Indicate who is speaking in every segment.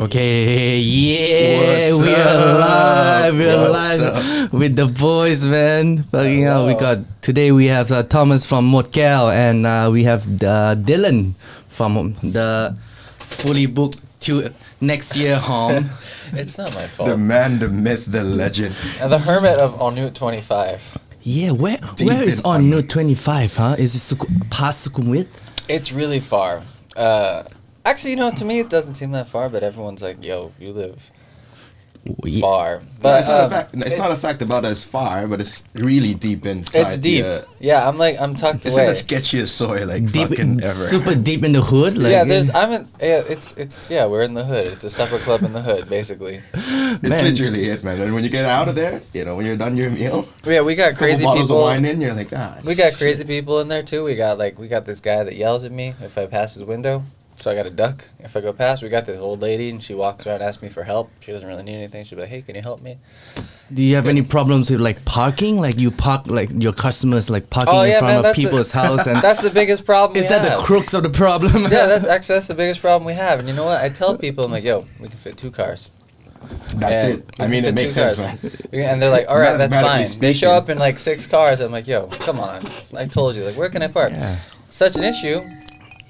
Speaker 1: Okay, yeah,
Speaker 2: What's
Speaker 1: we are
Speaker 2: up?
Speaker 1: live. We are
Speaker 2: What's
Speaker 1: live with the boys, man. Fucking hell, we got today. We have uh, Thomas from Motcal and uh, we have uh, Dylan from the fully booked to next year home.
Speaker 3: It's not my
Speaker 2: The
Speaker 3: fault.
Speaker 2: man, the myth, the legend.
Speaker 3: The, the hermit of Onute 25.
Speaker 1: yeah, where
Speaker 2: Deep
Speaker 1: where is
Speaker 2: in
Speaker 1: on note twenty five? Huh? Is it Suku- past Sukhumvit?
Speaker 3: It's really far. Uh, actually, you know, to me it doesn't seem that far, but everyone's like, "Yo, you live
Speaker 1: Yeah.
Speaker 3: far."
Speaker 2: No,
Speaker 3: But
Speaker 2: it's, not a
Speaker 3: um,
Speaker 2: fact, no, it's
Speaker 3: it-
Speaker 2: not a fact about us far, but it's really deep inside.
Speaker 3: it's deep.
Speaker 2: The, uh,
Speaker 3: yeah, I'm like I'm tucked
Speaker 2: it's
Speaker 3: away.
Speaker 2: in the sketchiest soil like
Speaker 1: Deep,
Speaker 2: fucking ever.
Speaker 1: super deep in the hood. Like,
Speaker 3: yeah, there's I'm in yeah, it's it's yeah, we're in the hood. It's a supper club in the hood, basically.
Speaker 2: it's
Speaker 1: man.
Speaker 2: literally it, man. And when you get out of there, you know, when you're done your meal,
Speaker 3: Yeah, we got
Speaker 2: crazy
Speaker 3: crazy
Speaker 2: couple bottles
Speaker 3: people.
Speaker 2: of wine in, you're like, ah.
Speaker 3: We got crazy people in there too. We got like we got this guy that yells at me if I pass his window, so I got to duck. If I go past, we got this old lady and she walks around asks me for help. She doesn't really need anything. She'll be like, "Hey, can you help me?"
Speaker 1: Do you have any problems with like parking? Like you park like your customers like parking
Speaker 3: Oh,
Speaker 1: in
Speaker 3: yeah,
Speaker 1: front
Speaker 3: man,
Speaker 1: of
Speaker 3: that's the-
Speaker 1: people's house and
Speaker 3: That's the biggest problem.
Speaker 1: is
Speaker 3: we
Speaker 1: that the
Speaker 3: have.
Speaker 1: crux of the problem?
Speaker 3: yeah, that's actually that's the biggest problem we have. And you know what? I tell people, I'm like, "Yo, we can fit two cars."
Speaker 2: That's
Speaker 3: And
Speaker 2: it. I
Speaker 3: we can
Speaker 2: mean,
Speaker 3: fit
Speaker 2: it makes
Speaker 3: two
Speaker 2: sense, man.
Speaker 3: cars. And they're like, "All right, that's
Speaker 2: Mathematically
Speaker 3: fine." They show
Speaker 2: speaking.
Speaker 3: up in like six cars. I'm like, "Yo, come on! I told you. Like, where can I park?"
Speaker 1: Yeah.
Speaker 3: Such an issue.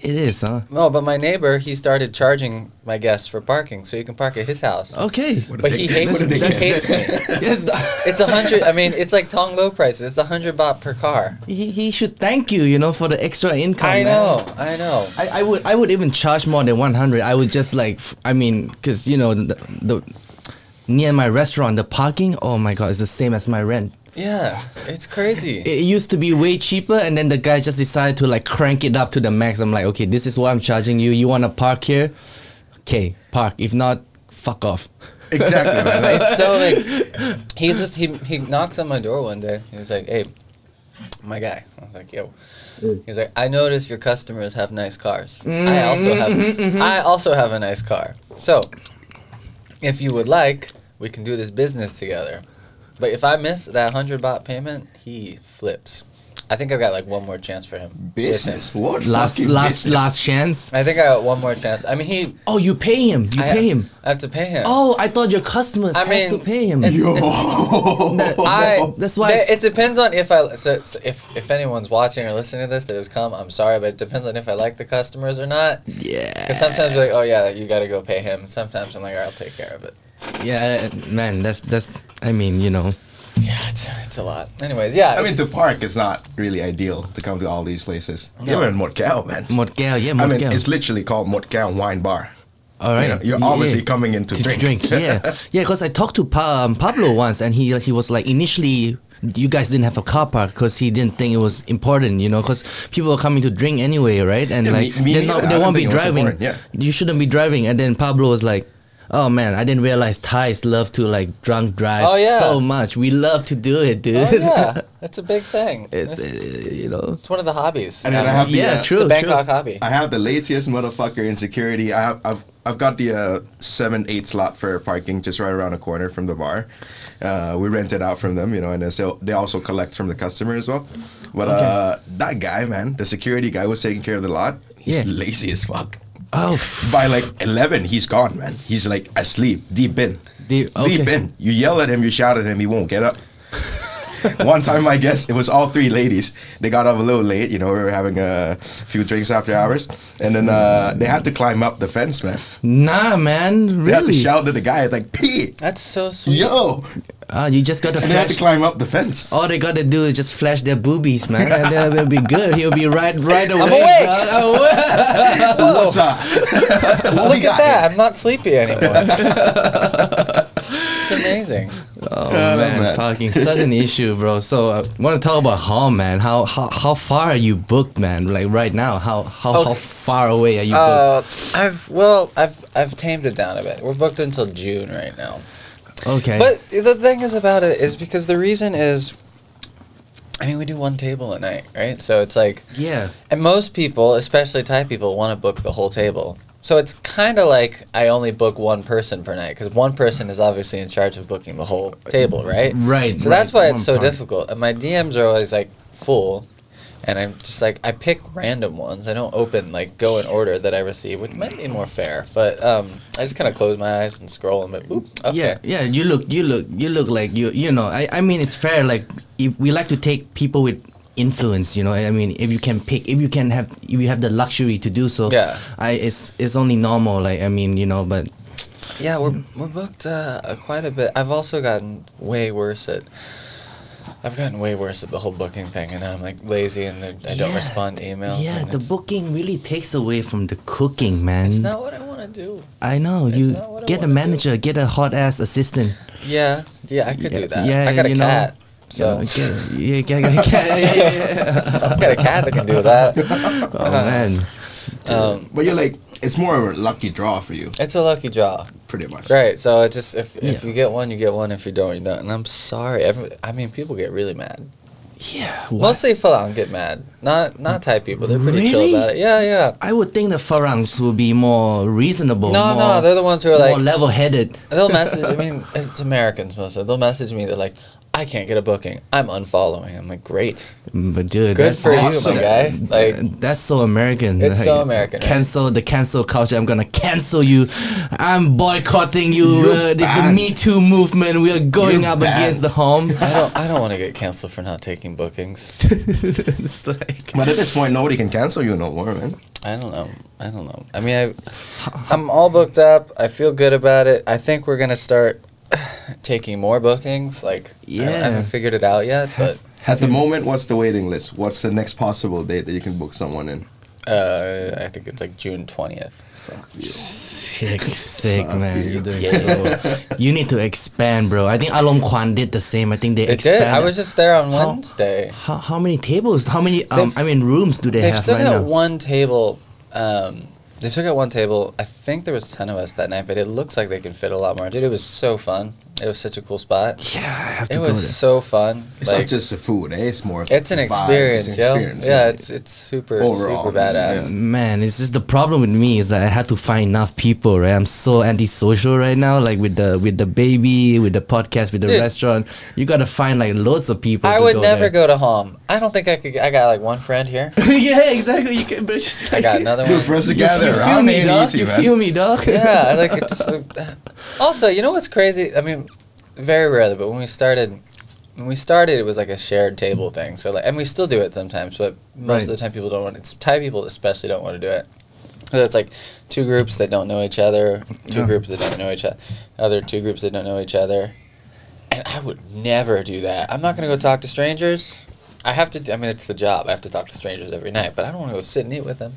Speaker 1: It is, huh?
Speaker 3: No, but my neighbor, he started charging my guests for parking, so you can park at his house.
Speaker 1: Okay.
Speaker 2: What a
Speaker 3: But
Speaker 2: dick-
Speaker 3: he hates
Speaker 2: what a
Speaker 3: me. He
Speaker 2: dickhead.
Speaker 3: hates me.
Speaker 1: Yes,
Speaker 3: It's a hundred. I mean, it's like Tong Lo prices. It's a hundred baht per car.
Speaker 1: he, he should thank you, you know, for the extra income.
Speaker 3: I
Speaker 1: man.
Speaker 3: know. I know.
Speaker 1: I, I would I would even charge more than 100. I would just like f- I mean cuz you know the, the near my restaurant the parking oh my god is the same as my rent.
Speaker 3: Yeah, it's crazy.
Speaker 1: It used to be way cheaper and then the guy just decided to like crank it up to the max. I'm like, "Okay, this is what I'm charging you. You want to park here? Okay, park. If not, fuck off."
Speaker 2: Exactly, man. Like,
Speaker 3: It's so like he just he he knocks on my door one day. He was like, "Hey, my guy." I was like, "Yo." He was like, "I notice your customers have nice cars. I also have I also have a nice car. So, if you would like, we can do this business together. But if I miss that hundred baht payment, he flips." I think I've got like one more chance for him. with him.
Speaker 2: business. What?
Speaker 1: Last
Speaker 2: fucking
Speaker 1: last
Speaker 2: business?
Speaker 1: last chance.
Speaker 3: I think I got one more chance. I mean, he.
Speaker 1: Oh, you pay him. You
Speaker 3: I,
Speaker 1: pay him.
Speaker 3: I have to pay him.
Speaker 1: Oh, I thought your customers
Speaker 3: I
Speaker 1: has
Speaker 3: mean,
Speaker 1: to pay him.
Speaker 3: it-
Speaker 2: Yo.
Speaker 3: I,
Speaker 1: that's why-
Speaker 3: Th- it depends on if I so, so if if anyone's watching or listening to this that has come. I'm sorry, but it depends on if I like the customers or not.
Speaker 1: yeah.
Speaker 3: Because sometimes you're like, oh yeah, you got to go pay him. And sometimes I'm like, all right, I'll take care of it.
Speaker 1: Yeah, man, that's that's. I mean, you know.
Speaker 3: Yeah, it's, it's a lot. Anyways, yeah.
Speaker 2: I mean,
Speaker 3: it's-
Speaker 2: to park is not really ideal to come to all these places.
Speaker 3: No.
Speaker 2: Even in Motcal, man.
Speaker 1: Motgal, yeah,
Speaker 2: I
Speaker 1: Motgal.
Speaker 2: mean, it's literally called Motcal Wine
Speaker 1: All
Speaker 2: Bar. You know,
Speaker 1: right,
Speaker 2: you're
Speaker 1: yeah,
Speaker 2: obviously
Speaker 1: yeah.
Speaker 2: coming in to,
Speaker 1: to drink.
Speaker 2: drink.
Speaker 1: yeah, yeah. Because I talked to pa- um, Pablo once, and he he was like, initially, you guys didn't have a car park because he didn't think it was important, you know, because people are coming to drink anyway, right? And
Speaker 2: Yeah,
Speaker 1: like,
Speaker 2: me- me
Speaker 1: they're not,
Speaker 2: neither.
Speaker 1: they
Speaker 2: I
Speaker 1: won't
Speaker 2: don't
Speaker 1: be
Speaker 2: think it was
Speaker 1: driving.
Speaker 2: important, yeah.
Speaker 1: You shouldn't be driving. And then Pablo was like. Oh man, I didn't realize Thais love to like drunk drive
Speaker 3: Oh, yeah.
Speaker 1: so much. We love to do it, dude.
Speaker 3: oh, yeah, that's a big thing.
Speaker 1: it's uh,
Speaker 3: It's, it's,
Speaker 1: you know.
Speaker 3: one of the hobbies.
Speaker 2: And then I
Speaker 3: Um,
Speaker 2: have the,
Speaker 1: Yeah,
Speaker 2: uh,
Speaker 1: true.
Speaker 3: it's a Bangkok
Speaker 1: true.
Speaker 3: hobby.
Speaker 2: I have the laziest motherfucker in security. I have, I've I've got the uh, seven eight slot for parking just right around the corner from the bar. Uh, we rent it out from them, you know, and they sell- they also collect from the customer as well. But uh, that guy, man, the security guy was taking care of the lot. He's
Speaker 1: Yeah.
Speaker 2: lazy as fuck.
Speaker 1: Oh, f-
Speaker 2: By like eleven, he's gone, man. He's like asleep, deep in,
Speaker 1: Deep- okay.
Speaker 2: deep in. You yell at him, you shout at him, he won't get up. One time, I guess it was all three ladies. They got up a little late, you know. We were having a few drinks after hours, and then uh, they had to climb up the fence, man.
Speaker 1: nah, man,
Speaker 2: They had to
Speaker 1: really.
Speaker 2: shout to the guy like, "P,
Speaker 3: That's so sweet.
Speaker 2: yo!"
Speaker 1: Ah, you just got to
Speaker 2: And they had
Speaker 1: flash.
Speaker 2: to climb up the fence.
Speaker 1: All they gotta do is just flash their boobies, man, and then it'll be good. He'll be right, right away.
Speaker 3: awake.
Speaker 1: bro. I'm awake.
Speaker 2: What's up? What we
Speaker 3: Oh. Look at
Speaker 2: got
Speaker 3: that. I'm not sleepy anymore. it's amazing.
Speaker 1: Oh
Speaker 2: Yeah,
Speaker 1: man,
Speaker 2: man.
Speaker 1: fucking such an issue, bro. So I want to talk about home, man. How how how far are you booked, man? Like right now, how how
Speaker 2: Oh.
Speaker 1: how
Speaker 3: Okay.
Speaker 1: far away are you
Speaker 3: Uh, I've well, I've I've tamed it down a bit. We're booked until June right now.
Speaker 1: booked? Okay.
Speaker 3: But the thing is about it is because the reason is, I mean, we do one table a night, right? So it's like,
Speaker 1: yeah.
Speaker 3: and most people, especially Thai people, want to book the whole table. So it's kind of like I only book one person per night because one person is obviously in charge of booking the whole table, right?
Speaker 1: Right,
Speaker 3: So that's
Speaker 1: right,
Speaker 3: why it's
Speaker 1: one
Speaker 3: so
Speaker 1: part.
Speaker 3: difficult. And my DMs are always like full and I'm just like I pick random ones. I don't open like go in order that I receive, which might be more fair. But um, I just kind of close my eyes and scroll and like, oop, okay.
Speaker 1: Yeah, yeah. You look, you look, you look like you. You know, I, I mean, it's fair. Like, if we like to take people with influence. You know, I mean, if you can pick, if you can have, if you have the luxury to do so.
Speaker 3: Yeah.
Speaker 1: I it's it's only normal. Like, I mean, you know, but
Speaker 3: Yeah, we're we're booked uh, uh, quite a bit. I've also gotten way worse at. I've gotten way worse at the whole booking thing, and I'm like lazy and then I don't
Speaker 1: Yeah.
Speaker 3: respond to emails.
Speaker 1: yeah,
Speaker 3: and
Speaker 1: the
Speaker 3: it's-
Speaker 1: booking really takes away from the cooking, man.
Speaker 3: It's not what I want to do.
Speaker 1: I know
Speaker 3: it's
Speaker 1: you
Speaker 3: not what I
Speaker 1: get a
Speaker 3: wanna do.
Speaker 1: manager, get a hot ass assistant.
Speaker 3: Yeah, yeah, I could
Speaker 1: Yeah,
Speaker 3: do that.
Speaker 1: yeah,
Speaker 3: I got a
Speaker 1: you know,
Speaker 3: cat. So
Speaker 1: Yeah, get, yeah, get, get, get- yeah, yeah, yeah.
Speaker 3: I've got a cat that can do that.
Speaker 1: Oh man.
Speaker 3: Um,
Speaker 2: But you're like, it's more of a lucky draw for you,
Speaker 3: it's a lucky draw.
Speaker 2: pretty much.
Speaker 3: Right. So it just if if
Speaker 1: Yeah.
Speaker 3: you get one, you get one. If you don't, you don't. And I'm sorry. Every, I mean, people get really mad.
Speaker 1: Yeah. What? Mm.
Speaker 3: Mostly Falang get mad. Not not Thai people. They're pretty
Speaker 1: Really?
Speaker 3: chill about it. Yeah, yeah.
Speaker 1: I would think the Farangs would be more reasonable.
Speaker 3: No,
Speaker 1: more,
Speaker 3: no, they're the ones who are
Speaker 1: more
Speaker 3: like
Speaker 1: level-headed.
Speaker 3: they'll message. I mean, it's Americans mostly. They'll message me. They're like, I can't get a booking. I'm unfollowing. I'm like, great.
Speaker 1: Mm, But dude,
Speaker 3: Good
Speaker 1: that's
Speaker 3: for you,
Speaker 1: awesome.
Speaker 3: my guy. Like,
Speaker 1: that's so American.
Speaker 3: It's so
Speaker 1: Like,
Speaker 3: American, right?
Speaker 1: Cancel the cancel culture. I'm gonna cancel you. I'm boycotting you.
Speaker 2: You're
Speaker 1: Uh, this is the
Speaker 2: banned.
Speaker 1: Me Too movement. We are going
Speaker 2: You're
Speaker 1: up
Speaker 2: banned.
Speaker 1: against the home.
Speaker 3: I don't. I don't want to get canceled for not taking bookings.
Speaker 1: it's like
Speaker 2: But at this point, nobody can cancel you no more, man.
Speaker 3: I don't know. I don't know. I mean, I, I'm all booked up. I feel good about it. I think we're gonna start taking more bookings. Like, I, don't- I
Speaker 1: Yeah.
Speaker 3: haven't figured it out yet, but
Speaker 2: At the moment, what's the waiting list? What's the next possible date that you can book someone in?
Speaker 3: uh, I think it's like June twentieth.
Speaker 1: sick, sick
Speaker 2: Fuck
Speaker 1: man.
Speaker 2: you.
Speaker 1: You're doing so. You need to expand, bro. I think Alom Kwan did the same. I think they
Speaker 3: It did.
Speaker 1: expanded.
Speaker 3: I was just there on
Speaker 1: How-
Speaker 3: Wednesday.
Speaker 1: how, how many tables? How many? Um,
Speaker 3: They've-
Speaker 1: I mean, rooms do they
Speaker 3: They've
Speaker 1: have
Speaker 3: still
Speaker 1: right now?
Speaker 3: got one table. Um, they've still got one table. I think there was ten of us that night, but it looks like they can fit a lot more. Dude, it was so fun. It was such a cool spot.
Speaker 1: yeah, I have to
Speaker 3: It
Speaker 1: go there.
Speaker 3: was so fun.
Speaker 2: It's not just the food, eh? It's more. of
Speaker 3: It's an
Speaker 2: the vibe,
Speaker 3: experience,
Speaker 2: it's an
Speaker 3: yo.
Speaker 2: experience,
Speaker 3: yeah, it's it's super
Speaker 2: Overall,
Speaker 3: super badass.
Speaker 1: Man, it's just the problem with me is that I had to find enough people, right? I'm so antisocial right now, like with the with the baby, with the podcast, with the
Speaker 3: Dude.
Speaker 1: restaurant. You gotta find like loads of people.
Speaker 3: I
Speaker 1: to
Speaker 3: would
Speaker 1: go
Speaker 3: never
Speaker 1: there.
Speaker 3: go to home. I don't think I could. I got like one friend here.
Speaker 1: yeah, exactly. You can, but it's just
Speaker 3: I
Speaker 1: like,
Speaker 3: got another
Speaker 2: Dude, for
Speaker 3: one.
Speaker 2: us to
Speaker 1: uh, You,
Speaker 2: gather
Speaker 1: you feel
Speaker 2: around,
Speaker 1: me,
Speaker 2: ain't
Speaker 1: dog?
Speaker 2: easy,
Speaker 1: you
Speaker 2: man.
Speaker 1: feel me, dog?
Speaker 3: yeah, I like it just. Like, also, you know what's crazy? I mean, very rarely, but when we started, when we started, it was like a shared table thing. So like, and we still do it sometimes, but most
Speaker 1: Right.
Speaker 3: of the time, people don't want. It's Thai people especially don't want to do it. So it's like two groups that don't know each other, two
Speaker 1: Yeah.
Speaker 3: groups that don't know each other, other two groups that don't know each other. And I would never do that. I'm not gonna go talk to strangers. I have to. I mean, it's the job. I have to talk to strangers every night, but I don't want to go sit and eat with them.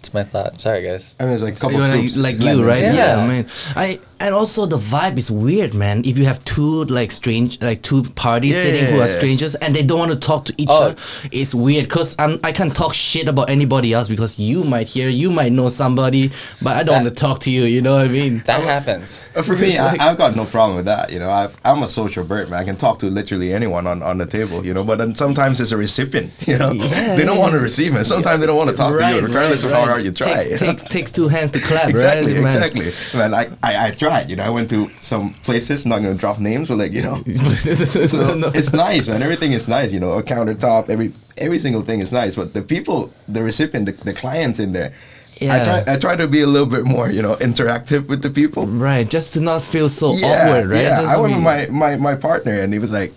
Speaker 3: It's my thought. Sorry, guys.
Speaker 2: I mean, it's like a couple
Speaker 1: You know, like,
Speaker 2: groups,
Speaker 1: like
Speaker 2: blended.
Speaker 1: you, right?
Speaker 3: Yeah.
Speaker 1: man. I and also the vibe is weird, man. If you have two like strange, like two parties
Speaker 2: Yeah,
Speaker 1: sitting
Speaker 2: yeah,
Speaker 1: who are
Speaker 2: yeah.
Speaker 1: strangers and they don't want to talk to each
Speaker 3: Oh.
Speaker 1: other, it's weird. Cause I'm I can't talk shit about anybody else because you might hear, you might know somebody, but I don't
Speaker 3: That-
Speaker 1: want to talk to you. You know what I mean?
Speaker 3: That happens.
Speaker 2: Uh, For me,
Speaker 1: It's like-
Speaker 2: I, I've got no problem with that. You know, I've, I'm a social bird, man. I can talk to literally anyone on, on the table, you know, but then sometimes it's a recipient, you know. they don't want to receive it. Sometimes they don't want to talk to you, regardless of how hard you try.
Speaker 1: Takes,
Speaker 2: you know?
Speaker 1: takes, takes two hands to clap,
Speaker 2: Exactly,
Speaker 1: right? Man.
Speaker 2: exactly. Man, I, I, I tried, you know, I went to some places, not going to drop names, but like, you know, so
Speaker 1: No.
Speaker 2: it's nice, man. Everything is nice, you know, a countertop, every every single thing is nice, but the people, the recipient, the, the clients in there, I,
Speaker 1: Yeah.
Speaker 2: try, I try to be a little bit more, you know, interactive with the people.
Speaker 1: Right, just to not feel so awkward, right?
Speaker 2: Yeah,
Speaker 1: Just
Speaker 2: I went
Speaker 1: be-
Speaker 2: with my, my, my partner, and he was like,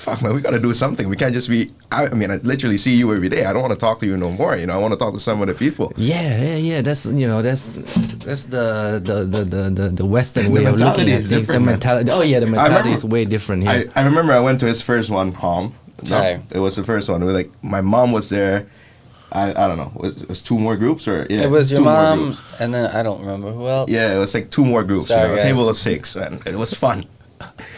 Speaker 2: "Fuck, man, we gotta do something. We can't just be. I, I mean, I literally see you every day. I don't want to talk to you no more. You know, I want to talk to some of the people."
Speaker 1: Yeah, yeah, yeah. That's you know, that's that's the the the the, the, the Western way of looking
Speaker 2: mentality
Speaker 1: at
Speaker 2: is
Speaker 1: things. The
Speaker 2: different, man.
Speaker 1: mentality. Oh yeah, the mentality is way different
Speaker 2: I,
Speaker 1: here.
Speaker 2: I remember I went to his first one, home. No,
Speaker 3: Okay.
Speaker 2: it was the first one. It was like my mom was there. I, I don't know. Was, was two more groups or yeah?
Speaker 3: It was your
Speaker 2: two more
Speaker 3: mom,
Speaker 2: groups.
Speaker 3: and then I don't remember who else.
Speaker 2: Yeah, it was like two more groups.
Speaker 3: Sorry,
Speaker 2: you know, a
Speaker 3: guys.
Speaker 2: table of six, and it was fun.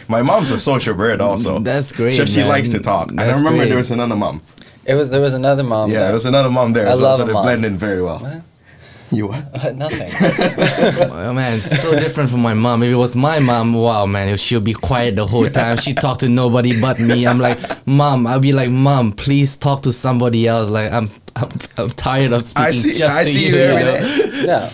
Speaker 2: My mom's a social bird, also.
Speaker 1: That's great,
Speaker 2: So she
Speaker 1: man.
Speaker 2: likes to talk. And I
Speaker 1: That's
Speaker 2: remember
Speaker 1: great.
Speaker 2: there was another mom.
Speaker 3: It was there was another mom.
Speaker 2: Yeah,
Speaker 3: there.
Speaker 2: there was another mom there.
Speaker 3: I
Speaker 2: as well,
Speaker 3: love
Speaker 2: so
Speaker 3: a
Speaker 2: they
Speaker 3: mom.
Speaker 2: blend in very well.
Speaker 3: What?
Speaker 2: You what?
Speaker 3: nothing.
Speaker 1: Oh, man, it's so different from my mom. If it was my mom, wow, man, she'll be quiet the whole time. She talked to nobody but me. I'm like, mom, I'll be like, mom, please talk to somebody else. Like, I'm I'm, I'm tired of speaking
Speaker 2: I see.
Speaker 1: just
Speaker 2: I
Speaker 1: to
Speaker 2: see
Speaker 1: you.
Speaker 2: you
Speaker 1: you
Speaker 2: every
Speaker 1: know?
Speaker 2: day.
Speaker 3: no,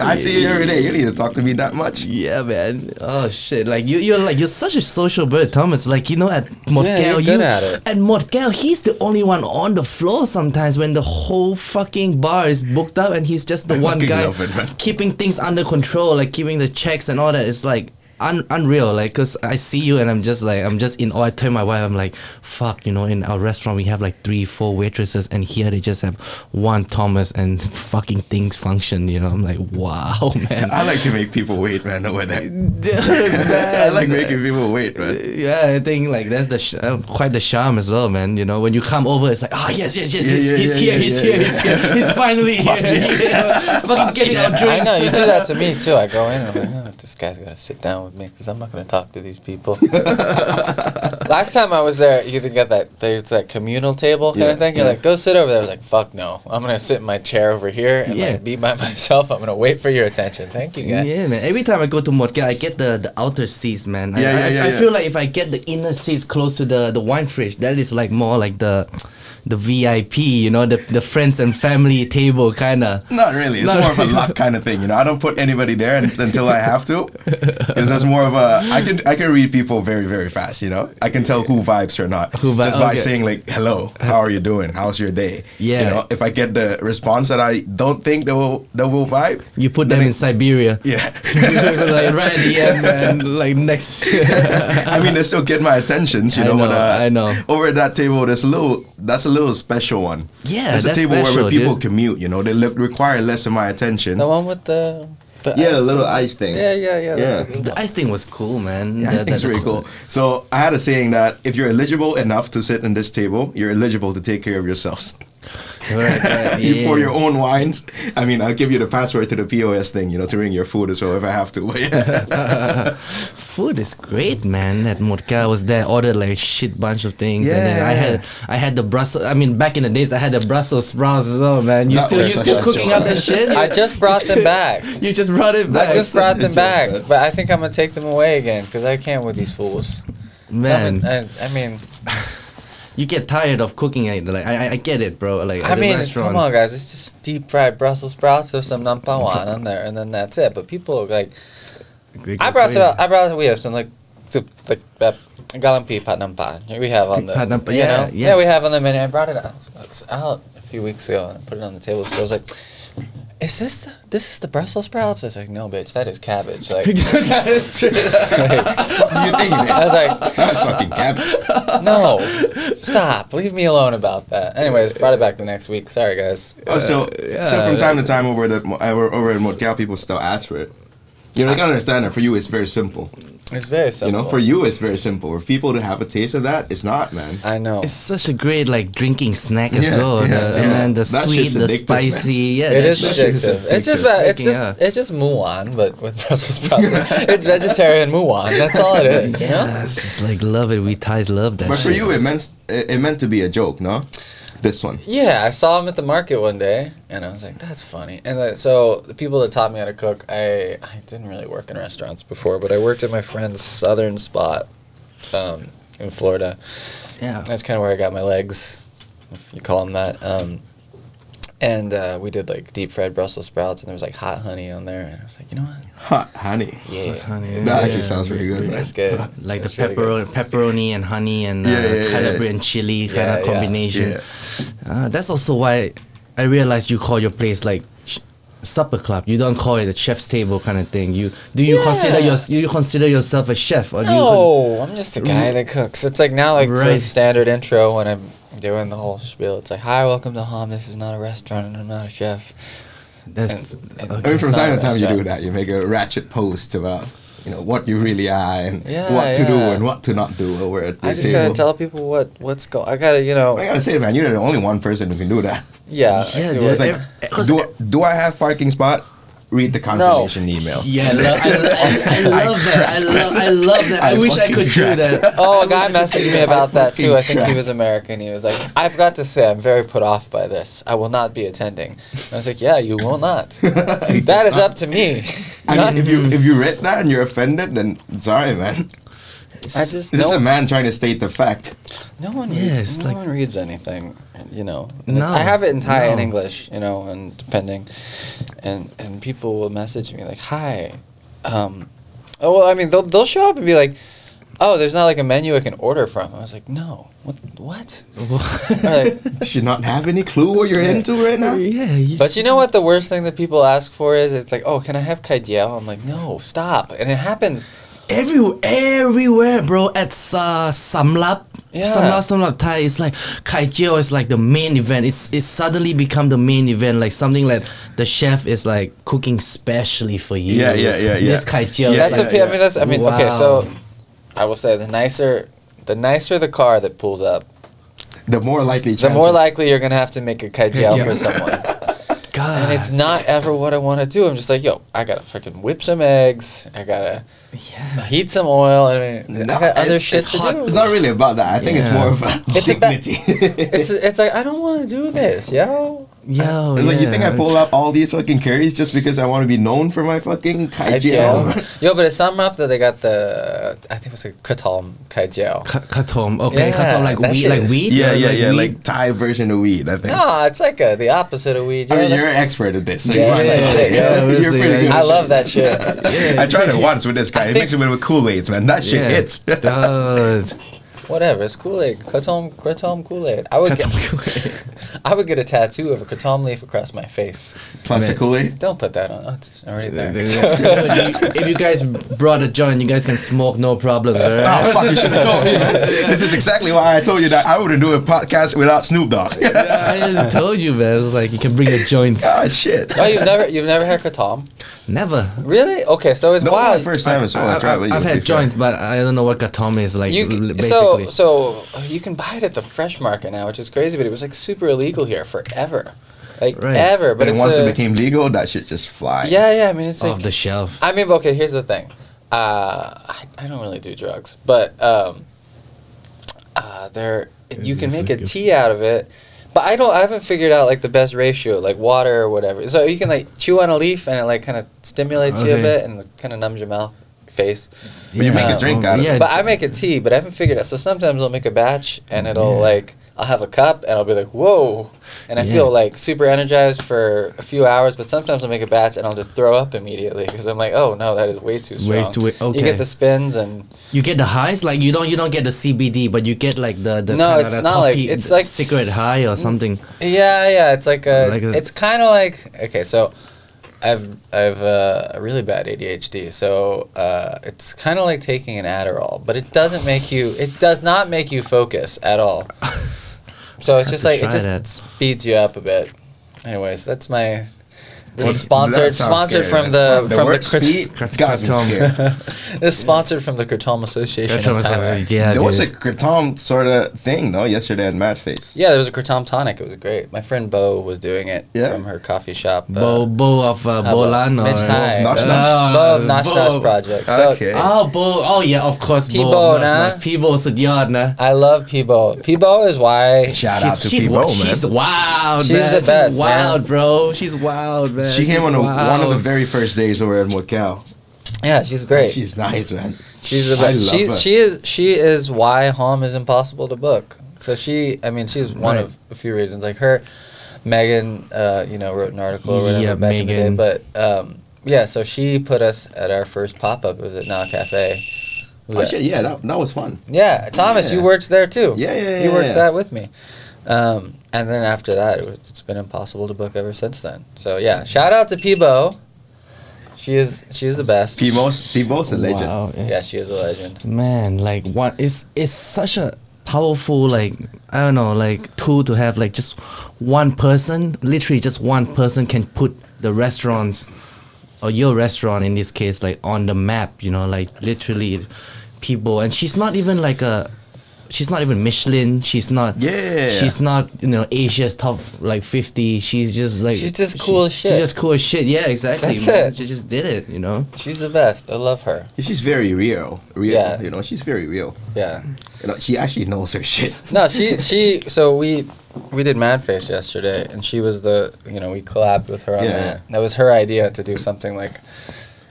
Speaker 2: I see you every day. You need to talk to me that much.
Speaker 1: Yeah, man. Oh shit! Like you, you're like you're such a social bird, Thomas. Like you know, at Mordcal,
Speaker 3: you're
Speaker 1: you
Speaker 3: good at it.
Speaker 1: at Mordcal, he's the only one on the floor sometimes when the whole fucking bar is booked up, and he's just the
Speaker 2: I
Speaker 1: one
Speaker 2: fucking
Speaker 1: guy
Speaker 2: love it, man.
Speaker 1: keeping things under control, like keeping the checks and all that. It's like. Un- unreal like because i see you and i'm just like i'm just in awe i tell my wife i'm like fuck you know in our restaurant we have like three four waitresses and here they just have one thomas and fucking things function you know i'm like wow man
Speaker 2: I like to make people wait, man. Over there,
Speaker 1: Dude,
Speaker 2: I like
Speaker 1: man.
Speaker 2: making people wait, man.
Speaker 1: Yeah, I think like that's the sh- uh, quite the charm as well, man. You know, when you come over, it's like, oh yes, yes, yes,
Speaker 2: Yeah,
Speaker 1: he's,
Speaker 2: yeah,
Speaker 1: he's,
Speaker 2: yeah,
Speaker 1: here,
Speaker 2: yeah,
Speaker 1: he's
Speaker 2: yeah,
Speaker 1: here, he's here, he's finally here. You know, fucking getting our
Speaker 3: I
Speaker 1: drinks.
Speaker 3: know you do that to me too. I go in and I'm like, oh, this guy's gotta sit down with me because I'm not gonna talk to these people. Last time I was there, you didn't get that. There's that communal table kind
Speaker 2: Yeah,
Speaker 3: of thing. You're
Speaker 2: yeah.
Speaker 3: like, go sit over there. I was like, fuck no. I'm gonna sit in my chair over here and
Speaker 1: Yeah.
Speaker 3: like, be by myself. I'm gonna wait for your attention. Thank you, guys.
Speaker 1: Yeah, man. Every time I go to Mordka, I get the, the outer seats, man. I-
Speaker 2: Yeah,
Speaker 1: I,
Speaker 2: yeah, yeah,
Speaker 1: I
Speaker 2: yeah.
Speaker 1: feel like if I get the inner seats close to the, the wine fridge, that is like more like the the VIP, you know, the, the friends and family table kind of.
Speaker 2: Not really. It's
Speaker 1: Not
Speaker 2: more of
Speaker 1: really.
Speaker 2: a luck kind of thing. You know, I don't put anybody there un- until I have to, because that's more of a. I can I can read people very very fast. You know, I can tell who vibes or not
Speaker 1: Who vi-
Speaker 2: just by
Speaker 1: okay.
Speaker 2: saying like, "Hello, how are you doing? How's your day?" You
Speaker 1: Yeah.
Speaker 2: know, if I get the response that I don't think they will they will vibe,
Speaker 1: You put
Speaker 2: then
Speaker 1: them in
Speaker 2: it-
Speaker 1: Siberia.
Speaker 2: Yeah,
Speaker 1: like right at the end, man. Like next.
Speaker 2: I mean, they still get my attention. You
Speaker 1: I
Speaker 2: know, when,
Speaker 1: know,
Speaker 2: uh,
Speaker 1: I know.
Speaker 2: Over at that table, there's a little. That's a little special one.
Speaker 1: Yeah,
Speaker 2: it's a
Speaker 1: that's
Speaker 2: table where
Speaker 1: special,
Speaker 2: where people
Speaker 1: dude.
Speaker 2: commute. You know, they li- require less of my attention.
Speaker 3: The one with the, the
Speaker 2: yeah, the
Speaker 3: ice.
Speaker 2: little ice thing.
Speaker 3: Yeah, yeah, yeah. That's
Speaker 2: Yeah.
Speaker 3: a good
Speaker 1: The ice thing was cool, man.
Speaker 2: Yeah, I
Speaker 1: The-
Speaker 2: think
Speaker 1: the-
Speaker 2: it's really cool. So I had a saying that if you're eligible enough to sit in this table, you're eligible to take care of yourselves.
Speaker 1: Right, right,
Speaker 2: You pour
Speaker 1: yeah.
Speaker 2: your own wines. I mean, I'll give you the password to the POS thing, you know, to ring your food as well if I have to. But yeah.
Speaker 1: Food is great, man. At Motka, I was there, ordered like a shit bunch of things, and then I
Speaker 2: Yeah.
Speaker 1: had I had the Brussels. I mean, back in the days, I had the Brussels sprouts as well, man. You
Speaker 2: That
Speaker 1: still
Speaker 2: was
Speaker 1: you
Speaker 2: such
Speaker 1: still
Speaker 2: a
Speaker 1: cooking
Speaker 2: joke.
Speaker 1: up that shit?
Speaker 3: I just brought them back.
Speaker 1: You just brought it back,
Speaker 3: I just brought them
Speaker 2: Enjoy
Speaker 3: back,
Speaker 2: that.
Speaker 3: but I think I'm gonna take them away again because I can't with these fools.
Speaker 1: man.
Speaker 3: I mean, I, I mean,
Speaker 1: you get tired of cooking it. Like I, I- I get it, bro. Like
Speaker 3: I
Speaker 1: at
Speaker 3: mean,
Speaker 1: the restaurant.
Speaker 3: come on, guys. It's just deep fried Brussels sprouts or some nampawan on there, and then that's it. But people are like,
Speaker 1: they
Speaker 3: I
Speaker 1: go
Speaker 3: brought some.
Speaker 1: crazy.
Speaker 3: I brought we have some like, the- like uh, galampi pad nampan. We have on the
Speaker 1: Pad nampan,
Speaker 3: you
Speaker 1: yeah,
Speaker 3: know?
Speaker 1: yeah.
Speaker 3: we have on the menu. I brought it out, it was out a few weeks ago and I put it on the table. So I was like. Is this the this is the Brussels sprouts? I was like, no, bitch, that is cabbage. Like,
Speaker 1: that is true.
Speaker 2: you think it
Speaker 3: I
Speaker 2: is?
Speaker 3: was like,
Speaker 2: That's fucking cabbage.
Speaker 3: no, stop, leave me alone about that. Anyways, brought it back the next week. Sorry, guys.
Speaker 2: Oh, so so
Speaker 1: yeah.
Speaker 2: from time to time over at the, over, over at Motcal, people still ask for it. You know, I can understand that. For you, it's very simple.
Speaker 3: It's very simple.
Speaker 2: You know, for you, it's very simple. For people to have a taste of that, it's not, man.
Speaker 3: I know.
Speaker 1: It's such a great like drinking snack as
Speaker 2: Yeah,
Speaker 1: well.
Speaker 2: yeah,
Speaker 1: the,
Speaker 2: yeah.
Speaker 1: Man, the
Speaker 2: That
Speaker 1: sweet,
Speaker 2: shit's
Speaker 1: the
Speaker 2: addictive, man.
Speaker 1: spicy. Yeah,
Speaker 3: It
Speaker 1: that
Speaker 3: is
Speaker 1: shit
Speaker 3: addictive. It's just
Speaker 1: addictive.
Speaker 3: that. It's
Speaker 1: Freaking
Speaker 3: just.
Speaker 1: hell.
Speaker 3: It's just muan, but with Brussels sprouts. it's vegetarian muan. That's all it is. You know.
Speaker 1: Yeah, it's just like love it. We Thais love that.
Speaker 2: But for
Speaker 1: shit.
Speaker 2: you, it meant it it meant to be a joke, no? This one.
Speaker 3: Yeah, I saw him at the market one day, and I was like, "That's funny." And uh, so the people that taught me how to cook, I I didn't really work in restaurants before, but I worked at my friend's southern spot, um, in Florida.
Speaker 1: yeah,
Speaker 3: That's kind of where I got my legs, if you call them that. Um, and uh, we did like deep fried Brussels sprouts, and there was like hot honey on there, and I was like, you know what?
Speaker 2: Hot honey.
Speaker 3: Yeah.
Speaker 1: honey,
Speaker 2: That
Speaker 1: yeah.
Speaker 2: actually sounds pretty good. man.
Speaker 3: That's good.
Speaker 1: like the
Speaker 3: That's really good.
Speaker 1: pepperoni, pepperoni and honey and uh,
Speaker 2: Yeah, yeah, yeah.
Speaker 1: calabria and chili kind
Speaker 3: Yeah,
Speaker 1: of
Speaker 3: yeah.
Speaker 1: combination.
Speaker 2: Yeah.
Speaker 1: Uh, that's also why I realized you call your place like sh- supper club. You don't call it a chef's table kind of thing. You do you consider your you consider yourself a chef or do you con-
Speaker 3: No, I'm just a guy that cooks. It's like now, like
Speaker 1: Right.
Speaker 3: the standard intro when I'm doing the whole spiel. It's like, "Hi, welcome to Hom. This is not a restaurant, and I'm not a chef."
Speaker 1: that's
Speaker 3: and-
Speaker 2: I
Speaker 1: okay.
Speaker 2: mean, from
Speaker 3: It's not
Speaker 2: time to
Speaker 3: a
Speaker 2: time, you do
Speaker 3: restaurant.
Speaker 2: that. You make a ratchet post about you know what you really are and
Speaker 3: Yeah,
Speaker 2: what to do
Speaker 3: yeah.
Speaker 2: and what to not do over at
Speaker 3: I
Speaker 2: your
Speaker 3: just
Speaker 2: table.
Speaker 3: gotta tell people what what's going. I gotta, you know,
Speaker 2: I gotta say, man, you're the only one person who can do that.
Speaker 3: yeah.
Speaker 1: Yeah,
Speaker 3: I do
Speaker 1: dude,
Speaker 3: it.
Speaker 2: It's like,
Speaker 1: Ev- 'cause
Speaker 2: do, do I have parking spot? Read the confirmation email.
Speaker 1: Yeah, I, lo- I, lo- I, I love that. I love. I love that. I,
Speaker 2: I
Speaker 1: wish I
Speaker 2: fucking
Speaker 1: could do
Speaker 2: cracked.
Speaker 1: that.
Speaker 3: Oh, a guy messaged me about that too. I think
Speaker 2: Fucking
Speaker 3: he was American. He was like, I forgot to say, I'm very put off by this. I will not be attending. I was like, Yeah, you will not. That is up to me.
Speaker 2: I mean, if you if you read that and you're offended, then sorry, man.
Speaker 3: I just
Speaker 2: Is this a
Speaker 3: no,
Speaker 2: man trying to state the fact?
Speaker 3: no one
Speaker 1: Yeah,
Speaker 3: reads,
Speaker 1: it's
Speaker 3: no
Speaker 1: like-
Speaker 3: one reads anything, you know.
Speaker 1: No,
Speaker 3: I have it in Thai and
Speaker 1: no.
Speaker 3: English, you know, and depending, and and people will message me like, "Hi," um, oh well, I mean they'll they'll show up and be like, "Oh, there's not like a menu I can order from." I was like, "No, what what?" Or like,
Speaker 2: Does she not have any clue what you're into right now?
Speaker 1: yeah, you,
Speaker 3: But you know what the worst thing that people ask for is? It's like, oh, can I have kai diao? I'm like, no, stop. And it happens.
Speaker 1: every, everywhere, bro. At uh, Samlap,
Speaker 3: Yeah.
Speaker 1: Samlap, Samlap Thai, it's like Kai Jiao is like the main event. It's it suddenly become the main event, like something like the chef is like cooking specially for you.
Speaker 2: Yeah, yeah, yeah, yeah.
Speaker 1: This Kai Jiao.
Speaker 2: Yeah,
Speaker 1: is
Speaker 3: that's
Speaker 1: like,
Speaker 3: what pe- I mean. That's I mean. Okay,
Speaker 1: Wow.
Speaker 3: so I will say the nicer, the nicer the car that pulls up,
Speaker 2: The more likely
Speaker 3: the
Speaker 2: chances.
Speaker 3: more likely you're gonna have to make a kai diao
Speaker 1: diao.
Speaker 3: for someone.
Speaker 1: God.
Speaker 3: and it's not ever what I want to do. I'm just like, yo, I gotta freaking whip some eggs. I gotta
Speaker 1: yeah.
Speaker 3: heat some oil. I mean,
Speaker 2: No,
Speaker 3: I got other
Speaker 2: it's-
Speaker 3: shit
Speaker 2: it's
Speaker 3: to
Speaker 2: hot-
Speaker 3: do.
Speaker 2: It's not really about that. I think it's
Speaker 1: Yeah.
Speaker 2: more about
Speaker 3: It's about-
Speaker 2: dignity.
Speaker 3: it's it's like I don't want to do this, yo. Oh,
Speaker 1: Yo,
Speaker 2: It's like you think I
Speaker 1: yeah,
Speaker 2: pull
Speaker 1: it's-
Speaker 2: out all these fucking curries just because I want to be known for my fucking
Speaker 3: Kai
Speaker 2: kai jiao?
Speaker 3: jiao. Yo, but at Samrap though they got the I think it was like katom kai jiao.
Speaker 1: Ka- Katom, okay,
Speaker 3: Yeah,
Speaker 1: katom like
Speaker 3: that
Speaker 1: weed,
Speaker 3: shit
Speaker 1: like
Speaker 3: is-
Speaker 1: weed.
Speaker 2: Yeah, yeah, yeah.
Speaker 1: weed.
Speaker 2: Like Thai version of weed. I think.
Speaker 3: No, it's like uh the opposite of weed.
Speaker 2: I mean,
Speaker 3: yeah,
Speaker 2: you're an expert at this. So
Speaker 3: Yeah,
Speaker 2: you might as
Speaker 3: yeah,
Speaker 2: well.
Speaker 3: yeah, yeah,
Speaker 2: you're
Speaker 1: obviously,
Speaker 2: pretty
Speaker 1: yeah.
Speaker 2: good.
Speaker 3: I love that shit.
Speaker 2: I tried it once with this guy.
Speaker 3: I
Speaker 2: He
Speaker 3: think-
Speaker 2: makes it with Kool Aids, man. That shit
Speaker 1: Yeah.
Speaker 2: hits.
Speaker 1: Dude.
Speaker 3: Whatever, it's Kool Aid. Katom, Kratom Kool Aid. I would
Speaker 1: Katom
Speaker 3: get, I would get a tattoo of a Kratom leaf across my face.
Speaker 2: Plus a Kool Aid.
Speaker 3: Don't put that on. oh, It's already there.
Speaker 1: if you guys brought a joint, you guys can smoke, no problems. All right?
Speaker 2: Oh fuck! You should have told me. man. This is exactly why I told you that I wouldn't do a podcast without Snoop Dogg.
Speaker 1: I just told you, man. It was like you can bring the joints.
Speaker 2: God, Ah, shit.
Speaker 3: oh, you've never you've never had Kratom?
Speaker 1: Never.
Speaker 3: Really? Okay, so it's
Speaker 2: The
Speaker 3: wild.
Speaker 2: only first time is all I,
Speaker 1: I,
Speaker 2: tried. with you,
Speaker 1: have
Speaker 2: to be
Speaker 1: had
Speaker 2: fair.
Speaker 1: joints, but I don't know what katom is like.
Speaker 3: You
Speaker 1: l-
Speaker 3: c-
Speaker 1: basically,
Speaker 3: so so you can buy it at the fresh market now, which is crazy, but it was like super illegal here forever, like
Speaker 1: Right.
Speaker 3: ever.
Speaker 2: But
Speaker 3: But it's
Speaker 2: once it
Speaker 3: a,
Speaker 2: became legal, that shit just fly.
Speaker 3: yeah, yeah. I mean, it's
Speaker 1: off
Speaker 3: like
Speaker 1: the shelf.
Speaker 3: I mean, okay, here's the thing. Uh, I, I don't really do drugs, but um, uh, there you
Speaker 1: It
Speaker 3: can
Speaker 1: is
Speaker 3: make a
Speaker 1: like a-
Speaker 3: tea out of it. But I don't. I haven't figured out like the best ratio, like water or whatever. So you can like chew on a leaf and it like kind of stimulates you a
Speaker 1: Okay.
Speaker 3: bit and kind of numbs your mouth, face.
Speaker 2: But you make
Speaker 3: Yeah.
Speaker 2: a drink
Speaker 1: Oh,
Speaker 2: out of
Speaker 1: yeah.
Speaker 2: it.
Speaker 3: But I make a tea, but I haven't figured out. So sometimes I'll make a batch and it'll
Speaker 1: Yeah.
Speaker 3: like I'll have a cup and I'll be like, whoa, and I
Speaker 1: Yeah.
Speaker 3: feel like super energized for a few hours. But sometimes I'll make a batch and I'll just throw up immediately because I'm like, oh no, that is way too strong.
Speaker 1: Way too- way-
Speaker 3: You
Speaker 1: okay.
Speaker 3: get the spins and
Speaker 1: You get the highs, like you don't you don't get the CBD, but you get like the the
Speaker 3: No,
Speaker 1: kinda
Speaker 3: it's
Speaker 1: the
Speaker 3: not like-
Speaker 1: coffee-
Speaker 3: it's
Speaker 1: the
Speaker 3: like-
Speaker 1: cigarette high or something.
Speaker 3: yeah, yeah, it's like a,
Speaker 1: Like a-
Speaker 3: it's kind of like okay, so. I've I've uh, a really bad ADHD, so uh, it's kind of like taking an Adderall, but it doesn't make you. It does not make you focus at all. So it's just
Speaker 1: to
Speaker 3: like it
Speaker 1: try
Speaker 3: just
Speaker 1: that.
Speaker 3: speeds you up a bit. Anyways, that's my this
Speaker 2: Well,
Speaker 3: is sponsored
Speaker 2: that sounds
Speaker 3: sponsored
Speaker 2: scary.
Speaker 3: from the from the
Speaker 2: word
Speaker 3: Kurt-
Speaker 2: speed got me scared.
Speaker 3: this is sponsored from the Kurtom Association
Speaker 1: That's what
Speaker 3: of
Speaker 1: I was
Speaker 3: Thailand.
Speaker 1: like, yeah,
Speaker 2: There was a
Speaker 1: dude.
Speaker 2: Kratom sort of thing, though, yesterday at Mad Face.
Speaker 3: Yeah, there was a Kurtom tonic. It was great. My friend Bo was doing it
Speaker 2: Yeah.
Speaker 3: from her coffee shop. uh,
Speaker 1: Bo Bo of uh,
Speaker 3: how about
Speaker 1: Bolan or
Speaker 3: Mitch High.
Speaker 2: Nosh Nosh?
Speaker 1: Ah,
Speaker 3: Bo of Nosh
Speaker 1: Bo.
Speaker 3: Nosh Project. So
Speaker 2: Okay.
Speaker 1: Oh, Bo. Oh, yeah, of course.
Speaker 3: P-Bo,
Speaker 1: Bo.
Speaker 3: nah.
Speaker 1: P-Bo สุดยอดนะ
Speaker 3: I love Peebo. Peebo is why
Speaker 2: Shout out to
Speaker 1: she's,
Speaker 2: P-Bo,
Speaker 1: she's,
Speaker 2: man.
Speaker 1: she's wild,
Speaker 3: She's
Speaker 1: man.
Speaker 3: the best,
Speaker 1: she's
Speaker 3: man.
Speaker 1: wild, bro. She's wild, man.
Speaker 2: She came
Speaker 1: She's
Speaker 2: on a, one of the
Speaker 1: wild.
Speaker 2: very first days over at Mokal.
Speaker 3: yeah, she's great.
Speaker 2: She's nice, man.
Speaker 3: She's the
Speaker 2: I
Speaker 3: best. She,
Speaker 2: love her.
Speaker 3: she is she is why Hom is impossible to book. So she, I mean, she's one
Speaker 1: Right.
Speaker 3: of a few reasons. Like her, Megan, uh, you know, wrote an article or whatever
Speaker 1: Yeah,
Speaker 3: back
Speaker 1: Megan.
Speaker 3: in the day. But um, yeah, so she put us at our first pop up. It was at Na Cafe. It was
Speaker 2: Oh,
Speaker 3: at-
Speaker 2: shit, yeah, that, that was fun.
Speaker 3: yeah, Thomas, you
Speaker 2: Yeah.
Speaker 3: worked there too.
Speaker 2: Yeah, yeah, yeah,
Speaker 3: You worked
Speaker 2: yeah.
Speaker 3: that with me. Um, and then after that, it was, it's been impossible to book ever since then. So yeah, shout out to Peebo. She is she is the best.
Speaker 2: P-Bo's, P-Bo's a legend.
Speaker 1: Wow,
Speaker 3: Yeah, she is a legend.
Speaker 1: man like what is it's such a powerful like i don't know like tool to have like just one person literally just one person can put the restaurants or your restaurant in this case like on the map you know like literally people and she's not even like a she's not even michelin she's not
Speaker 2: Yeah.
Speaker 1: she's not you know asia's top like 50 she's just like
Speaker 3: She's just cool as shit.
Speaker 1: she's just cool as shit yeah exactly
Speaker 3: That's
Speaker 1: man.
Speaker 3: it.
Speaker 1: she just did it you know
Speaker 3: She's the best. I love her.
Speaker 2: She's very real. Real.
Speaker 3: Yeah.
Speaker 2: You know, she's very real.
Speaker 3: Yeah.
Speaker 2: You know, she actually knows her shit.
Speaker 3: No, she she. So we we did Mad Face yesterday, and she was the you know we collabed with her on
Speaker 2: Yeah.
Speaker 3: that. That was her idea to do something like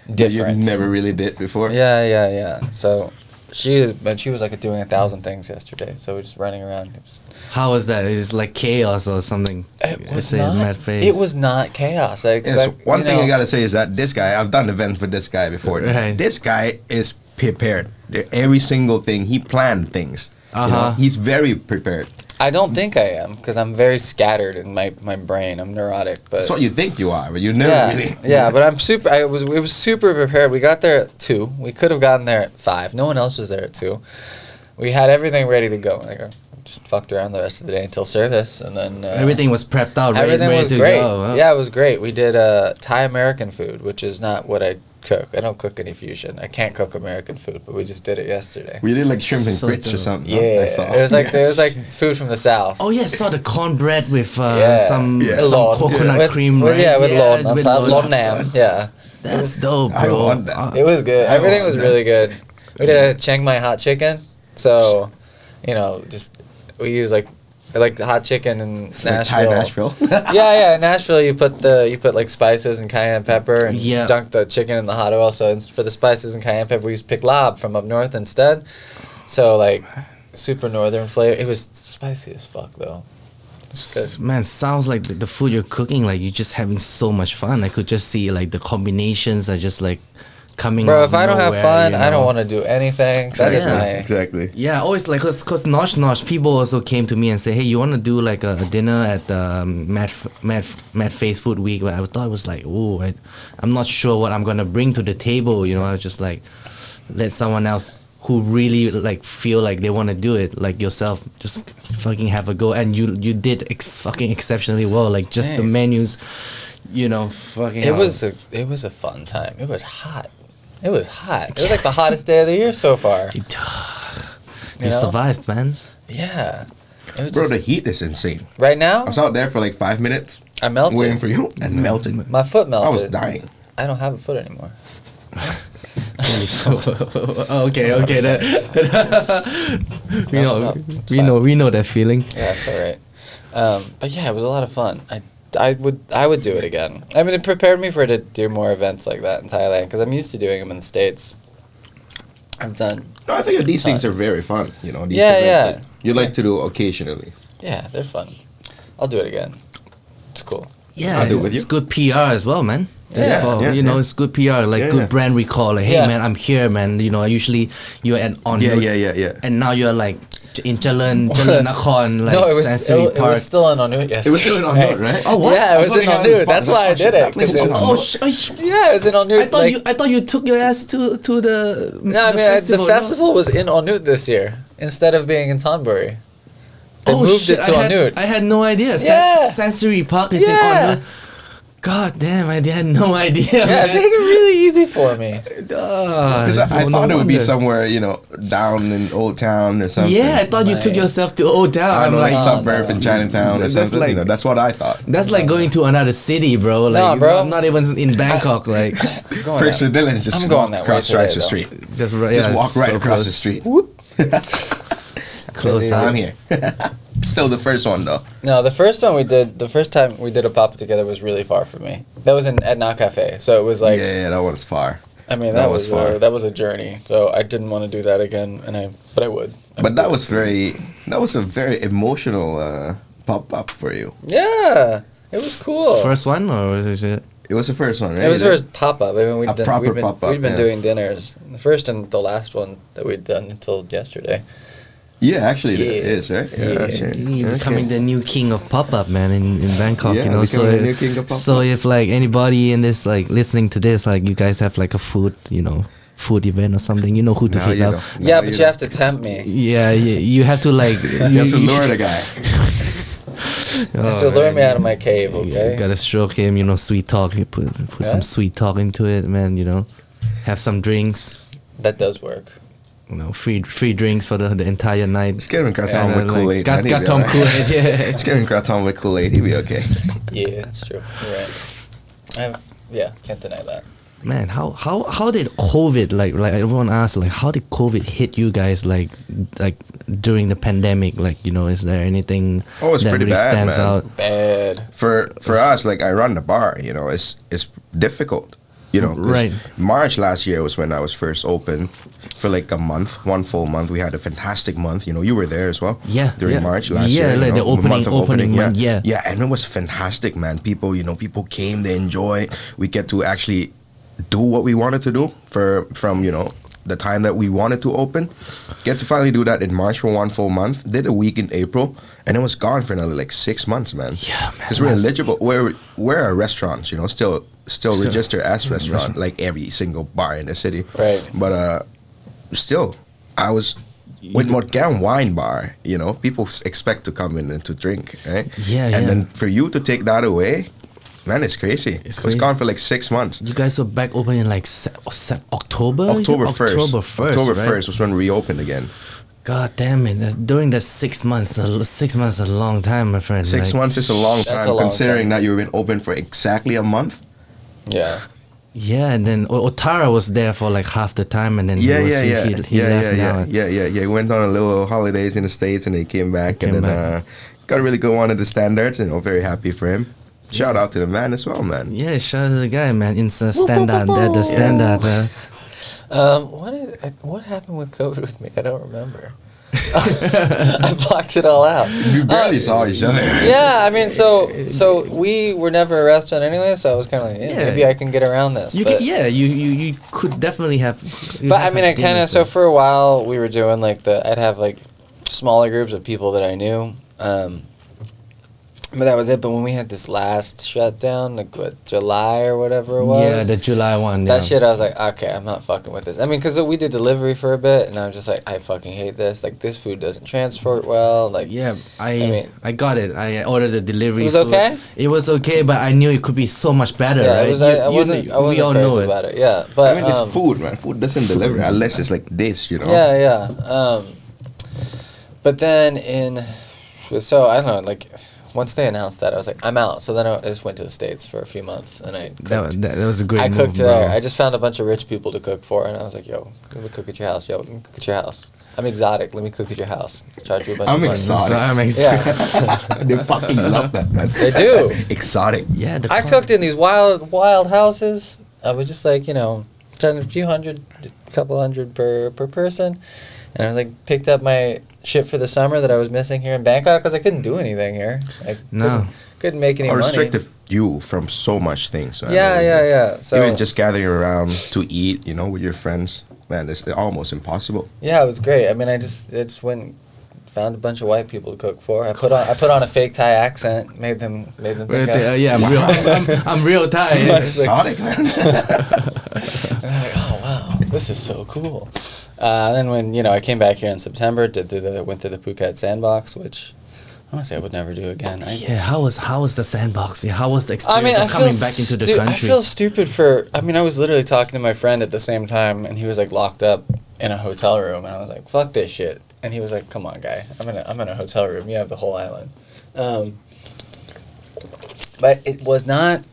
Speaker 2: that you
Speaker 3: different.
Speaker 2: never really did before.
Speaker 3: Yeah, yeah, yeah. So she but she was like doing a thousand things yesterday. So we're just running around. It was,
Speaker 1: How was that? It's like chaos or something.
Speaker 3: it
Speaker 1: I
Speaker 3: was
Speaker 1: say,
Speaker 3: not.
Speaker 1: mad face.
Speaker 3: It was not chaos. I
Speaker 2: Yes,
Speaker 3: expect.
Speaker 2: one
Speaker 3: you
Speaker 2: thing I
Speaker 3: know,
Speaker 2: gotta say is that this guy, I've done events with this guy before.
Speaker 1: Right.
Speaker 2: This guy is prepared. Every single thing, he planned things. you know?
Speaker 1: Uh-huh.
Speaker 2: He's very prepared.
Speaker 3: I don't think I am because I'm very scattered in my, my brain. I'm neurotic, but
Speaker 2: That's what you think you are, but you never
Speaker 3: yeah,
Speaker 2: really.
Speaker 3: yeah. But I'm super. I was we was super prepared. We got there at two. We could have gotten there at five. No one else was there at two. We had everything ready to go. Like, I just fucked around the rest of the day until service, and then uh,
Speaker 1: Everything was prepped out, ready,
Speaker 3: Everything
Speaker 1: ready
Speaker 3: was
Speaker 1: to
Speaker 3: great.
Speaker 1: go. huh?
Speaker 3: Yeah, it was great. We did uh, Thai American food, which is not what I cook. I don't cook any fusion. I can't cook American food, but we just did it yesterday.
Speaker 2: We did like shrimp and
Speaker 1: So
Speaker 2: grits or
Speaker 1: dope.
Speaker 2: something. no?
Speaker 3: yeah,
Speaker 2: I saw.
Speaker 3: it was like it was like food from the south.
Speaker 1: Oh yeah, saw the cornbread with uh,
Speaker 3: Yeah.
Speaker 1: some,
Speaker 2: Yeah.
Speaker 1: some
Speaker 3: Lon.
Speaker 1: coconut
Speaker 3: With-
Speaker 1: cream,
Speaker 3: with-
Speaker 1: right?
Speaker 3: Yeah, with lon on
Speaker 1: with
Speaker 3: top,
Speaker 1: lon.
Speaker 3: lon nam. Yeah,
Speaker 1: That's dope, bro.
Speaker 2: I want that.
Speaker 1: Uh,
Speaker 3: it was good.
Speaker 2: I
Speaker 3: Everything
Speaker 2: want
Speaker 3: was
Speaker 2: that.
Speaker 3: really good. We did a Chiang Mai hot chicken, so you know, just we use like like hot chicken in
Speaker 2: It's like Thai
Speaker 3: Nashville.
Speaker 2: Nashville.
Speaker 3: yeah, yeah. In Nashville, you put the you put like spices and cayenne pepper and
Speaker 1: Yeah.
Speaker 3: dunk the chicken in the hot oil. So ins- for the spices and cayenne pepper, we use pick lob from up north instead. So like super northern flavor. It was spicy as fuck though.
Speaker 1: S- Man, sounds like the, the food you're cooking. Like you're just having so much fun. I could just see like the combinations are just like coming.
Speaker 3: Bro,
Speaker 1: out
Speaker 3: if I don't have
Speaker 1: nowhere,
Speaker 3: fun,
Speaker 1: you
Speaker 3: I don't
Speaker 1: know?
Speaker 3: want to do anything. That is
Speaker 1: Exactly.
Speaker 3: my
Speaker 2: exactly.
Speaker 1: Yeah, always like cause, cause Nosh Nosh people also came to me and say, hey, you want to do like a, a dinner at the um, Mad F- Mad F- Mad Face Food Week? But I thought it was like, oh, I, I'm not sure what I'm gonna bring to the table. You know, I was just like, let someone else who really like feel like they want to do it, like yourself, just fucking have a go. And you you did ex- fucking exceptionally well. Like just the
Speaker 3: Thanks.
Speaker 1: menus, you know, fucking.
Speaker 3: It
Speaker 1: out.
Speaker 3: was
Speaker 2: um,
Speaker 3: a it was a fun time. It was hot. It was hot. It was like the hottest day of the year so far.
Speaker 1: you
Speaker 3: know?
Speaker 1: survived, man.
Speaker 3: Yeah. It was
Speaker 2: Bro,
Speaker 3: just,
Speaker 2: the heat is insane.
Speaker 3: right now,
Speaker 2: I was out there for like five minutes
Speaker 3: I melted.
Speaker 2: waiting for you and melted.
Speaker 3: My foot
Speaker 2: I
Speaker 3: melted.
Speaker 2: was dying.
Speaker 3: I don't have a foot anymore.
Speaker 1: Oh, okay, okay, that. we know,
Speaker 3: That's not-
Speaker 1: we know, we know that feeling.
Speaker 3: Yeah, it's all right. Um, but yeah, it was a lot of fun. I, I would I would do it again. I mean, it prepared me for to do more events like that in Thailand because I'm used to doing them in the states. I've done.
Speaker 2: No, I think these things are
Speaker 3: Tons.
Speaker 2: very fun. You know, these
Speaker 3: Yeah,
Speaker 2: events
Speaker 3: yeah.
Speaker 2: that you like to do occasionally.
Speaker 3: Yeah, they're fun. I'll do it again. It's cool.
Speaker 1: Yeah,
Speaker 2: I'll do
Speaker 1: it's,
Speaker 2: with you.
Speaker 1: it's good PR as well, man. That's
Speaker 3: Yeah,
Speaker 1: for,
Speaker 2: yeah,
Speaker 1: you know,
Speaker 2: yeah.
Speaker 1: it's good PR, like
Speaker 2: Yeah,
Speaker 1: good
Speaker 2: yeah.
Speaker 1: brand recall. Like, hey,
Speaker 3: Yeah.
Speaker 1: man, I'm here, man. You know, usually you're at on
Speaker 2: Yeah,
Speaker 1: route,
Speaker 2: yeah, yeah, yeah.
Speaker 1: and now you're like in Jalan, Jalan Nakhon, like
Speaker 3: no, it was
Speaker 1: Sensory
Speaker 3: it, it
Speaker 1: Park.
Speaker 3: was still on on yesterday.
Speaker 2: It was still on note, right?
Speaker 1: Oh, what?
Speaker 3: Yeah,
Speaker 1: I
Speaker 3: it
Speaker 2: was
Speaker 3: was in
Speaker 2: looking
Speaker 3: on
Speaker 2: at this
Speaker 3: That's
Speaker 2: part,
Speaker 3: why I
Speaker 2: I was like,
Speaker 3: did it.
Speaker 2: "That place
Speaker 3: 'cause
Speaker 2: is
Speaker 3: it was-
Speaker 2: on
Speaker 1: oh, sh- oh, sh-
Speaker 3: yeah, it was in on
Speaker 1: I thought you, I thought you took your ass to to the.
Speaker 3: No, I mean I- the
Speaker 1: no?
Speaker 3: festival was in Onut this year instead of being in Tonbury. They
Speaker 1: oh,
Speaker 3: moved
Speaker 1: shit,
Speaker 3: it to
Speaker 1: I had,
Speaker 3: Onut.
Speaker 1: I had no idea. Sen-
Speaker 3: Yeah.
Speaker 1: Sensory Park is
Speaker 3: Yeah.
Speaker 1: in Onut. God damn, I had no idea.
Speaker 3: Yeah,
Speaker 1: man.
Speaker 3: things are really easy for me.
Speaker 1: Ah,
Speaker 2: Because I, I
Speaker 1: no
Speaker 2: thought it would be
Speaker 1: wonder.
Speaker 2: somewhere, you know, down in Old Town or something.
Speaker 1: Yeah, I thought you took
Speaker 3: Like-
Speaker 1: yourself to Old Town.
Speaker 2: I
Speaker 1: I'm
Speaker 2: don't know,
Speaker 1: like,
Speaker 3: No,
Speaker 2: suburb
Speaker 3: no.
Speaker 2: in Chinatown or
Speaker 1: That's
Speaker 2: something.
Speaker 1: like-
Speaker 2: you know, that's what I thought.
Speaker 1: that's like going to another city, bro. Like,
Speaker 3: No,
Speaker 1: you're
Speaker 3: bro.
Speaker 1: Not, not even in Bangkok. Like,
Speaker 3: Going
Speaker 2: Pricks
Speaker 3: that-
Speaker 2: for Dylan just
Speaker 3: Oh, I'm
Speaker 2: walk
Speaker 3: going that way
Speaker 2: across
Speaker 3: today,
Speaker 2: right the
Speaker 3: though.
Speaker 2: street.
Speaker 1: just right,
Speaker 2: Just
Speaker 1: yeah,
Speaker 2: walk
Speaker 1: so
Speaker 2: right across
Speaker 1: close,
Speaker 2: the street.
Speaker 1: Close
Speaker 3: Crazy.
Speaker 2: I'm
Speaker 1: up.
Speaker 2: here. Still the first one though.
Speaker 3: No, the first one we did, the first time we did a pop together was really far for me. That was in Etna Cafe, so it was like,
Speaker 2: yeah, yeah, that one's far.
Speaker 3: I mean, that,
Speaker 2: That
Speaker 3: was,
Speaker 2: was far.
Speaker 3: A, that was a journey. So I didn't want to do that again, and I, but I would. I
Speaker 2: But
Speaker 3: would do
Speaker 2: that
Speaker 3: it.
Speaker 2: was very, that was a very emotional uh, pop up for you.
Speaker 3: yeah, it was cool.
Speaker 1: First one or was it?
Speaker 2: It was the first one, right?
Speaker 3: it was first pop up. I mean, we'd
Speaker 2: A
Speaker 3: done,
Speaker 2: proper
Speaker 3: we'd been,
Speaker 2: pop-up,
Speaker 3: we'd been
Speaker 2: yeah.
Speaker 3: doing dinners, the first and the last one that we'd done until yesterday.
Speaker 2: Yeah, actually, it
Speaker 3: Yeah.
Speaker 2: is right.
Speaker 3: Yeah.
Speaker 2: sure.
Speaker 1: You're
Speaker 2: Okay.
Speaker 1: becoming the new king of pop up, man, in, in Bangkok.
Speaker 2: Yeah,
Speaker 1: you know, so
Speaker 2: becoming the
Speaker 1: if,
Speaker 2: new king of
Speaker 1: so
Speaker 2: pop-up.
Speaker 1: if like anybody in this like listening to this, like you guys have like a food, you know, food event or something, you know who to
Speaker 2: Now
Speaker 1: hit
Speaker 2: you
Speaker 1: up.
Speaker 2: know. Now
Speaker 3: yeah, but you
Speaker 2: know.
Speaker 3: have to tempt me.
Speaker 1: Yeah, you, you have to like you,
Speaker 2: You have to
Speaker 1: you-
Speaker 2: lure the guy.
Speaker 3: You have to
Speaker 1: Oh,
Speaker 3: lure me out of my cave,
Speaker 1: Yeah,
Speaker 3: okay?
Speaker 1: you gotta stroke him, you know, sweet talk. You put put some
Speaker 3: Yeah.
Speaker 1: sweet talk into it, man. You know, have some drinks.
Speaker 3: that does work.
Speaker 1: You know, free free drinks for the, the entire night.
Speaker 2: Just get him gratin
Speaker 1: And,
Speaker 2: with
Speaker 1: uh,
Speaker 2: Kool
Speaker 1: like,
Speaker 2: Aid.
Speaker 1: got got Tom Kool Aid. Yeah.
Speaker 2: Just get him gratin with Kool Aid. He'll be okay.
Speaker 3: Yeah, that's true. You're right. I have, yeah, can't deny that.
Speaker 1: Man, how how how did COVID like like everyone asks like how did COVID hit you guys like like during the pandemic? Like you know, is there anything
Speaker 2: Oh, it's
Speaker 1: that
Speaker 2: pretty
Speaker 1: really
Speaker 2: bad,
Speaker 1: stands
Speaker 2: man.
Speaker 1: out?
Speaker 3: Bad.
Speaker 2: For for us, like I run the bar, you know, it's it's difficult. You know, 'cause
Speaker 1: Right.
Speaker 2: March last year was when I was first open for like a month, one full month. We had a fantastic month. You know, you were there as well.
Speaker 1: Yeah,
Speaker 2: During
Speaker 1: yeah.
Speaker 2: March last
Speaker 1: Yeah,
Speaker 2: year. you
Speaker 1: like the
Speaker 2: know,
Speaker 1: opening- opening month, yeah.
Speaker 2: yeah, and it was fantastic, man. People, you know, people came, they enjoy. We get to actually do what we wanted to do for from you know the time that we wanted to open. Get to finally do that in March for one full month. Did a week in April, and it was gone for another like six months, man.
Speaker 1: Yeah, man,
Speaker 2: Because we're
Speaker 1: that's-
Speaker 2: eligible. We're we're a restaurant, you know, still still
Speaker 1: So-
Speaker 2: register as restaurant like every single bar in the city.
Speaker 3: Right.
Speaker 2: But uh, still, I was. With Morgan Wine Bar, you know, people s- expect to come in and to drink, right?
Speaker 1: Yeah,
Speaker 2: and
Speaker 1: yeah.
Speaker 2: then for you to take that away, man, it's crazy.
Speaker 1: It's
Speaker 2: It's
Speaker 1: crazy.
Speaker 2: gone for like six months.
Speaker 1: You guys were back open in like se- se- October. you said?
Speaker 2: October first.
Speaker 1: Oh, October first.
Speaker 2: October
Speaker 1: right?
Speaker 2: first was when we opened again.
Speaker 1: God damn it! that- During that six months, uh, six months is a long time, my friend.
Speaker 2: Six
Speaker 1: like-
Speaker 2: months is a long
Speaker 3: That's
Speaker 2: time,
Speaker 3: a long
Speaker 2: considering
Speaker 3: time.
Speaker 2: that you've been open for exactly a month.
Speaker 3: Yeah.
Speaker 1: Yeah, and then O- Otara was there for like half the time, and then
Speaker 2: Yeah,
Speaker 1: he was,
Speaker 2: yeah,
Speaker 1: he,
Speaker 2: yeah,
Speaker 1: he, he
Speaker 2: yeah,
Speaker 1: left
Speaker 2: yeah,
Speaker 1: now.
Speaker 2: yeah, yeah, yeah, yeah. He went on a little holidays in the states, and he came back,
Speaker 1: Came
Speaker 2: and then
Speaker 1: back.
Speaker 2: Uh, got a really good one at the standards. You know, very happy for him. Shout out to the man as well, man.
Speaker 1: Yeah, shout out to the guy, man. It's a standard, that the standard. Uh,
Speaker 3: Um, what did, uh, what happened with COVID with me? I don't remember. I blocked it all out.
Speaker 2: You barely saw each other.
Speaker 3: Yeah, I mean, so so we were never a restaurant anyway, so I was kind of like, eh,
Speaker 1: Yeah.
Speaker 3: maybe I can get around this.
Speaker 1: you
Speaker 3: but,
Speaker 1: can, yeah, you, you you could definitely have. you
Speaker 3: But I
Speaker 1: have
Speaker 3: mean,
Speaker 1: a
Speaker 3: I kind of
Speaker 1: business,
Speaker 3: so
Speaker 1: uh,
Speaker 3: for a while we were doing like the I'd have like smaller groups of people that I knew, um, but that was it. But when we had this last shutdown, like what July or whatever it was,
Speaker 1: yeah, the July one.
Speaker 3: that
Speaker 1: yeah.
Speaker 3: shit, I was like, okay, I'm not fucking with this. I mean, because we did delivery for a bit, and I was just like, I fucking hate this. Like, this food doesn't transport well. Like,
Speaker 1: Yeah, I I,
Speaker 3: I mean-
Speaker 1: got it. I ordered the delivery.
Speaker 3: It was
Speaker 1: food.
Speaker 3: okay?
Speaker 1: It was okay, but I knew it could be so much better.
Speaker 3: yeah,
Speaker 1: right?
Speaker 3: it was.
Speaker 1: You-
Speaker 3: I, I
Speaker 1: you
Speaker 3: wasn't.
Speaker 1: know-
Speaker 3: I wasn't crazy about it. Yeah,
Speaker 2: I
Speaker 3: but
Speaker 2: mean,
Speaker 3: um,
Speaker 2: it's food, man. Food doesn't deliver unless it's like this, you know.
Speaker 3: Yeah, yeah. Um, but then in, so I don't know. Like, once they announced that, I was like, I'm out. So then I just went to the states for a few months, and I
Speaker 1: That, wa-
Speaker 3: cooked.
Speaker 1: that, that was a great.
Speaker 3: I
Speaker 1: move,
Speaker 3: cooked
Speaker 1: bro.
Speaker 3: there. I just found a bunch of rich people to cook for, and I was like, Yo, let me cook at your house. Yo, let me cook at your house. I'm exotic. Let me cook at your house. Charge you a bunch
Speaker 2: I'm
Speaker 3: of money.
Speaker 2: exotic.
Speaker 1: So I'm ex-
Speaker 3: Yeah,
Speaker 2: they fucking love that, man.
Speaker 3: they do.
Speaker 2: Exotic.
Speaker 1: yeah. The
Speaker 3: I
Speaker 1: con-
Speaker 3: cooked in these wild, wild houses. I was just like, you know, done a few hundred, a couple hundred per per person, and I was like, picked up my shit for the summer that I was missing here in Bangkok because I couldn't do anything here. I
Speaker 1: No.
Speaker 3: couldn't, couldn't make any
Speaker 2: Or
Speaker 3: money.
Speaker 2: restrictive you from so much things. man.
Speaker 3: Yeah, yeah, yeah. So
Speaker 2: Even just gathering around to eat, you know, with your friends, man, it's almost impossible.
Speaker 3: yeah, it was great. I mean, I just I just went. and Found a bunch of white people to cook for. I put on I put on a fake Thai accent, made them made them
Speaker 1: Wait,
Speaker 3: think I
Speaker 1: uh, yeah, I'm real. I'm, I'm real Thai.
Speaker 3: Nice.
Speaker 2: Exotic, man.
Speaker 3: And I'm like, oh wow, this is so cool. Uh, then when you know I came back here in September, did the, the went to the Phuket Sandbox, which honestly I would never do again. I,
Speaker 1: Yeah, how was how was the sandbox? Yeah, how was the
Speaker 3: I
Speaker 1: experience
Speaker 3: mean, I
Speaker 1: of coming
Speaker 3: feel
Speaker 1: back into the
Speaker 3: stu- I
Speaker 1: country?
Speaker 3: feel stupid for. I mean, I was literally talking to my friend at the same time, and he was like locked up in a hotel room, and I was like, fuck this shit. And he was like, come on, guy, I'm in a, I'm in a hotel room. You have the whole island. Um, but it was not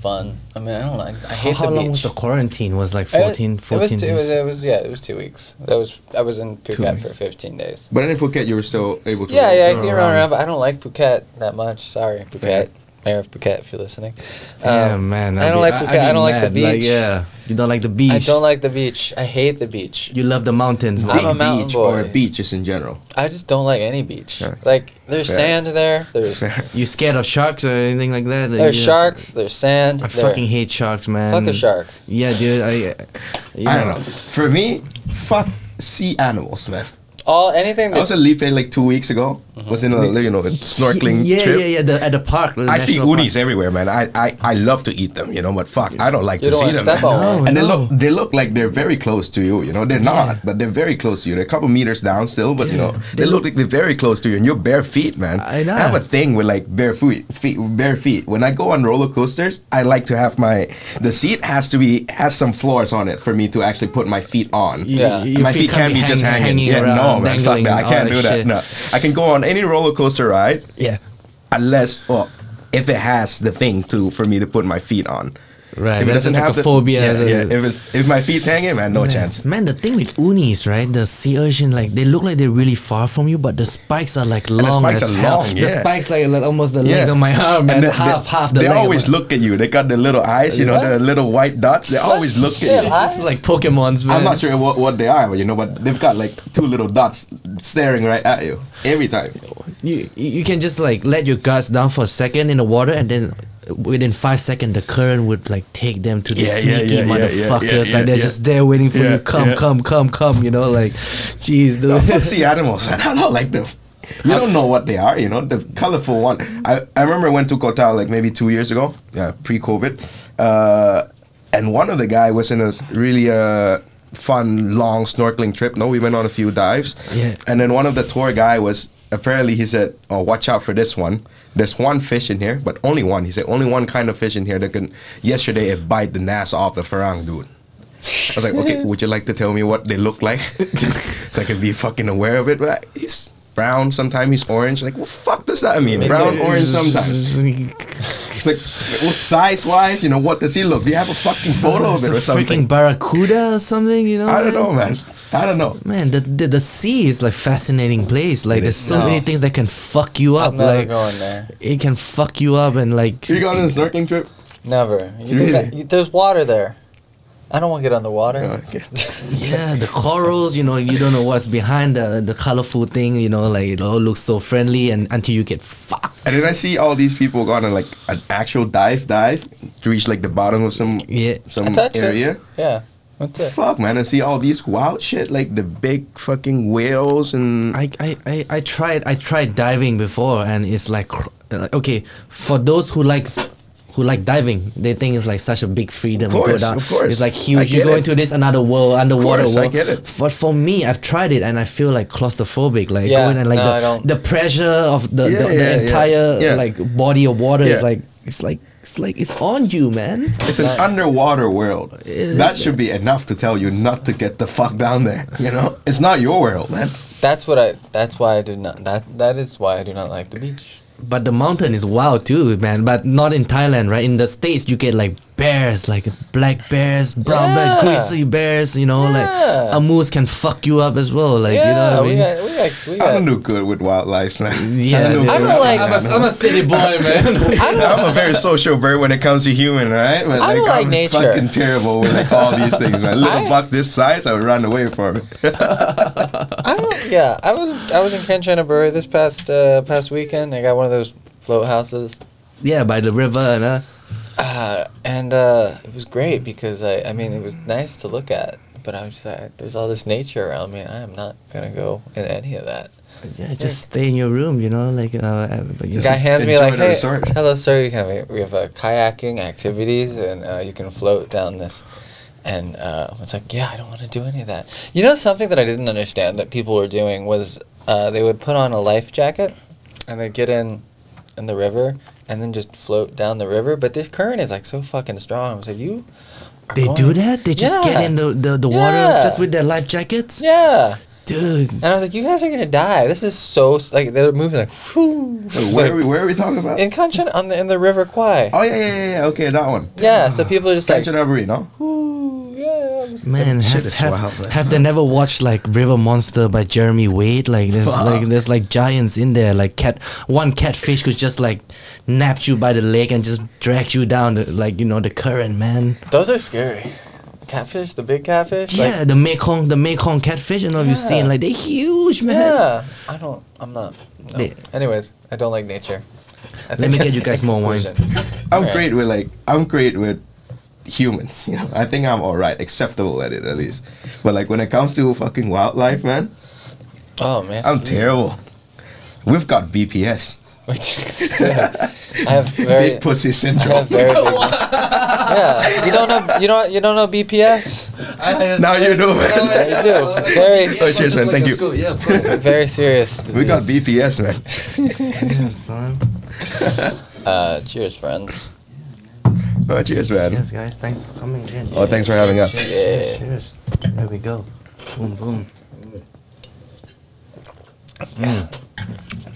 Speaker 3: fun. I mean, I don't know. I, I
Speaker 1: how
Speaker 3: hate
Speaker 1: how
Speaker 3: the
Speaker 1: long
Speaker 3: beach.
Speaker 1: was the quarantine? Was like
Speaker 3: I-
Speaker 1: 14, 14
Speaker 3: it was, two, it was
Speaker 1: days?
Speaker 3: it was yeah it was two weeks that was i was in phuket
Speaker 1: weeks.
Speaker 3: for 15 days
Speaker 2: but in Phuket, you were still able to.
Speaker 3: yeah yeah i
Speaker 2: roam
Speaker 3: can run around but i don't like phuket that much sorry phuket mayor of phuket if you're listening
Speaker 1: Yeah,
Speaker 3: Um,
Speaker 1: man.
Speaker 3: i
Speaker 1: I'd
Speaker 3: don't
Speaker 1: be-
Speaker 3: like
Speaker 1: I'd
Speaker 3: phuket i
Speaker 1: be
Speaker 3: don't like the
Speaker 1: mad,
Speaker 3: beach
Speaker 1: yeah, you don't like the beach.
Speaker 3: i don't like the beach i hate the beach
Speaker 1: You love the mountains,
Speaker 3: I'm
Speaker 1: man.
Speaker 3: a mountain
Speaker 2: beach
Speaker 3: boy.
Speaker 2: or beaches in general.
Speaker 3: i just don't like any beach
Speaker 2: Yeah.
Speaker 3: like there's
Speaker 2: Fair.
Speaker 3: sand there there's
Speaker 1: You scared of sharks or anything like that? Like,
Speaker 3: there's
Speaker 1: you-
Speaker 3: sharks there's sand
Speaker 1: I
Speaker 3: there-
Speaker 1: fucking hate sharks, man.
Speaker 3: fuck a shark
Speaker 1: Yeah, dude. I, you
Speaker 2: I don't know. For me, fuck sea animals, man.
Speaker 3: all anything
Speaker 2: I was
Speaker 3: that
Speaker 2: in Lipe like two weeks ago.
Speaker 3: Mm-hmm.
Speaker 2: Was in a you know a snorkeling
Speaker 1: Yeah,
Speaker 2: trip.
Speaker 1: yeah, yeah. The, at the park. the
Speaker 2: I see
Speaker 1: national
Speaker 2: unis everywhere, man. I, I I love to eat them, you know, but fuck, I don't like
Speaker 3: You
Speaker 2: to see
Speaker 3: don't wanna
Speaker 2: them.
Speaker 3: step
Speaker 2: man.
Speaker 3: on
Speaker 1: one.
Speaker 2: and they
Speaker 1: No,
Speaker 2: look they look like they're very close to you, you know. They're not, but they're very close to you. They're a couple meters down still, but you know,
Speaker 1: Dude,
Speaker 2: they,
Speaker 1: they
Speaker 2: look like they're very close to you and you're bare feet, man.
Speaker 1: I know.
Speaker 2: have a thing with like bare feet, feet bare feet. When I go on roller coasters, I like to have my the seat has to be has some floors on it for me to actually put my feet on.
Speaker 1: Y-
Speaker 3: Yeah.
Speaker 1: your
Speaker 2: my feet,
Speaker 1: can't
Speaker 2: can't be just
Speaker 1: hang-
Speaker 2: hanging.
Speaker 1: hanging
Speaker 2: Yeah,
Speaker 1: around,
Speaker 2: no, man, fuck
Speaker 1: dangling,
Speaker 2: that. I
Speaker 1: all
Speaker 2: can't do that.
Speaker 1: shit.
Speaker 2: No, I can go on any roller coaster ride
Speaker 1: Yeah.
Speaker 2: unless well if it has the thing to for me to put my feet on
Speaker 1: Right,
Speaker 2: If it
Speaker 4: that's
Speaker 2: doesn't
Speaker 4: just like
Speaker 2: have
Speaker 4: a
Speaker 2: the-
Speaker 4: phobia as
Speaker 2: Yeah,
Speaker 4: a-
Speaker 2: yeah. If it's, if my feet's hanging, man, no chance.
Speaker 1: Man, the thing with unis, right? The sea urchin, like they look like they're really far from you, but the spikes are like long.
Speaker 2: spikes
Speaker 1: as
Speaker 2: are
Speaker 1: hell.
Speaker 2: long,
Speaker 1: The
Speaker 2: yeah.
Speaker 1: spikes like, like almost the length of my arm, man.
Speaker 2: And the-
Speaker 1: half,
Speaker 2: they,
Speaker 1: half the
Speaker 2: They
Speaker 1: length. of
Speaker 2: always
Speaker 1: my-
Speaker 2: look at you. They got the little eyes, you know, the little white dots. They always look
Speaker 3: Yeah,
Speaker 2: at you.
Speaker 3: eyes.
Speaker 1: It's like Pokemon's, man.
Speaker 2: I'm not sure what, what they are, but you know, but they've got like two little dots staring right at you every time.
Speaker 1: You you you can just like let your guards down for a second in the water, and then within five seconds, the current would like take them to the
Speaker 2: Yeah, yeah,
Speaker 1: sneaky
Speaker 2: yeah, yeah, yeah,
Speaker 1: motherfuckers.
Speaker 2: yeah,
Speaker 1: like they're
Speaker 2: yeah.
Speaker 1: just there waiting for
Speaker 2: Yeah,
Speaker 1: you. Come,
Speaker 2: yeah.
Speaker 1: come, come, come. You know, like, jeez,
Speaker 2: No,
Speaker 1: dude.
Speaker 2: foot sea animals, man. I don't like them. You don't know what they are, you know, the colorful one. I, I remember I went to Kota like maybe two years ago, yeah, pre COVID. Uh, and one of the guy was in a really uh, fun, long snorkeling trip. No, we went on a few dives.
Speaker 1: Yeah.
Speaker 2: And then one of the tour guy was apparently he said, "Oh, watch out for this one. There's one fish in here, but only one." He said, "Only one kind of fish in here that can." Yesterday, it bite the nass off the farang, dude. I was like, "Okay, would you like to tell me what they look like, so I can be fucking aware of it?" But like, he's brown. Sometimes he's orange. Like, what fuck does that mean? Brown, orange. Sometimes. It's like, well, size wise, you know, what does he look? Do you have a fucking photo of
Speaker 1: It's
Speaker 2: it
Speaker 1: a
Speaker 2: or
Speaker 1: freaking
Speaker 2: something?
Speaker 1: barracuda or something, you know?
Speaker 2: I
Speaker 1: man?
Speaker 2: don't know, man. I don't know.
Speaker 1: Man, the, the the sea is like fascinating place. Like
Speaker 2: It
Speaker 1: there's
Speaker 2: is.
Speaker 1: so many
Speaker 3: No.
Speaker 1: things that can fuck you up.
Speaker 3: I'm never
Speaker 1: like
Speaker 3: going there.
Speaker 1: it can fuck you up and like
Speaker 2: You got on a snorkeling trip?
Speaker 3: Never.
Speaker 2: Really?
Speaker 3: You think that- you- there's water there. I don't want to get on the water.
Speaker 2: Oh, okay.
Speaker 1: yeah, the corals. You know, you don't know what's behind the the colorful thing. You know, like it all looks so friendly, and until you get fucked.
Speaker 2: And then I see all these people go on a, like an actual dive dive to reach like the bottom of some
Speaker 1: Yeah.
Speaker 3: I
Speaker 2: some
Speaker 3: touched
Speaker 2: area.
Speaker 3: it. Yeah. That's it.
Speaker 2: Fuck man, I see all these wild shit like the big fucking whales and
Speaker 1: I, I, I, I tried I tried diving before and it's like cr- like, okay for those who likes who like diving they think it's like such a big freedom to go
Speaker 2: course,
Speaker 1: down.
Speaker 2: of course.
Speaker 1: it's like
Speaker 2: I
Speaker 1: huge you
Speaker 2: get
Speaker 1: go
Speaker 2: it.
Speaker 1: into this another world underwater
Speaker 2: course, I
Speaker 1: world
Speaker 2: get it.
Speaker 1: but for me I've tried it and I feel like claustrophobic like
Speaker 3: Yeah,
Speaker 1: going and like
Speaker 3: no, I
Speaker 1: the,
Speaker 3: don't.
Speaker 1: the pressure of the,
Speaker 2: Yeah,
Speaker 1: the, the
Speaker 2: yeah, yeah,
Speaker 1: entire
Speaker 2: yeah.
Speaker 1: like body of water is
Speaker 2: Yeah.
Speaker 1: like it's like it's like it's on you man
Speaker 2: it's an underwater world. That should be enough to tell you not to get the fuck down there. You know? It's not your world, man.
Speaker 3: That's what I. That's why I do not. That that is why I do not like the beach.
Speaker 1: But the mountain is wild too, man. But not in Thailand, right? In the states, you get like bears, like black bears, brown bear,
Speaker 3: Yeah.
Speaker 1: grizzly bears. You know, like
Speaker 3: Yeah.
Speaker 1: a moose can fuck you up as well. Like you know
Speaker 3: Yeah,
Speaker 1: what I
Speaker 3: we
Speaker 1: mean?
Speaker 3: got, we got, we
Speaker 2: I
Speaker 3: got.
Speaker 2: don't do good with wildlife, man.
Speaker 1: Yeah, dude.
Speaker 2: I
Speaker 3: I
Speaker 2: good
Speaker 3: don't
Speaker 2: with
Speaker 3: like-
Speaker 2: animals.
Speaker 1: I'm a city boy, man.
Speaker 2: I'm a very social bird when it comes to human, right? But
Speaker 3: I don't like
Speaker 2: I'm
Speaker 3: nature.
Speaker 2: fucking terrible with like all these things, man. Little
Speaker 3: I-
Speaker 2: buck this size, I would run away from it.
Speaker 3: I don't. Yeah, I was I was in Kanchanaburi this past uh, past weekend. I got one of those float houses,
Speaker 1: yeah, by the river, and uh,
Speaker 3: uh, and uh, it was great because I I mean it was nice to look at, but I was just like, there's all this nature around me, and I am not gonna go in any of that.
Speaker 1: yeah, just stay in your room. You know, like uh, but you
Speaker 3: The guy hands me
Speaker 2: enjoy
Speaker 3: like,
Speaker 2: the
Speaker 3: hey,
Speaker 2: resort."
Speaker 3: hello sir, you can have, we have uh, kayaking activities, and uh, you can float down this. And uh, it's like, yeah, I don't want to do any of that. You know, something that I didn't understand that people were doing was uh, they would put on a life jacket, and they'd get in in the river, and then just float down the river. But this current is like so fucking strong. I was like, you. are
Speaker 1: they
Speaker 3: going-
Speaker 1: do that. They just get
Speaker 3: Yeah.
Speaker 1: in the the, the water
Speaker 3: Yeah.
Speaker 1: just with their life jackets,
Speaker 3: Yeah,
Speaker 1: dude.
Speaker 3: and I was like, "You guys are gonna die. This is so s- like they're moving like, whew.
Speaker 2: Where are we, where are we talking about?
Speaker 3: in Kanchan on the in the river Kwai.
Speaker 2: Oh yeah, yeah, yeah, yeah. Okay, that one.
Speaker 3: Yeah, so people are just like,
Speaker 2: Kanchanaburi, no?
Speaker 3: Ooh, yeah. I'm s-
Speaker 1: Man, have,
Speaker 2: is
Speaker 1: have,
Speaker 2: wild, man.
Speaker 1: have they never watched like River Monster by Jeremy Wade? Like there's like there's like giants in there. Like cat, one catfish could just like nap you by the leg and just drag you down the, like you know the current, man.
Speaker 3: Those are scary. Catfish, the big catfish. like-
Speaker 1: yeah, the Mekong, the Mekong catfish. I don't know if you've seen.
Speaker 3: Yeah.
Speaker 1: Like they're huge, man.
Speaker 3: yeah. I don't. I'm not. no.
Speaker 1: They-
Speaker 3: Anyways, I don't like nature. I
Speaker 1: Let me
Speaker 3: think-
Speaker 1: get you guys more wine.
Speaker 3: Conclusion.
Speaker 2: I'm
Speaker 3: Right.
Speaker 2: great with like I'm great with humans. You know, I think I'm all right, acceptable at it at least. But like when it comes to fucking wildlife, man,
Speaker 3: Oh man.
Speaker 2: I'm terrible. We've got BPS,
Speaker 3: I have very.
Speaker 2: big pussy
Speaker 3: I have
Speaker 2: syndrome.
Speaker 3: very big. yeah. You don't know. You don't. You don't know BPS.
Speaker 2: now you do.
Speaker 3: Yeah,
Speaker 2: Man.
Speaker 3: you do. Very.
Speaker 2: Oh, cheers, man. Thank you.
Speaker 4: Yeah, of course.
Speaker 3: Very serious. Disease.
Speaker 2: We got BPS, man.
Speaker 1: Son.
Speaker 3: Uh, cheers, friends.
Speaker 2: Oh, cheers, man.
Speaker 1: Yes, guys. Thanks for coming again.
Speaker 2: Oh, thanks for having us.
Speaker 3: Yeah.
Speaker 1: Cheers. There we go. Boom, boom.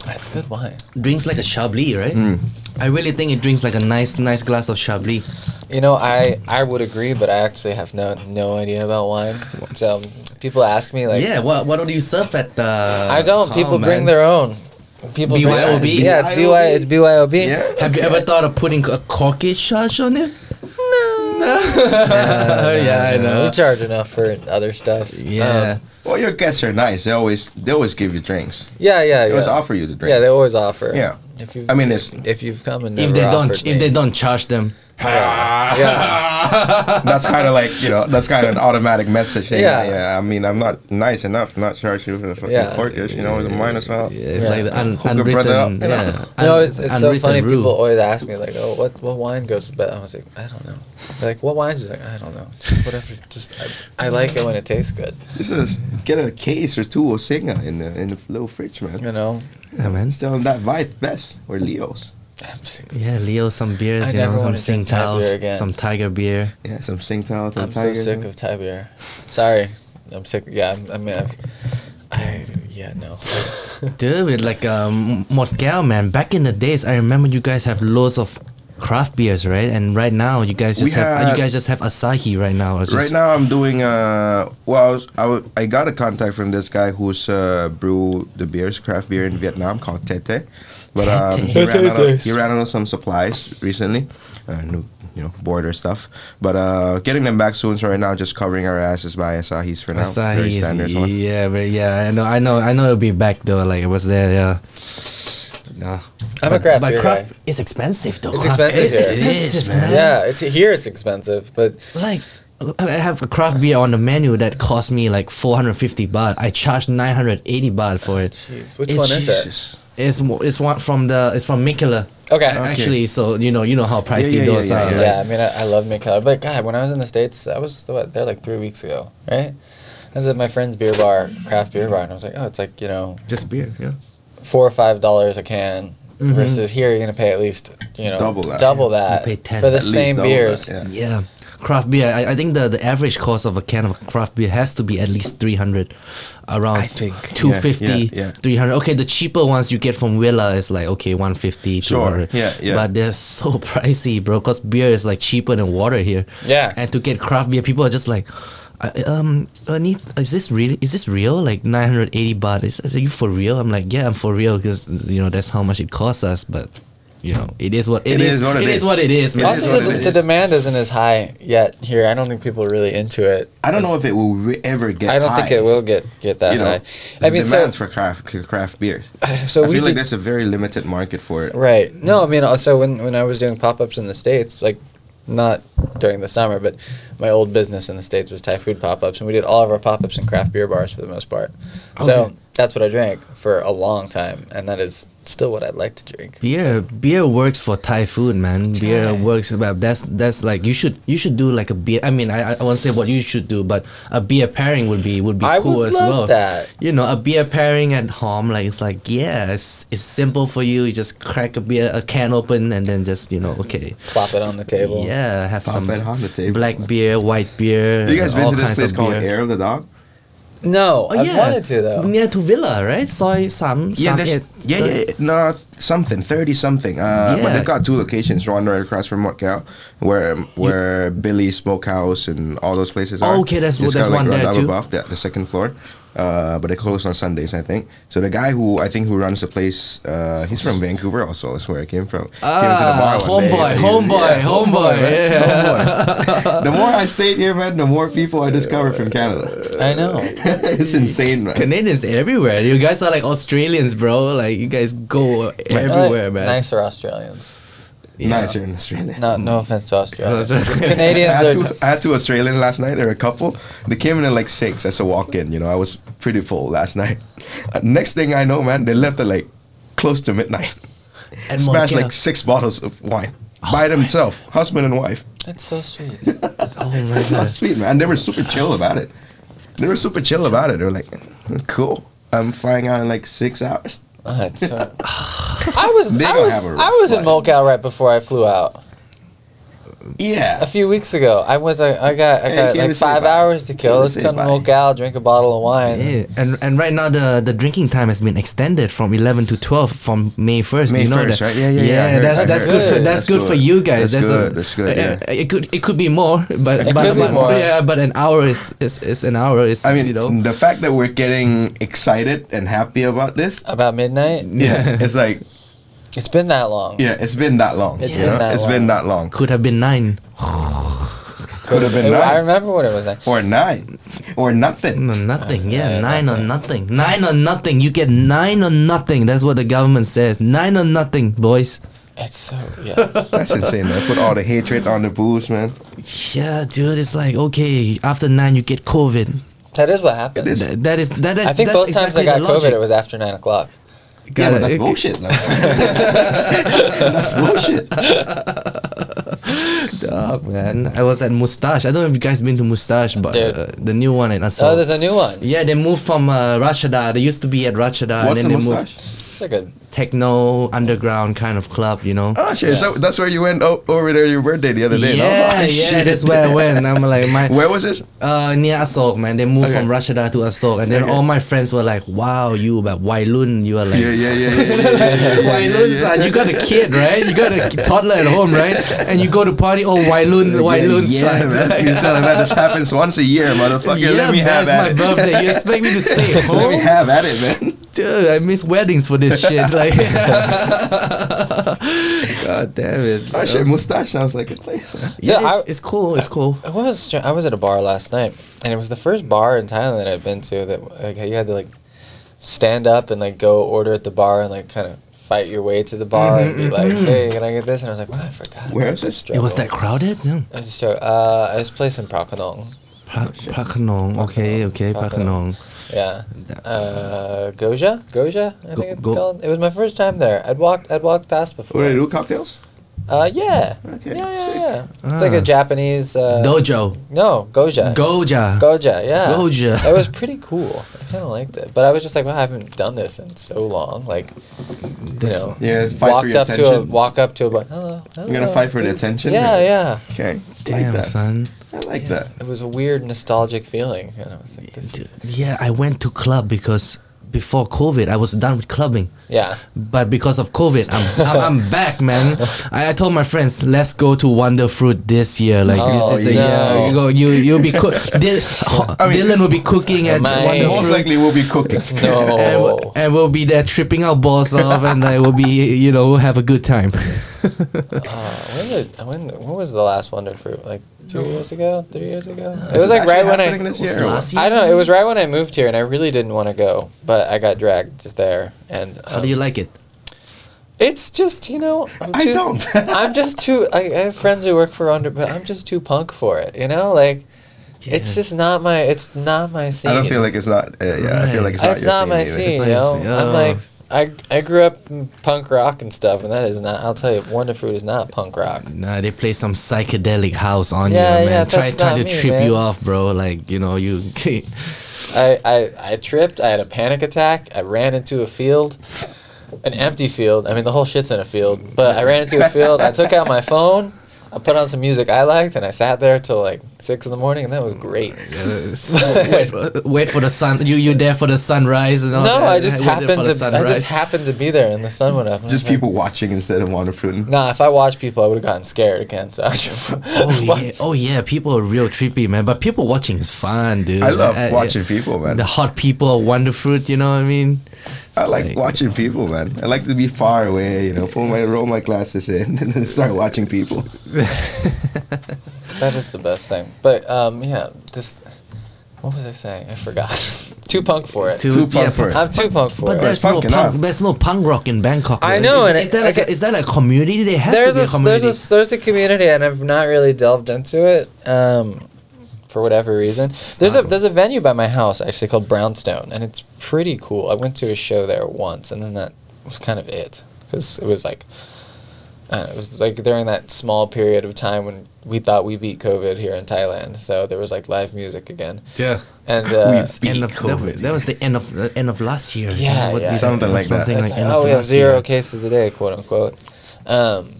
Speaker 3: That's good wine.
Speaker 1: Drinks like a Chablis, right? I really think it drinks like a nice, nice glass of Chablis.
Speaker 3: You know, I I would agree, but I actually have no no idea about wine. So people ask me like,
Speaker 4: yeah, what, what do you surf at the.
Speaker 3: I don't.
Speaker 1: Oh,
Speaker 4: hall,
Speaker 3: People
Speaker 4: man?
Speaker 3: bring their own. People bring-
Speaker 4: BYOB.
Speaker 3: yeah, it's BY. It's BYOB.
Speaker 2: Yeah.
Speaker 4: Have you ever thought of putting a corky charge on it? No. yeah, I
Speaker 3: We
Speaker 4: know.
Speaker 3: charge enough for other stuff.
Speaker 4: Yeah.
Speaker 1: Uh,
Speaker 3: Um,
Speaker 2: Well, your guests are nice. They always they always give you drinks.
Speaker 3: yeah, yeah,
Speaker 2: They always
Speaker 3: yeah.
Speaker 2: offer you the drink.
Speaker 3: Yeah, they always offer.
Speaker 2: Yeah.
Speaker 3: If you,
Speaker 2: I mean, it's-
Speaker 3: if you've come and
Speaker 1: if
Speaker 3: never
Speaker 1: they don't,
Speaker 3: offered
Speaker 1: if
Speaker 3: me.
Speaker 1: they don't charge them,
Speaker 3: yeah, yeah,
Speaker 2: that's kind of like you know that's kind of an automatic message. Saying,
Speaker 3: Yeah.
Speaker 2: yeah. yeah. I mean, I'm not nice enough. to not charge you for the fucking
Speaker 3: Yeah.
Speaker 2: corkish. You know, with the wine as well.
Speaker 1: yeah, it's
Speaker 3: Yeah.
Speaker 1: like the un-
Speaker 2: Hook a brother up,
Speaker 1: unwritten.
Speaker 2: you know?
Speaker 1: Yeah,
Speaker 3: no,
Speaker 1: un-
Speaker 3: it's, it's so
Speaker 1: unwritten
Speaker 3: funny.
Speaker 1: rule.
Speaker 3: People always ask me like, "Oh, what what wine goes to bed?" I was like, "I don't know." They're like, what wine? She's like, "I don't know. Just whatever. Just I, I like it when it tastes good."
Speaker 2: This is get a case or two of Singa in the in the little fridge, man.
Speaker 3: You know.
Speaker 1: Yeah, man.
Speaker 2: It's still in that vibe best or Leo's.
Speaker 3: I'm sick.
Speaker 1: Yeah, Leo, some beers,
Speaker 3: I
Speaker 1: you know,
Speaker 3: never
Speaker 1: some
Speaker 3: wanna drink Thai beer
Speaker 1: Singtao's,
Speaker 3: again.
Speaker 1: some Tiger beer.
Speaker 2: Yeah, some Singtao, some
Speaker 3: I'm so
Speaker 2: Tiger.
Speaker 3: sick of Thai beer. Sorry, I'm sick. Yeah, I'm, I mean, I've, I yeah no.
Speaker 1: Dude, with like um, Motgal, man. Back in the days, I remember you guys have loads of craft beers, right? And right now, you guys just
Speaker 2: We
Speaker 1: have you
Speaker 2: had-
Speaker 1: guys just have Asahi right now. It's
Speaker 2: Right
Speaker 1: just-
Speaker 2: now, I'm doing. Uh, well, I, was, I, w- I got a contact from this guy who's uh, brew the beers, craft beer in Vietnam called Tete, but um, he,
Speaker 3: Tete.
Speaker 2: ran out of,
Speaker 3: Tetes.
Speaker 2: he ran out of some supplies recently, uh, new you know border stuff. But uh, getting them back soon. So right now, just covering our asses by Asahi's for now. Very
Speaker 1: Asahi
Speaker 2: standard one.
Speaker 1: is yeah, but yeah, I know, I know, I know. It'll be back though. Like it was there, yeah. No.
Speaker 3: I'm a craft
Speaker 1: but
Speaker 3: beer
Speaker 1: craft
Speaker 3: guy.
Speaker 1: is expensive though.
Speaker 3: It's
Speaker 1: Craft-
Speaker 3: expensive
Speaker 1: It's
Speaker 3: here.
Speaker 1: expensive,
Speaker 3: It
Speaker 4: is,
Speaker 1: man.
Speaker 3: Yeah, it's here. It's expensive, but
Speaker 1: Like I have a craft beer on the menu that cost me like 450 baht. I charged 980 baht for it.
Speaker 3: Jeez, which
Speaker 1: It's
Speaker 3: one is it?
Speaker 2: Jesus.
Speaker 1: It's mo- it's one from the it's from Mikela.
Speaker 3: Okay.
Speaker 1: Actually, so you know you know how pricey
Speaker 2: yeah, yeah,
Speaker 1: those
Speaker 2: yeah,
Speaker 1: are.
Speaker 2: yeah.
Speaker 1: like-
Speaker 3: Yeah, I mean, I, I love McKellar, but God, when I was in the states, I was what, there like three weeks ago, right? I was at my friend's beer bar, craft beer bar, and I was like, oh, it's like you know,
Speaker 1: Just beer, yeah.
Speaker 3: four or five dollars a can. Versus here, you're gonna pay at least you know
Speaker 2: Mm-hmm. Double that.
Speaker 3: double that
Speaker 1: You pay 10.
Speaker 3: for the
Speaker 1: At
Speaker 2: least
Speaker 3: same
Speaker 2: double that,
Speaker 3: beers.
Speaker 2: yeah.
Speaker 1: Yeah. Craft beer. I, I think the, the average cost of a can of craft beer has to be at least 300 around
Speaker 2: I think.
Speaker 1: 250
Speaker 2: Yeah, yeah, yeah.
Speaker 1: 300 okay the cheaper ones you get from Willa is like okay 150
Speaker 2: Sure,
Speaker 1: 200
Speaker 2: yeah, yeah.
Speaker 1: but they're so pricey bro cause beer is like cheaper than water here
Speaker 3: Yeah.
Speaker 1: and to get craft beer people are just like I, um I need, is this really is this real like 980 baht is, is- are you for real I'm like yeah I'm for real because you know that's how much it costs us but you know it is what it is, it is what it is man.
Speaker 2: is
Speaker 3: Also,
Speaker 2: what
Speaker 3: the,
Speaker 2: it
Speaker 3: the
Speaker 2: is.
Speaker 3: demand isn't as high yet here. I don't think people are really into it.
Speaker 2: I don't know if it will re- ever get.
Speaker 3: I don't think
Speaker 2: high,
Speaker 3: it will get get that
Speaker 2: You know,
Speaker 3: high. I
Speaker 2: the
Speaker 3: mean, so,
Speaker 2: demands for craft c- craft beers.
Speaker 3: so
Speaker 2: I
Speaker 3: we
Speaker 2: feel like
Speaker 3: did-
Speaker 2: there's a very limited market for it.
Speaker 3: Right. No, I mean, also when, when I was doing pop ups in the States, like not during the summer, but my old business in the States was Thai food pop ups, and we did all of our pop ups in craft beer bars for the most part. So
Speaker 1: Okay.
Speaker 3: that's what I drank for a long time, and that is still what I'd like to drink.
Speaker 1: Beer, beer works for Thai food, man. Beer
Speaker 3: Thai.
Speaker 1: works, but that's that's like you should you should do like a beer. I mean, I I won't say what you should do, but a beer pairing would be would be
Speaker 3: I
Speaker 1: cool
Speaker 3: would
Speaker 1: as
Speaker 3: love
Speaker 1: well.
Speaker 3: that.
Speaker 1: You know, a beer pairing at home, like it's like yeah, it's, it's simple for you. You just crack a beer, a can open, and then just you know, okay,
Speaker 3: Plop it on the table.
Speaker 1: yeah, have
Speaker 2: Pop
Speaker 1: some
Speaker 2: that on the table.
Speaker 1: black beer, white beer.
Speaker 2: Have you guys
Speaker 1: all
Speaker 2: been to this
Speaker 1: kinds
Speaker 2: place
Speaker 1: of
Speaker 2: called
Speaker 1: beer.
Speaker 2: Air of the Dog?
Speaker 3: No,
Speaker 1: Oh,
Speaker 3: I
Speaker 1: yeah.
Speaker 3: wanted to though.
Speaker 1: Near to Villa, right? Soy Sam.
Speaker 2: Yeah,
Speaker 1: Sam
Speaker 2: there's,
Speaker 1: Ed-
Speaker 2: yeah, yeah, yeah, no, something, thirty something. Uh, But
Speaker 1: Yeah.
Speaker 2: they've got two locations, one right across from Motcow, where um, where Billy Smokehouse and all those places are.
Speaker 1: Oh, okay, that's-
Speaker 2: It's
Speaker 1: that's
Speaker 2: kinda
Speaker 1: one
Speaker 2: right
Speaker 1: there
Speaker 2: up
Speaker 1: too.
Speaker 2: Above the, the second floor, uh, but they close on Sundays, I think. So the guy who I think who runs the place, uh, he's from Vancouver, also. That's where I came from. came to the
Speaker 1: Ah,
Speaker 2: bar one day
Speaker 1: homeboy,
Speaker 2: and he-
Speaker 1: homeboy,
Speaker 2: yeah,
Speaker 1: homeboy,
Speaker 2: man,
Speaker 1: yeah.
Speaker 2: homeboy. the more I stayed here, man, the more people I discovered from Canada.
Speaker 3: I know.
Speaker 2: it's insane, man.
Speaker 1: Canadians everywhere. You guys are like Australians, bro. Like you guys go everywhere, man.
Speaker 3: Nicer Australians.
Speaker 2: Nice, you're in Australia.
Speaker 3: No, no offense to Australians.
Speaker 1: Those are-
Speaker 3: Just
Speaker 2: I had,
Speaker 3: Canadians are.
Speaker 2: two, I had two Australian last night. They were a couple. They came in at like six as a walk in. You know, I was pretty full last night. Uh, Next thing I know, man, they left at like close to midnight.
Speaker 1: And
Speaker 2: Smashed
Speaker 1: Montreal.
Speaker 2: like six bottles of wine by themselves, husband and wife.
Speaker 3: That's so sweet.
Speaker 1: oh my
Speaker 2: It's not
Speaker 1: god.
Speaker 2: sweet, man. And they were super chill about it. They were super chill about it. They were like, "Mm, cool. I'm flying out in like six hours.
Speaker 3: Alright, so- I was
Speaker 2: They
Speaker 3: uh, I
Speaker 2: gonna
Speaker 3: was
Speaker 2: have a
Speaker 3: I was in
Speaker 2: flight.
Speaker 3: Mokal right before I flew out.
Speaker 2: Yeah.
Speaker 3: a few weeks ago. I was uh, I got I
Speaker 2: Hey,
Speaker 3: got
Speaker 2: came to
Speaker 3: like
Speaker 2: say
Speaker 3: five
Speaker 2: bye.
Speaker 3: hours
Speaker 2: Came
Speaker 3: to kill.
Speaker 2: to
Speaker 3: Let's
Speaker 2: say
Speaker 3: come
Speaker 2: bye.
Speaker 3: walk out, drink a bottle of wine.
Speaker 1: Yeah, and and right now the the drinking time has been extended from 11 to 12 from May 1st.
Speaker 2: May
Speaker 1: you know
Speaker 2: 1st,
Speaker 1: that?
Speaker 2: right? Yeah, yeah, yeah, I heard,
Speaker 1: that's
Speaker 2: I
Speaker 1: that's
Speaker 3: heard.
Speaker 1: good. For, that's,
Speaker 3: Good.
Speaker 2: That's
Speaker 1: good for
Speaker 2: good.
Speaker 1: you guys.
Speaker 2: That's
Speaker 1: That's,
Speaker 2: good,
Speaker 1: A,
Speaker 2: that's good,
Speaker 1: uh,
Speaker 2: yeah.
Speaker 1: uh, it could it could be more, but
Speaker 3: It
Speaker 1: but,
Speaker 3: could be
Speaker 1: but-
Speaker 3: more.
Speaker 1: yeah, but an hour is is, is an hour is
Speaker 2: I mean,
Speaker 1: you know.
Speaker 2: the fact that we're getting excited and happy about this,
Speaker 3: About midnight.
Speaker 2: yeah, it's like,
Speaker 3: It's been that long.
Speaker 2: yeah, it's been that long.
Speaker 3: It's
Speaker 2: you
Speaker 3: been
Speaker 2: know?
Speaker 3: that
Speaker 2: It's been
Speaker 3: long.
Speaker 2: that long.
Speaker 1: Could have been nine.
Speaker 2: Could have been
Speaker 3: It- I
Speaker 2: nine
Speaker 3: remember what it was like.
Speaker 2: or nine or nothing.
Speaker 1: No, nothing. Yeah,
Speaker 3: yeah,
Speaker 1: nine or nothing. Nine or nothing. You get nine or nothing. That's what the government says. Nine or nothing, boys.
Speaker 3: It's so yeah.
Speaker 2: That's insane, man. Put all the hatred on the booze, man.
Speaker 1: Yeah, dude. It's like okay, after nine you get COVID.
Speaker 3: that is what happened.
Speaker 2: It is.
Speaker 1: Th- that is that. That's,
Speaker 3: I think
Speaker 1: that's
Speaker 3: both times I
Speaker 1: exactly
Speaker 3: got
Speaker 1: the
Speaker 3: COVID,
Speaker 1: logic.
Speaker 3: it was after nine o'clock.
Speaker 2: Yeah,
Speaker 1: Got
Speaker 2: but
Speaker 1: it.
Speaker 2: that's
Speaker 1: It-
Speaker 2: bullshit. Like, that's bullshit.
Speaker 1: Dog, man. I was at Mustache. I don't know if you guys been to Mustache, but
Speaker 3: Dude.
Speaker 1: uh, the new one in
Speaker 3: Oh,
Speaker 1: Assam.
Speaker 3: there's a new one.
Speaker 1: yeah, they moved from uh, Rashada. They used to be at Rashada,
Speaker 2: What's a
Speaker 1: and then they
Speaker 2: mustache?
Speaker 1: moved
Speaker 3: It's like a
Speaker 1: techno underground kind of club. You know.
Speaker 2: Oh shit! So that's where you went o- over there your birthday the other day. no?
Speaker 1: yeah,
Speaker 2: Oh,
Speaker 1: yeah,
Speaker 2: shit.
Speaker 1: that's where I went. I'm like, my
Speaker 2: Where was this?
Speaker 1: Uh, near Asok, man. They moved
Speaker 2: Okay.
Speaker 1: from Rashida to Asok, and then
Speaker 2: Okay.
Speaker 1: all my friends were like, "Wow, you like Wailun, you are like."
Speaker 2: Yeah, yeah, yeah, yeah, yeah, yeah, yeah, yeah, yeah,
Speaker 1: Wailun, son, you got a kid, right? You got a toddler at home, right? And you go to party, oh, Wailun, Wailun,
Speaker 2: yeah,
Speaker 1: son.
Speaker 2: man. You sound like that just happens once a year, motherfucker.
Speaker 1: yeah,
Speaker 2: Let me
Speaker 1: man,
Speaker 2: have
Speaker 1: it's my
Speaker 2: at it.
Speaker 1: birthday. You expect me to stay at
Speaker 2: Let me
Speaker 1: home?
Speaker 2: have at it, man.
Speaker 1: Dude, I miss weddings for this shit. Like, God damn it.
Speaker 2: Oh shit, mustache sounds like a place. man.
Speaker 1: Yeah,
Speaker 3: Yeah, I-
Speaker 1: it's, it's cool. It's cool.
Speaker 3: I was I was at a bar last night, and it was the first bar in Thailand that I've been to that like you had to like stand up and like go order at the bar and like kind of fight your way to the bar and
Speaker 1: Mm-hmm,
Speaker 3: be like, hey, can I get this? And I was like, wow, I forgot.
Speaker 2: Where
Speaker 3: about
Speaker 2: is this?
Speaker 1: It was
Speaker 3: struggle."
Speaker 1: that crowded. Yeah.
Speaker 3: It was a struggle. Uh, I was placed in Prakanong.
Speaker 1: Pra- Prakanong. Okay, okay, Prakanong.
Speaker 3: Yeah. Uh, Goja, Goja, I
Speaker 1: Go-
Speaker 3: think it's
Speaker 1: go-
Speaker 3: called. It was my first time there. I'd walked, I'd walked past
Speaker 2: What
Speaker 3: before.
Speaker 2: do they do? Cocktails?
Speaker 3: Uh, yeah.
Speaker 2: Okay,
Speaker 3: Yeah, yeah,
Speaker 2: sick.
Speaker 3: yeah. It's like
Speaker 1: Ah.
Speaker 3: a Japanese. Uh,
Speaker 1: Dojo.
Speaker 3: no, Goja.
Speaker 1: Goja.
Speaker 3: Goja, yeah.
Speaker 1: Goja.
Speaker 3: It was pretty cool. I kind of liked it. But I was just like, wow, I haven't done this in so long. Like,
Speaker 1: This-
Speaker 3: you know,
Speaker 2: Yeah, it's fight for
Speaker 3: walked
Speaker 2: your
Speaker 3: up to a,
Speaker 2: attention.
Speaker 3: walk up to a, bu- hello, hello.
Speaker 2: You're gonna fight for the attention.
Speaker 3: Yeah, yeah.
Speaker 2: Okay.
Speaker 1: Damn,
Speaker 2: like that.
Speaker 1: son.
Speaker 2: I like that.
Speaker 3: It was a weird nostalgic feeling. And I was like, this is,
Speaker 1: Yeah, I went to club because before COVID, I was done with clubbing.
Speaker 3: yeah.
Speaker 1: But because of COVID, I'm, I'm, I'm back, man. I, I told my friends, let's go to Wonder Fruit this year. Like
Speaker 3: Oh,
Speaker 1: this is the
Speaker 3: no.
Speaker 1: year you go. You you'll be cook. Dil-
Speaker 2: I mean-
Speaker 1: Dylan will be cooking at
Speaker 3: My-
Speaker 1: Wonder
Speaker 2: Most
Speaker 1: Fruit.
Speaker 2: likely we'll be cooking.
Speaker 1: and, we'll,
Speaker 3: No.
Speaker 1: and we'll be there tripping our balls off, and I will be, you know, have a good time.
Speaker 3: Uh, when, did, when, when was the last Wonder Fruit? Like two years ago? Three years ago? It was like right when I.
Speaker 2: This
Speaker 1: was
Speaker 2: year or what?
Speaker 1: last
Speaker 3: I don't know. It was right when I moved here, and I really didn't want to go, but I got dragged just there. And um,
Speaker 1: How do you like it?
Speaker 3: It's just you know. I'm
Speaker 2: I
Speaker 3: too-
Speaker 2: don't.
Speaker 3: I'm just too. I, I have friends who work for under, but I'm just too punk for it. You know, like it's
Speaker 1: Yeah.
Speaker 3: just not my. It's not my scene.
Speaker 2: I don't feel like it's not. Uh, yeah, I feel like it's
Speaker 3: it's,
Speaker 2: not your
Speaker 3: not, my
Speaker 2: scene
Speaker 3: scene.
Speaker 2: either.
Speaker 1: It's not
Speaker 3: you
Speaker 1: your scene.
Speaker 3: know, I'm
Speaker 1: Oh.
Speaker 3: like. I, I grew up in punk rock and stuff, and that is not. I'll tell you, Wonder Fruit is not punk rock.
Speaker 1: Nah, they play some psychedelic house on
Speaker 3: Yeah,
Speaker 1: you, man.
Speaker 3: yeah,
Speaker 1: try
Speaker 3: that's
Speaker 1: try
Speaker 3: not
Speaker 1: to
Speaker 3: me,
Speaker 1: trip
Speaker 3: man.
Speaker 1: you off, bro. Like you know, you
Speaker 3: I, I I tripped. I had a panic attack. I ran into a field, an empty field. I mean, the whole shit's in a field. But I ran into a field. I took out my phone. I put on some music I liked, and I sat there till like six in the morning, and that was great.
Speaker 1: wait, wait for the sun. You you there for the sunrise and all
Speaker 3: No,
Speaker 1: that.
Speaker 3: I just
Speaker 1: Waited for
Speaker 3: happened
Speaker 1: the
Speaker 3: to. I
Speaker 1: sunrise.
Speaker 3: just happened to be there, and the sun went up. and I
Speaker 2: Just
Speaker 3: was like,
Speaker 2: people watching instead of water fruiting.
Speaker 3: Nah, if I watched people, I would have gotten scared again. So I just,
Speaker 1: Oh yeah, oh yeah, people are real trippy, man. But people watching is fun, dude. Uh,
Speaker 2: I love watching people, man.
Speaker 1: The hot people of Wonder Fruit, you know what I mean?
Speaker 2: I
Speaker 1: It's
Speaker 2: like, watching people, man. I like to be far away, you know, pull my roll my glasses in and then start watching people.
Speaker 3: that is the best thing. But um, yeah, this. What was I saying? I forgot. too punk for it.
Speaker 1: Too,
Speaker 2: Too
Speaker 1: yeah,
Speaker 2: punk for it.
Speaker 3: I'm too punk for
Speaker 1: But
Speaker 3: it.
Speaker 1: there's
Speaker 2: But
Speaker 1: no
Speaker 2: it's punk
Speaker 1: punk.
Speaker 2: enough.
Speaker 1: There's no punk rock in Bangkok.
Speaker 3: I
Speaker 1: right?
Speaker 3: know,
Speaker 1: Is,
Speaker 3: and
Speaker 1: is
Speaker 3: it-
Speaker 1: there like a,
Speaker 3: okay.
Speaker 1: is there like a community? There has
Speaker 3: there's
Speaker 1: to be a,
Speaker 3: a,
Speaker 1: community.
Speaker 3: there's a there's a community, and I've not really delved into it um, for whatever reason. There's a
Speaker 1: style.
Speaker 3: there's a venue by my house actually called Brownstone, and it's pretty cool. I went to a show there once, and then that was kind of it because it was like. Uh, it was like during that small period of time when we thought we beat COVID here in Thailand, so there was like live music again,
Speaker 1: yeah.
Speaker 3: and uh,
Speaker 2: beat
Speaker 1: End of,
Speaker 2: COVID,
Speaker 1: that, that was the end of the end of last year.
Speaker 3: Yeah,
Speaker 1: What-
Speaker 3: yeah. oh,
Speaker 2: Something like that.
Speaker 1: Something like
Speaker 3: It's like,
Speaker 1: end
Speaker 3: oh,
Speaker 1: of
Speaker 3: we have
Speaker 1: last year.
Speaker 3: zero cases today, quote unquote. Um,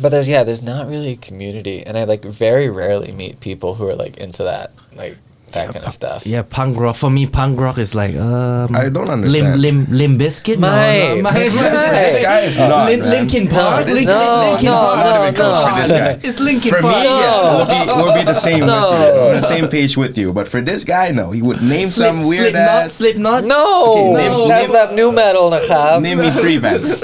Speaker 3: But there's yeah, there's not really a community, and I like very rarely meet people who are like into that, like that kind of stuff.
Speaker 1: Yeah, punk rock. For me, punk rock is like um,
Speaker 2: I don't understand.
Speaker 1: Lim Lim Lim Biscuit.
Speaker 3: Mate,
Speaker 1: no, no,
Speaker 3: that's
Speaker 1: my,
Speaker 3: right.
Speaker 2: This guy is not.
Speaker 4: Lin-
Speaker 2: man.
Speaker 4: Linkin Park.
Speaker 3: No,
Speaker 4: Lin-
Speaker 3: no,
Speaker 4: Linkin
Speaker 3: no,
Speaker 4: Park.
Speaker 3: no, no.
Speaker 2: for this guy.
Speaker 4: It's Linkin
Speaker 2: For me,
Speaker 4: Park.
Speaker 2: yeah, we'll be, we'll be the same.
Speaker 3: No.
Speaker 2: With you. on the same page with you. But for this guy, no, he would name some
Speaker 4: Slip-
Speaker 2: weird
Speaker 4: Slipknot.
Speaker 2: ass.
Speaker 4: Slipknot.
Speaker 3: No,
Speaker 2: Okay, name-
Speaker 3: that's
Speaker 2: name-
Speaker 3: not new metal, Nachab.
Speaker 2: Name me three bands.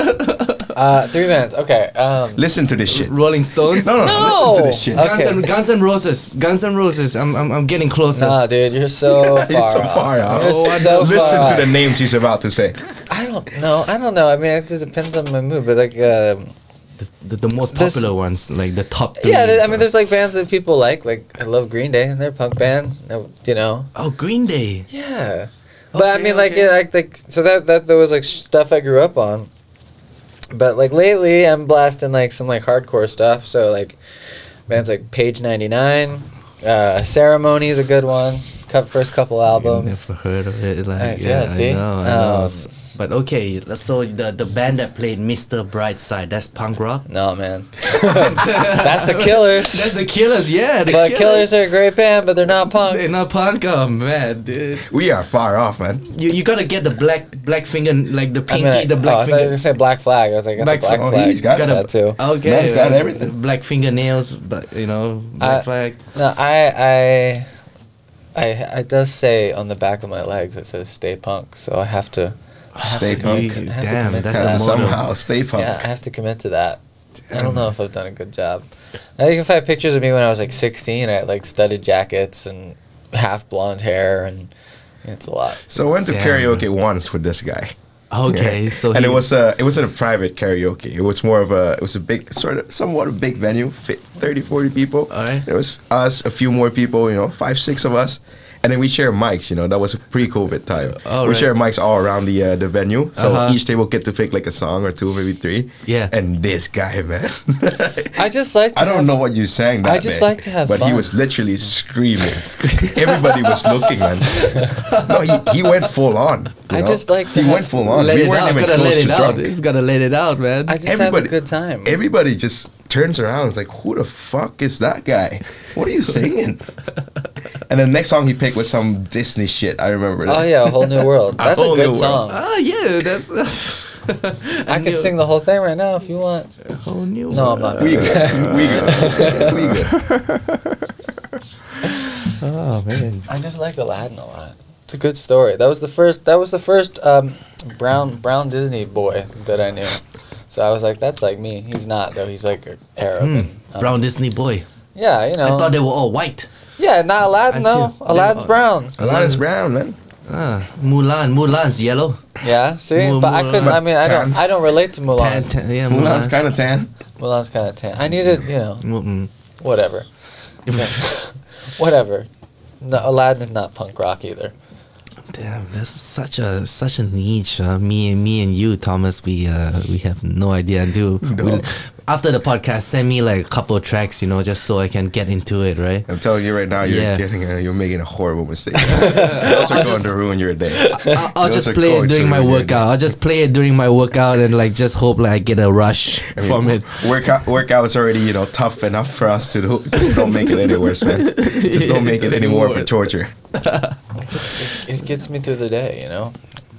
Speaker 3: Uh, three minutes. Okay. Um,
Speaker 2: Listen to this shit. No,
Speaker 4: Rolling Stones.
Speaker 2: no, no. Listen to this shit.
Speaker 3: No.
Speaker 1: Guns,
Speaker 3: Okay.
Speaker 1: and, Guns and Roses. Guns and Roses. I'm I'm, I'm getting closer.
Speaker 3: nah, dude, you're so far.
Speaker 2: It's so
Speaker 3: off.
Speaker 2: far off. Oh,
Speaker 3: You're so
Speaker 2: Listen
Speaker 3: far
Speaker 2: to the
Speaker 3: off.
Speaker 2: names he's about to say.
Speaker 3: I don't know. I don't know. I mean, it just depends on my mood, but like. Um,
Speaker 1: The, the most
Speaker 3: This-
Speaker 1: popular ones, like the top. Three.
Speaker 3: Yeah, there- I mean, there's like bands that people like. Like, I love Green Day. They're a punk band. No- You know.
Speaker 1: oh Green Day.
Speaker 3: Yeah. But I
Speaker 1: Okay,
Speaker 3: mean, like,
Speaker 1: okay.
Speaker 3: yeah, like, like, so that that there was like stuff I grew up on. But like lately, I'm blasting like some like hardcore stuff. So like, bands like Page Ninety Nine, uh, Ceremony is a good one. Cup first couple albums.
Speaker 1: Never heard of it. Like,
Speaker 3: Nice, yeah,
Speaker 1: yeah,
Speaker 3: see?
Speaker 1: I know, I know.
Speaker 3: Um,
Speaker 1: S- but okay, so the the band that played Mr. Brightside, that's punk rock.
Speaker 3: No man, that's the Killers.
Speaker 1: That's the Killers, yeah. The
Speaker 3: but Killers are a great band, but they're not punk.
Speaker 1: They're not punk, oh man, dude.
Speaker 2: We are far off, man.
Speaker 1: You, you gotta get the black black finger, like the pinky,
Speaker 3: I mean,
Speaker 1: the
Speaker 3: oh, I
Speaker 1: black
Speaker 3: thought you were
Speaker 1: finger.
Speaker 3: gonna say Black Flag. I was like, I got
Speaker 1: Black
Speaker 3: the Black
Speaker 2: Flag. Oh,
Speaker 3: Flag.
Speaker 2: he's got
Speaker 3: got
Speaker 2: that.
Speaker 3: that too.
Speaker 1: Okay,
Speaker 2: Man's got
Speaker 1: uh,
Speaker 2: everything.
Speaker 1: Black fingernails, but you know, black
Speaker 3: Uh,
Speaker 1: flag.
Speaker 3: No, I, I, I, I does say on the back of my legs it says "Stay Punk," so I have to. I have
Speaker 2: Stay
Speaker 3: to
Speaker 2: punk.
Speaker 3: commit to- I have to
Speaker 1: Damn,
Speaker 3: commit to
Speaker 1: that's
Speaker 3: that.
Speaker 1: the motto.
Speaker 2: Somehow, stay punk.
Speaker 3: Yeah, I have to commit to that. I don't know if I've done a good job. I think if I had pictures of me when I was like 16, I had like studded jackets and half blonde hair, and it's a lot.
Speaker 2: So I went to
Speaker 1: Damn.
Speaker 2: karaoke once with this guy.
Speaker 1: Okay,
Speaker 2: Yeah.
Speaker 1: so
Speaker 2: and it
Speaker 1: he-
Speaker 2: was a it wasn't a private karaoke. It was more of a it was a big sort of somewhat a big venue, fi- 30, 40 people.
Speaker 1: Alright.
Speaker 2: There was us, a few more people, you know, five, six of us, and then we share mics. You know, that was pre-COVID time. we
Speaker 1: Alright.
Speaker 2: share mics all around the uh, the venue, so
Speaker 1: Uh-huh.
Speaker 2: each table get to pick like a song or two, maybe three.
Speaker 1: Yeah.
Speaker 2: And this guy, man,
Speaker 3: I just like. To
Speaker 2: I don't
Speaker 3: have-
Speaker 2: know what you sang that
Speaker 3: I just
Speaker 2: day,
Speaker 3: like to have
Speaker 2: But he
Speaker 3: fun.
Speaker 2: was literally screaming. Everybody was looking, man. no, he, he went full on. you
Speaker 3: I
Speaker 2: know?
Speaker 3: just like
Speaker 2: he
Speaker 3: to have-
Speaker 2: went full on.
Speaker 1: let
Speaker 2: Oh, we
Speaker 1: it
Speaker 2: weren't
Speaker 1: out,
Speaker 2: even
Speaker 1: gotta
Speaker 2: close
Speaker 1: let
Speaker 2: to
Speaker 1: it out.
Speaker 2: drunk.
Speaker 1: It's gotta let it out, man.
Speaker 3: I just have
Speaker 2: Everybody-
Speaker 3: a good time.
Speaker 2: Everybody just turns around and is like, who the fuck is that guy? What are you singing? and the next song he picked was some Disney shit. I remember that.
Speaker 3: oh yeah, a whole new world.
Speaker 2: A
Speaker 3: That's a,
Speaker 2: Whole New
Speaker 3: good
Speaker 2: World.
Speaker 3: song.
Speaker 1: Ah, yeah, that's
Speaker 3: I can sing the whole thing right now if you want.
Speaker 1: the whole new.
Speaker 3: No, I'm
Speaker 1: world.
Speaker 3: not.
Speaker 2: We good. we good. we good.
Speaker 1: Oh man.
Speaker 3: I just liked Aladdin a lot. It's a good story. That was the first. That was the first um, brown brown Disney boy that I knew. So I was like, that's like me. He's not though. He's like a Arab.
Speaker 2: Hmm,
Speaker 3: and, um,
Speaker 1: Brown Disney boy.
Speaker 3: Yeah, you know.
Speaker 1: I thought they were all white.
Speaker 3: yeah, not Aladdin
Speaker 1: I
Speaker 3: though.
Speaker 1: did.
Speaker 3: Aladdin's
Speaker 1: They-
Speaker 3: brown.
Speaker 2: Alanis Brown, man.
Speaker 1: Ah, Mulan. Mulan's yellow.
Speaker 3: Yeah, see,
Speaker 1: Mul-
Speaker 3: but I couldn't. I mean, I don't.
Speaker 2: Tan.
Speaker 3: I don't relate to
Speaker 1: Tan,
Speaker 3: Mulan.
Speaker 1: tan, yeah,
Speaker 2: Mulan's
Speaker 1: Mulan.
Speaker 2: kind of tan.
Speaker 3: Mulan's kind of tan. I needed, you know,
Speaker 1: Mm,
Speaker 3: whatever,
Speaker 1: mm.
Speaker 3: whatever. No, Aladdin is not punk rock either.
Speaker 1: Damn, that's such a such a niche. Uh, me and me and you, Thomas, we uh, we have no idea until we, after the podcast. Send me like a couple of tracks, you know, just so I can get into it, right?
Speaker 2: I'm telling you right now, you're
Speaker 1: Yeah.
Speaker 2: getting a, you're making a horrible mistake. Those are going to ruin your day.
Speaker 1: I'll, I'll
Speaker 2: Those
Speaker 1: just
Speaker 2: are
Speaker 1: play
Speaker 2: going
Speaker 1: it
Speaker 2: to
Speaker 1: during my
Speaker 2: ruin your
Speaker 1: workout. I'll just play it during my workout and like just hope like I get a rush
Speaker 2: I mean,
Speaker 1: from it.
Speaker 2: Workout workout's already, you know, tough enough for us to do. Just don't make it any worse, man. Just don't make it any more for torture.
Speaker 3: It gets me through the day, you know.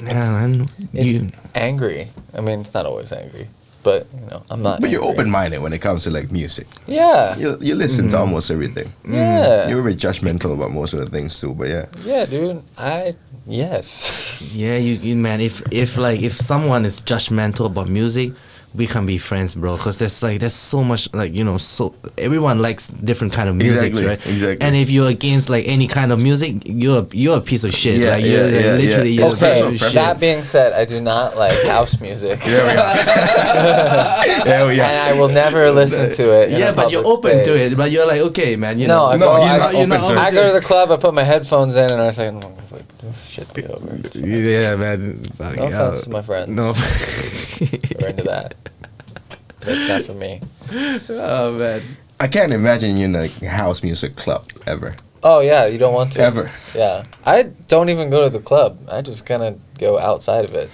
Speaker 1: Yeah, man,
Speaker 3: It's
Speaker 1: you
Speaker 3: angry. I mean, it's not always angry, but you know, I'm not.
Speaker 2: But you're
Speaker 3: angry.
Speaker 2: open minded when it comes to like music.
Speaker 3: Yeah.
Speaker 2: You, you listen to almost everything.
Speaker 3: Yeah.
Speaker 2: You're a bit judgmental about most of the things too, but yeah.
Speaker 3: Mm. yeah, dude. I yes.
Speaker 1: yeah you, you man. If if like if someone is judgmental about music. We can be friends, bro. Cause there's like there's so much like you know so everyone likes different kind of music,
Speaker 2: Exactly,
Speaker 1: right?
Speaker 2: exactly.
Speaker 1: And if you're against like any kind of music, you're a- you're a piece of shit.
Speaker 2: Yeah,
Speaker 1: like you're
Speaker 2: yeah,
Speaker 1: like,
Speaker 2: yeah,
Speaker 1: literally
Speaker 2: yeah.
Speaker 1: you're
Speaker 2: It's
Speaker 1: a piece of
Speaker 3: Okay.
Speaker 2: preference.
Speaker 1: shit.
Speaker 3: That being said, I do not like house music,
Speaker 2: There we go. there we
Speaker 3: and
Speaker 2: go.
Speaker 3: I will never listen to it. in a
Speaker 1: yeah, but you're
Speaker 3: public
Speaker 1: open to
Speaker 3: space.
Speaker 1: it. But you're like okay, man. You
Speaker 3: No,
Speaker 1: know,
Speaker 3: I
Speaker 2: No,
Speaker 3: go.
Speaker 2: he's
Speaker 3: I,
Speaker 2: not
Speaker 3: you know,
Speaker 2: open to
Speaker 3: I
Speaker 1: it.
Speaker 3: go to the club. I put my headphones in, and I was like, "Mm, like, this "Shit, be over."
Speaker 1: yeah, man. Fuck, yeah.
Speaker 3: No offense to my friends.
Speaker 1: No.
Speaker 3: We're into that. That's not for me.
Speaker 1: oh man.
Speaker 2: I can't imagine you in a house music club ever.
Speaker 3: Oh yeah, you don't want to
Speaker 2: Ever.
Speaker 3: Yeah, I don't even go to the club. I just kind of go outside of it.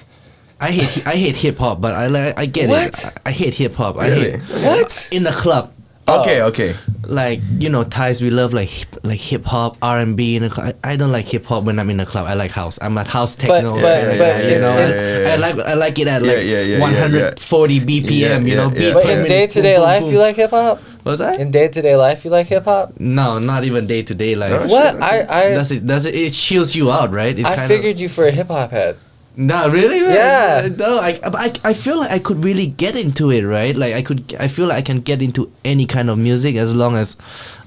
Speaker 1: I hate I hate hip hop, but I like I get
Speaker 3: What?
Speaker 1: it. I, I hate hip hop.
Speaker 2: Really?
Speaker 1: I hate in the club.
Speaker 2: Okay, okay.
Speaker 1: Like you know, Thais we love like hip, like hip hop, R and B. In a club, I, I don't like hip hop when I'm in a club. I like house. I'm a house techno.
Speaker 3: but-
Speaker 1: guy,
Speaker 3: but-
Speaker 1: you know,
Speaker 2: yeah,
Speaker 1: I-
Speaker 2: yeah, yeah.
Speaker 1: I like I like it at
Speaker 2: Yeah,
Speaker 1: like
Speaker 2: yeah, yeah, yeah,
Speaker 1: 140 BPM. you
Speaker 2: Yeah,
Speaker 1: know,
Speaker 2: yeah,
Speaker 1: beat
Speaker 3: But
Speaker 1: per
Speaker 3: in
Speaker 1: minute,
Speaker 3: day to day
Speaker 1: boom, boom,
Speaker 3: life,
Speaker 1: boom.
Speaker 3: you like hip hop?
Speaker 1: was that?
Speaker 3: In day to day life, you like hip hop?
Speaker 1: no, not even day to day life.
Speaker 2: Alright.
Speaker 3: What? I I,
Speaker 1: Does it? Does it? It chills you out, right? It
Speaker 3: I figured you for a hip hop head.
Speaker 1: No, really? man?
Speaker 3: Yeah.
Speaker 1: No, I, but I, I feel like I could really get into it, right? Like I could, I feel like I can get into any kind of music as long as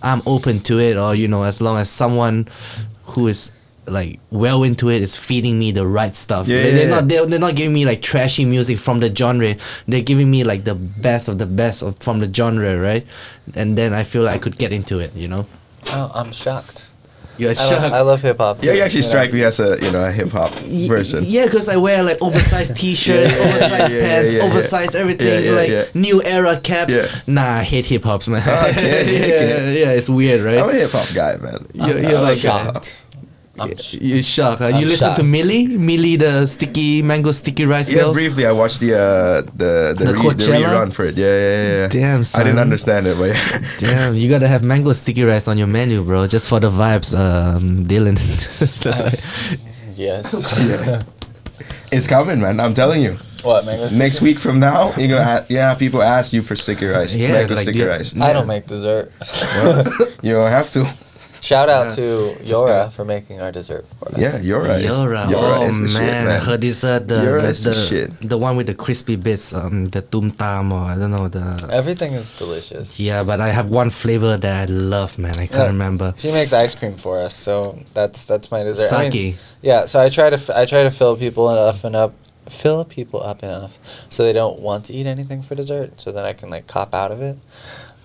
Speaker 1: I'm open to it, or you know, as long as someone who is like well into it is feeding me the right stuff.
Speaker 2: Yeah,
Speaker 1: they,
Speaker 2: yeah,
Speaker 1: they're
Speaker 2: yeah.
Speaker 1: not they're, they're not giving me like trashy music from the genre. They're giving me like the best of the best of from the genre, right? And then I feel like I could get into it, you know.
Speaker 3: Oh, I'm shocked.
Speaker 1: You're
Speaker 3: I love, I love hip hop.
Speaker 2: Yeah,
Speaker 3: too,
Speaker 2: you actually
Speaker 3: know?
Speaker 2: strike me as a you know a hip hop
Speaker 1: Y-
Speaker 2: person.
Speaker 1: Yeah, because I wear like oversized t-shirts,
Speaker 2: yeah, yeah,
Speaker 1: oversized
Speaker 2: yeah, yeah,
Speaker 1: pants,
Speaker 2: yeah, yeah.
Speaker 1: oversized everything,
Speaker 2: Yeah, yeah,
Speaker 1: like
Speaker 2: yeah.
Speaker 1: new era caps.
Speaker 2: Yeah.
Speaker 1: Nah, I hate hip hops, man.
Speaker 2: Ah, okay,
Speaker 1: yeah,
Speaker 2: okay.
Speaker 1: yeah, it's weird, right?
Speaker 2: I'm a hip hop guy, man.
Speaker 1: you're,
Speaker 3: I'm-
Speaker 1: you're
Speaker 3: I'm
Speaker 1: like uh,
Speaker 3: shocked. I'm sh-
Speaker 1: You're shocked. Huh?
Speaker 3: I'm
Speaker 1: You listen to
Speaker 3: shocked.
Speaker 1: Millie, Millie the sticky mango sticky rice
Speaker 2: Yeah,
Speaker 1: girl.
Speaker 2: briefly I watched the uh, the
Speaker 1: The
Speaker 2: the, re- the
Speaker 1: Coachella?
Speaker 2: rerun for it. Yeah, yeah, yeah, yeah.
Speaker 1: Damn,
Speaker 2: I
Speaker 1: son.
Speaker 2: didn't understand it, but yeah.
Speaker 1: Damn, you gotta have mango sticky rice on your menu, bro, just for the vibes, um, Dylan.
Speaker 3: Yes.
Speaker 2: it's coming, man. I'm telling you.
Speaker 3: what, mango?
Speaker 2: Next week from now, you gonna ha- yeah, people ask you for sticky rice.
Speaker 1: Yeah,
Speaker 2: Mango
Speaker 1: like,
Speaker 2: sticky
Speaker 1: yeah.
Speaker 2: rice.
Speaker 3: I don't make dessert.
Speaker 2: You don't have to.
Speaker 3: Shout out to
Speaker 2: go.
Speaker 3: Yora for making our dessert for us.
Speaker 2: Yeah, you're right.
Speaker 1: Yora, oh man, I heard this uh, the
Speaker 2: Yora
Speaker 1: the,
Speaker 2: is the
Speaker 1: the,
Speaker 2: shit.
Speaker 1: the one with the crispy bits, um, the tum tam or I don't know the
Speaker 3: Everything is delicious.
Speaker 1: Yeah, but I have one flavor that I love, man. I can't
Speaker 3: Yeah.
Speaker 1: remember.
Speaker 3: She makes ice cream for us, so that's that's my dessert. I mean,
Speaker 1: Sake.
Speaker 3: yeah, so I try to f- I try to fill people enough and up, fill people up enough, so they don't want to eat anything for dessert, so then I can like cop out of it.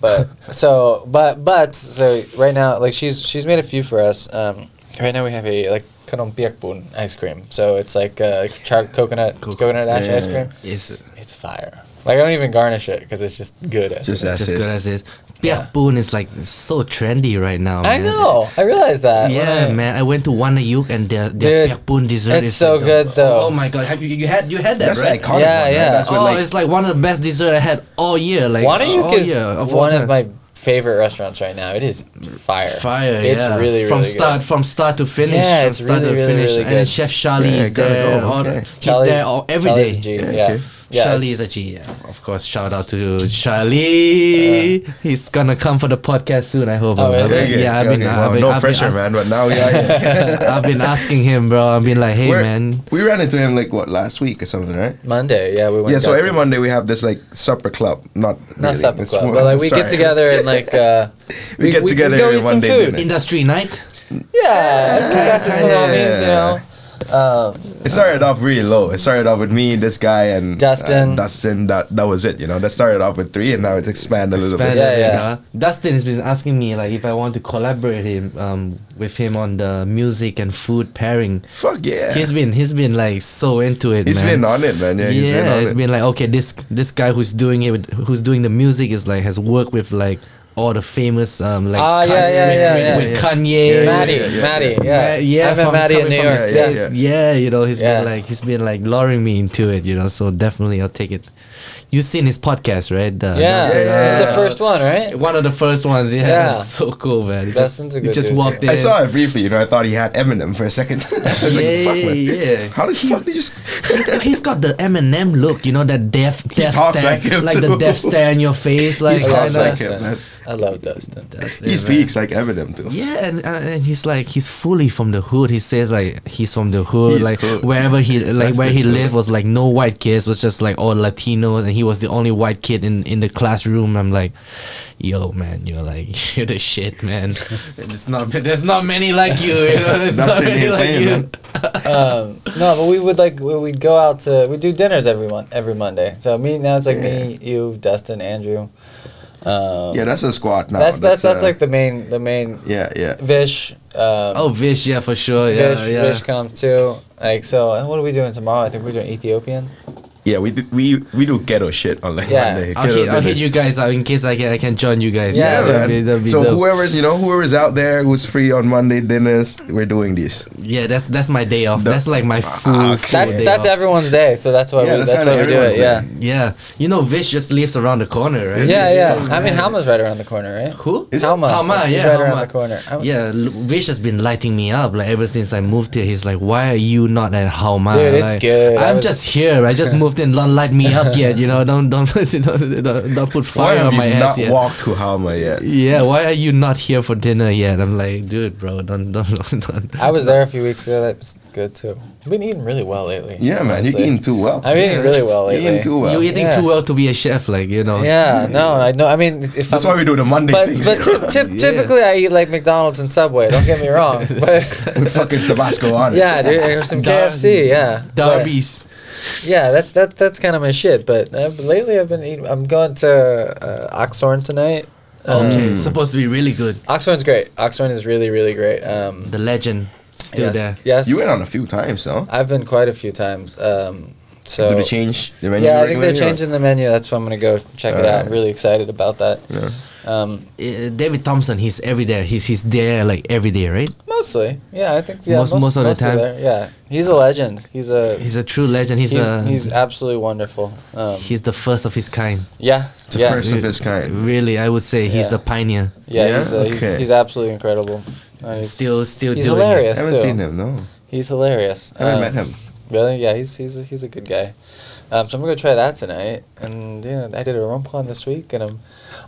Speaker 3: But so but but so right now like she's she's made a few for us. Um, right now we have a like kanompiakbun ice cream, so it's like uh, char- coconut
Speaker 1: Coco-
Speaker 3: coconut ash
Speaker 2: Yeah.
Speaker 3: ice cream.
Speaker 1: It's
Speaker 3: It's fire. Like I don't even garnish it because it's just good. as
Speaker 2: Just
Speaker 3: it is.
Speaker 2: That's
Speaker 1: just
Speaker 2: it.
Speaker 1: good as it.
Speaker 3: Yeah.
Speaker 1: Biak Boon is like so trendy right now.
Speaker 3: I
Speaker 1: man.
Speaker 3: know. I realized that. when
Speaker 1: Yeah,
Speaker 3: I-
Speaker 1: man. I went to Wanayuk and their, their
Speaker 3: Dude,
Speaker 1: Biak Boon dessert
Speaker 3: it's
Speaker 1: is
Speaker 3: so
Speaker 1: like the-
Speaker 3: good, though.
Speaker 1: Oh my god, have you, you had you had that
Speaker 2: That's
Speaker 1: right?
Speaker 2: iconic.
Speaker 3: Yeah,
Speaker 2: one,
Speaker 3: yeah.
Speaker 2: Right? That's what,
Speaker 1: oh,
Speaker 2: like,
Speaker 1: it's like one of the best dessert I had all year. Like
Speaker 3: Wanayuk
Speaker 1: all
Speaker 3: is
Speaker 1: year Oh, of all
Speaker 3: one of
Speaker 1: time.
Speaker 3: my favorite restaurants right now. It is fire.
Speaker 1: fire.
Speaker 3: It's
Speaker 1: yeah.
Speaker 3: really really
Speaker 1: from
Speaker 3: good.
Speaker 1: start from start to finish.
Speaker 3: Yeah,
Speaker 1: from
Speaker 3: it's
Speaker 1: start to
Speaker 3: really, really,
Speaker 1: finish.
Speaker 3: really
Speaker 1: and then
Speaker 3: good.
Speaker 1: Chef Charlie
Speaker 2: Yeah,
Speaker 1: is
Speaker 2: gotta
Speaker 1: there.
Speaker 2: go,
Speaker 1: all-
Speaker 2: okay.
Speaker 1: He's
Speaker 3: Charlie's-
Speaker 1: there all, every
Speaker 3: Charlie's
Speaker 1: day.
Speaker 3: a G,
Speaker 2: Yeah,
Speaker 3: Yeah,
Speaker 2: okay.
Speaker 3: Yeah,
Speaker 1: Charlie is
Speaker 3: it's-
Speaker 1: a G, yeah. Of course, shout out to Charlie. He's gonna come for the podcast soon, I hope.
Speaker 3: Oh,
Speaker 1: I've
Speaker 3: really?
Speaker 1: been-
Speaker 2: Okay,
Speaker 1: Yeah, I've
Speaker 2: okay,
Speaker 1: been,
Speaker 2: wow,
Speaker 1: I've been,
Speaker 2: no
Speaker 1: I've been
Speaker 2: pressure,
Speaker 1: ask-
Speaker 2: man. But now, yeah, yeah.
Speaker 1: I've been asking him, bro. I've been like, hey,
Speaker 2: We're-
Speaker 1: man.
Speaker 2: we ran into him like what last week or something, right?
Speaker 3: Monday, yeah, we went.
Speaker 2: Yeah,
Speaker 3: and
Speaker 2: so
Speaker 3: got
Speaker 2: every
Speaker 3: some-
Speaker 2: Monday we have this like supper club, not
Speaker 3: not
Speaker 2: really,
Speaker 3: supper
Speaker 2: it's
Speaker 3: club,
Speaker 2: more-
Speaker 3: but like we
Speaker 2: sorry.
Speaker 3: get together and like uh,
Speaker 2: We get together
Speaker 3: go
Speaker 2: every
Speaker 3: eat some
Speaker 2: Monday
Speaker 3: food.
Speaker 2: dinner.
Speaker 1: Industry night.
Speaker 3: Yeah, that's what that's what it all means, you
Speaker 2: Yeah.
Speaker 3: know. Um,
Speaker 2: It started off really low. It started off with me, this guy, and
Speaker 3: Dustin.
Speaker 2: and Dustin, that that was it. You know, that started off with three, and now it's expanded a little
Speaker 1: Expand
Speaker 2: bit.
Speaker 3: Yeah,
Speaker 1: it,
Speaker 3: yeah.
Speaker 1: huh? Dustin has been asking me like if I want to collaborate him um, with him on the music and food pairing.
Speaker 2: Fuck yeah,
Speaker 1: He's been he's been like so into it.
Speaker 2: He's
Speaker 1: man.
Speaker 2: been on it, man. Yeah,
Speaker 1: Yeah,
Speaker 2: he's been on
Speaker 1: it's
Speaker 2: it.
Speaker 1: been like okay, this this guy who's doing it, with, who's doing the music is like has worked with like all the famous um like
Speaker 3: Ah,
Speaker 1: Kanye-
Speaker 3: yeah, yeah,
Speaker 1: with-
Speaker 3: yeah,
Speaker 1: with,
Speaker 3: yeah,
Speaker 1: with
Speaker 2: yeah.
Speaker 1: Kanye,
Speaker 2: Yeah,
Speaker 3: Maddie,
Speaker 2: yeah, yeah,
Speaker 3: Maddie,
Speaker 1: yeah,
Speaker 3: yeah,
Speaker 1: yeah,
Speaker 3: I met
Speaker 1: from-
Speaker 3: Maddie in
Speaker 1: coming
Speaker 3: New
Speaker 1: from
Speaker 3: York.
Speaker 1: the
Speaker 2: yeah,
Speaker 3: Yeah,
Speaker 1: States. Yeah, you know he's been
Speaker 3: Yeah.
Speaker 1: like he's been like luring me into it, you know. So definitely I'll take it. You've seen his podcast, right? The-
Speaker 3: yeah,
Speaker 2: Yeah, yeah,
Speaker 3: it's
Speaker 2: yeah.
Speaker 3: the first one, right?
Speaker 1: one of the first ones. Yeah,
Speaker 3: Yeah.
Speaker 1: so cool, man. He just,
Speaker 3: Dustin's a
Speaker 1: he
Speaker 3: good
Speaker 1: just
Speaker 3: dude,
Speaker 1: walked in.
Speaker 2: I saw it briefly. You know, I thought he had Eminem for a second. I was like,
Speaker 1: Yeah,
Speaker 2: fuck, man.
Speaker 1: yeah.
Speaker 2: How the fuck did you? s-
Speaker 1: He's- he's got the Eminem look, you know, that death, death
Speaker 2: talks
Speaker 1: stare,
Speaker 2: like him
Speaker 1: the
Speaker 2: too.
Speaker 1: death stare in your face, like
Speaker 3: I love
Speaker 2: talks
Speaker 1: kinda.
Speaker 2: like him,
Speaker 3: Dustin.
Speaker 2: man.
Speaker 3: I love Dustin.
Speaker 1: Dustin,
Speaker 2: He
Speaker 1: man.
Speaker 2: speaks like Eminem too.
Speaker 1: Yeah, and, uh, and he's like he's fully from the hood. He says like he's from the hood,
Speaker 2: He's
Speaker 1: like
Speaker 2: hood.
Speaker 1: wherever he like
Speaker 2: That's
Speaker 1: where
Speaker 2: the
Speaker 1: he
Speaker 2: truth.
Speaker 1: lived was like no white kids, was just like all Latinos, and he was the only white kid in in the classroom. I'm like, yo, man, you're like you're the shit, man. it's not there's not many like you. you know? There's
Speaker 2: That's
Speaker 1: not
Speaker 2: the
Speaker 1: many
Speaker 2: name
Speaker 1: like
Speaker 2: thing,
Speaker 1: you.
Speaker 2: man.
Speaker 3: um, no, but we would like we- we'd go out to we do dinners every month every Monday. So me now it's like me, you, Dustin, Andrew. Um,
Speaker 2: Yeah, that's a squad now.
Speaker 3: that's that's that's,
Speaker 2: uh,
Speaker 3: like the main the main
Speaker 2: yeah, yeah.
Speaker 3: Vish. Um,
Speaker 1: Oh, Vish, yeah, for sure. Yeah,
Speaker 3: Vish,
Speaker 1: yeah.
Speaker 3: Vish comes too. Like so, uh, what are we doing tomorrow? I think we're doing Ethiopian.
Speaker 2: Yeah, we did, we we do ghetto shit on like
Speaker 3: Yeah.
Speaker 2: Monday.
Speaker 1: I'll
Speaker 2: Ghetto
Speaker 1: hit, I'll
Speaker 2: dinner.
Speaker 1: hit you guys out in case I can I can join you guys.
Speaker 3: Yeah,
Speaker 2: Yeah, man.
Speaker 1: that'd be- that'd be
Speaker 2: so
Speaker 1: dope.
Speaker 2: whoever's you know whoever's out there who's free on Monday dinners, we're doing this.
Speaker 1: yeah, that's that's my day off.
Speaker 2: The- Ah,
Speaker 1: that's like my full,
Speaker 2: okay.
Speaker 1: full
Speaker 3: That's
Speaker 1: day
Speaker 3: that's
Speaker 1: off.
Speaker 3: everyone's day, so that's why
Speaker 2: Yeah,
Speaker 3: we,
Speaker 2: that's
Speaker 3: that's
Speaker 2: kinda
Speaker 3: why we do
Speaker 2: everyone's
Speaker 3: it.
Speaker 2: day.
Speaker 3: Yeah.
Speaker 1: yeah. You know, Vish just lives around the corner, right?
Speaker 3: Yeah, yeah. I mean, Hama's right around the corner, right?
Speaker 1: Who?
Speaker 2: Is it?
Speaker 3: Hama.
Speaker 1: Hama,
Speaker 3: He's
Speaker 1: yeah,
Speaker 3: right around
Speaker 1: Hama.
Speaker 3: the corner. Hama-
Speaker 1: Yeah, L- Vish has been lighting me up like ever since I moved here. He's like, "Why are you not at Haoma?"
Speaker 3: Dude, it's
Speaker 1: Like,
Speaker 3: good. I
Speaker 1: I'm
Speaker 3: was-
Speaker 1: just here. I just moved in. Don't light me up yet. You know, don't don't don't, don't, don't put
Speaker 2: Why
Speaker 1: fire
Speaker 2: have
Speaker 1: on
Speaker 2: you
Speaker 1: my ass
Speaker 2: not
Speaker 1: yet.
Speaker 2: walked to Halma yet?
Speaker 1: Yeah, why are you not here for dinner yet? I'm like, dude, bro, don't don't don't. don't.
Speaker 3: I was there a few weeks ago. That's good too. I've been eating really well lately.
Speaker 2: Yeah, man, you're
Speaker 3: honestly.
Speaker 2: eating too well.
Speaker 3: I'm eating really well
Speaker 2: You're
Speaker 3: lately.
Speaker 2: eating too well.
Speaker 1: You're eating
Speaker 3: Yeah.
Speaker 1: too well to be a chef, like you know.
Speaker 3: Yeah, no, I know. I mean, if
Speaker 2: That's
Speaker 3: I'm,
Speaker 2: why we do the Monday
Speaker 3: But
Speaker 2: things.
Speaker 3: but
Speaker 2: you
Speaker 3: tip,
Speaker 2: know?
Speaker 3: tip,
Speaker 1: Yeah.
Speaker 3: typically I eat like McDonald's and Subway. Don't get me wrong. But
Speaker 2: with fucking Tabasco on it.
Speaker 3: yeah, dude, there's some
Speaker 1: Dar-
Speaker 3: KFC. Yeah, But-
Speaker 1: Darby's.
Speaker 3: yeah, that's that that's kind of my shit. But uh, lately I've been eating. I'm going to uh, Oxhorn tonight. Um,
Speaker 1: Okay, supposed to be really good.
Speaker 3: Oxhorn's great. Oxhorn is really really great. Um,
Speaker 1: The legend still
Speaker 3: yes,
Speaker 1: there.
Speaker 3: Yes,
Speaker 2: You went on a few times, no?
Speaker 3: I've been quite a few times. Um, so
Speaker 2: Did they change the menu?
Speaker 3: yeah, I think
Speaker 2: regularly
Speaker 3: they're
Speaker 2: or- Uh.
Speaker 3: changing the menu. That's why I'm gonna go check it out.
Speaker 2: Alright.
Speaker 3: I'm really excited about that. Um,
Speaker 1: Uh, David Thompson, he's every day. He's he's there like every day, right?
Speaker 3: mostly, yeah, I think yeah,
Speaker 1: Most- most of the
Speaker 3: mostly
Speaker 1: time.
Speaker 3: there, yeah, he's a legend. He's a he's
Speaker 1: He's a true legend. He's, uh,
Speaker 3: he's,
Speaker 1: a
Speaker 3: absolutely wonderful. Um,
Speaker 1: he's the first of his kind.
Speaker 3: yeah,
Speaker 2: It's the
Speaker 3: yeah, Mm-hmm.
Speaker 2: first of his kind.
Speaker 1: Really, I would say he's
Speaker 3: Yeah.
Speaker 1: the pioneer.
Speaker 3: yeah.
Speaker 2: Yeah?
Speaker 3: He's, uh, he's
Speaker 2: Okay.
Speaker 3: he's absolutely incredible. And he's,
Speaker 1: Still, still
Speaker 3: he's
Speaker 1: doing.
Speaker 2: I
Speaker 3: hilarious.
Speaker 2: haven't
Speaker 3: too.
Speaker 2: seen him, no.
Speaker 3: He's hilarious.
Speaker 2: I haven't
Speaker 3: Um,
Speaker 2: met him.
Speaker 3: Really? Yeah, he's he's a, he's a good guy. Um, so I'm gonna go try that tonight. And you know, I did a rump con this week, and I'm,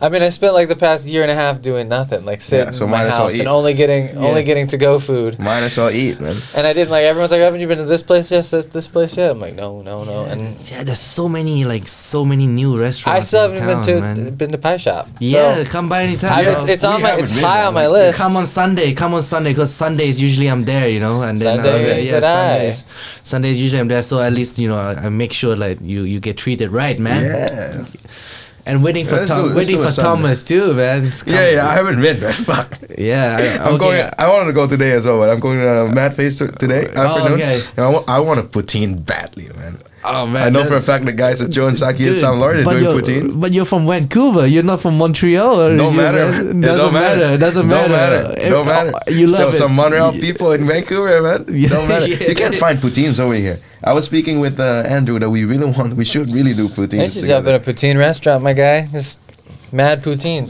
Speaker 3: I mean, I spent like the past year and a half doing nothing, like sitting
Speaker 2: Yeah, so
Speaker 3: in my
Speaker 2: might as well
Speaker 3: house and
Speaker 2: eat.
Speaker 3: only getting only
Speaker 1: Yeah.
Speaker 3: getting to go food.
Speaker 2: Might as well eat, man.
Speaker 3: And I didn't like everyone's like, haven't you been to this place yet? This, this place yet? I'm like, no, no, no. And
Speaker 1: Yeah, there's so many like so many new restaurants.
Speaker 3: I still
Speaker 1: in
Speaker 3: haven't been
Speaker 1: town,
Speaker 3: to
Speaker 1: man.
Speaker 3: been to pie shop.
Speaker 1: Yeah,
Speaker 3: So,
Speaker 1: come by anytime.
Speaker 3: I've-
Speaker 1: bro.
Speaker 3: it's, it's
Speaker 2: we
Speaker 3: on my
Speaker 2: haven't
Speaker 3: it's
Speaker 2: been
Speaker 3: high
Speaker 2: there.
Speaker 3: on my list.
Speaker 1: Come on Sunday. Come on Sunday because Sundays usually I'm there, you know, and then uh,
Speaker 3: Sunday,
Speaker 1: yeah,
Speaker 3: good eye.
Speaker 1: Sundays. Sundays usually I'm there, so at least you know I, I make sure like you you get treated right, man.
Speaker 2: Yeah.
Speaker 1: And waiting for
Speaker 2: Let's do-
Speaker 1: Tom,
Speaker 2: let's
Speaker 1: waiting
Speaker 2: do a
Speaker 1: for
Speaker 2: Sunday.
Speaker 1: Thomas too, man. It's
Speaker 2: Yeah,
Speaker 1: come-
Speaker 2: yeah, I haven't been, man. Fuck.
Speaker 1: yeah. I-
Speaker 2: I'm
Speaker 1: okay.
Speaker 2: going. I wanted to go today as well, but I'm going to Mad Face t- today
Speaker 1: Oh,
Speaker 2: afternoon.
Speaker 1: okay.
Speaker 2: And I, wa- I want a poutine badly, man.
Speaker 1: Oh man,
Speaker 2: I know for a
Speaker 1: that-
Speaker 2: fact the guys at Joe and Saki and
Speaker 1: dude,
Speaker 2: Sam Lord are
Speaker 1: but
Speaker 2: doing
Speaker 1: you're-
Speaker 2: poutine.
Speaker 1: But you're from Vancouver. You're not from Montreal. or
Speaker 2: Don't
Speaker 1: you-
Speaker 2: matter.
Speaker 1: man,
Speaker 2: It
Speaker 1: Doesn't
Speaker 2: don't matter.
Speaker 1: matter. Doesn't matter.
Speaker 2: Don't matter.
Speaker 1: Every-
Speaker 2: Don't matter.
Speaker 1: You love
Speaker 2: Still
Speaker 1: it.
Speaker 2: some Montreal
Speaker 1: Y-
Speaker 2: people in Vancouver, man.
Speaker 1: Yeah,
Speaker 2: Don't matter.
Speaker 1: yeah.
Speaker 2: You can't find poutines over here. I was speaking with uh, Andrew that we really want. We should really do
Speaker 3: I
Speaker 2: poutines
Speaker 3: should up in
Speaker 2: together.
Speaker 3: a poutine restaurant, my guy. Just mad poutine,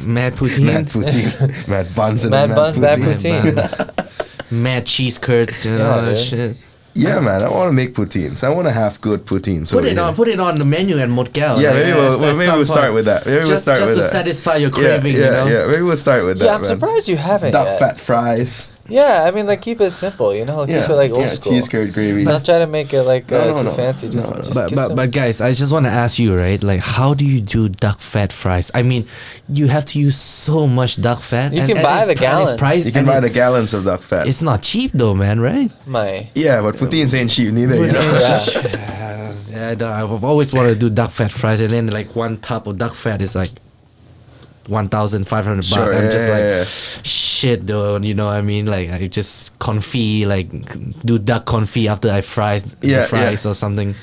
Speaker 1: Mad poutine.
Speaker 2: Mad poutine, mad buns, and
Speaker 3: mad,
Speaker 2: mad, mad
Speaker 3: buns,
Speaker 2: poutine.
Speaker 3: mad
Speaker 1: poutine.
Speaker 3: poutine.
Speaker 1: Mad cheese curds. You know,
Speaker 3: dude.
Speaker 1: shit.
Speaker 2: Yeah, man. I want to make poutines. I want to have good poutines.
Speaker 1: Put
Speaker 2: over
Speaker 1: it
Speaker 2: here.
Speaker 1: on. Put it on the menu at Motgal.
Speaker 2: Yeah, maybe we'll, well, maybe we'll start with that. Maybe we'll
Speaker 1: just
Speaker 2: start
Speaker 1: just
Speaker 2: with
Speaker 1: to
Speaker 2: that.
Speaker 1: satisfy your craving.
Speaker 2: yeah, yeah,
Speaker 1: you know.
Speaker 2: yeah. Maybe we'll start with that.
Speaker 3: yeah, I'm
Speaker 2: man.
Speaker 3: surprised you haven't
Speaker 2: Duck
Speaker 3: yet.
Speaker 2: fat fries.
Speaker 3: Yeah, I mean, like keep it simple, you know, keep
Speaker 2: Yeah,
Speaker 3: it like old
Speaker 2: yeah,
Speaker 3: school.
Speaker 2: cheese curd gravy.
Speaker 3: Not try to make it like
Speaker 2: No,
Speaker 3: uh,
Speaker 2: no,
Speaker 3: too
Speaker 2: no.
Speaker 3: fancy. Just,
Speaker 2: No, no.
Speaker 3: just
Speaker 1: But,
Speaker 3: get
Speaker 1: but,
Speaker 3: some-
Speaker 1: but guys, I just want to ask you, right? Like, how do you do duck fat fries? I mean, you have to use so much duck fat.
Speaker 3: You can buy
Speaker 1: it's
Speaker 3: the
Speaker 1: pri- and it's
Speaker 3: gallons.
Speaker 1: priced-
Speaker 2: You can
Speaker 1: and
Speaker 2: buy
Speaker 1: it-
Speaker 2: the gallons of duck fat.
Speaker 1: It's not cheap though, man. Right?
Speaker 3: my
Speaker 2: yeah, but poutines ain't cheap neither. You know?
Speaker 3: yeah.
Speaker 1: Yeah, I don't- I've always wanted to do duck fat fries, and then like one tub of duck fat is like one thousand five hundred baht.
Speaker 2: Sure,
Speaker 1: I'm
Speaker 2: yeah,
Speaker 1: just like,
Speaker 2: yeah, yeah.
Speaker 1: shit, though. You know, what I mean, like I just confit, like do duck confit after I fries
Speaker 2: Yeah,
Speaker 1: the
Speaker 2: yeah.
Speaker 1: fries or something.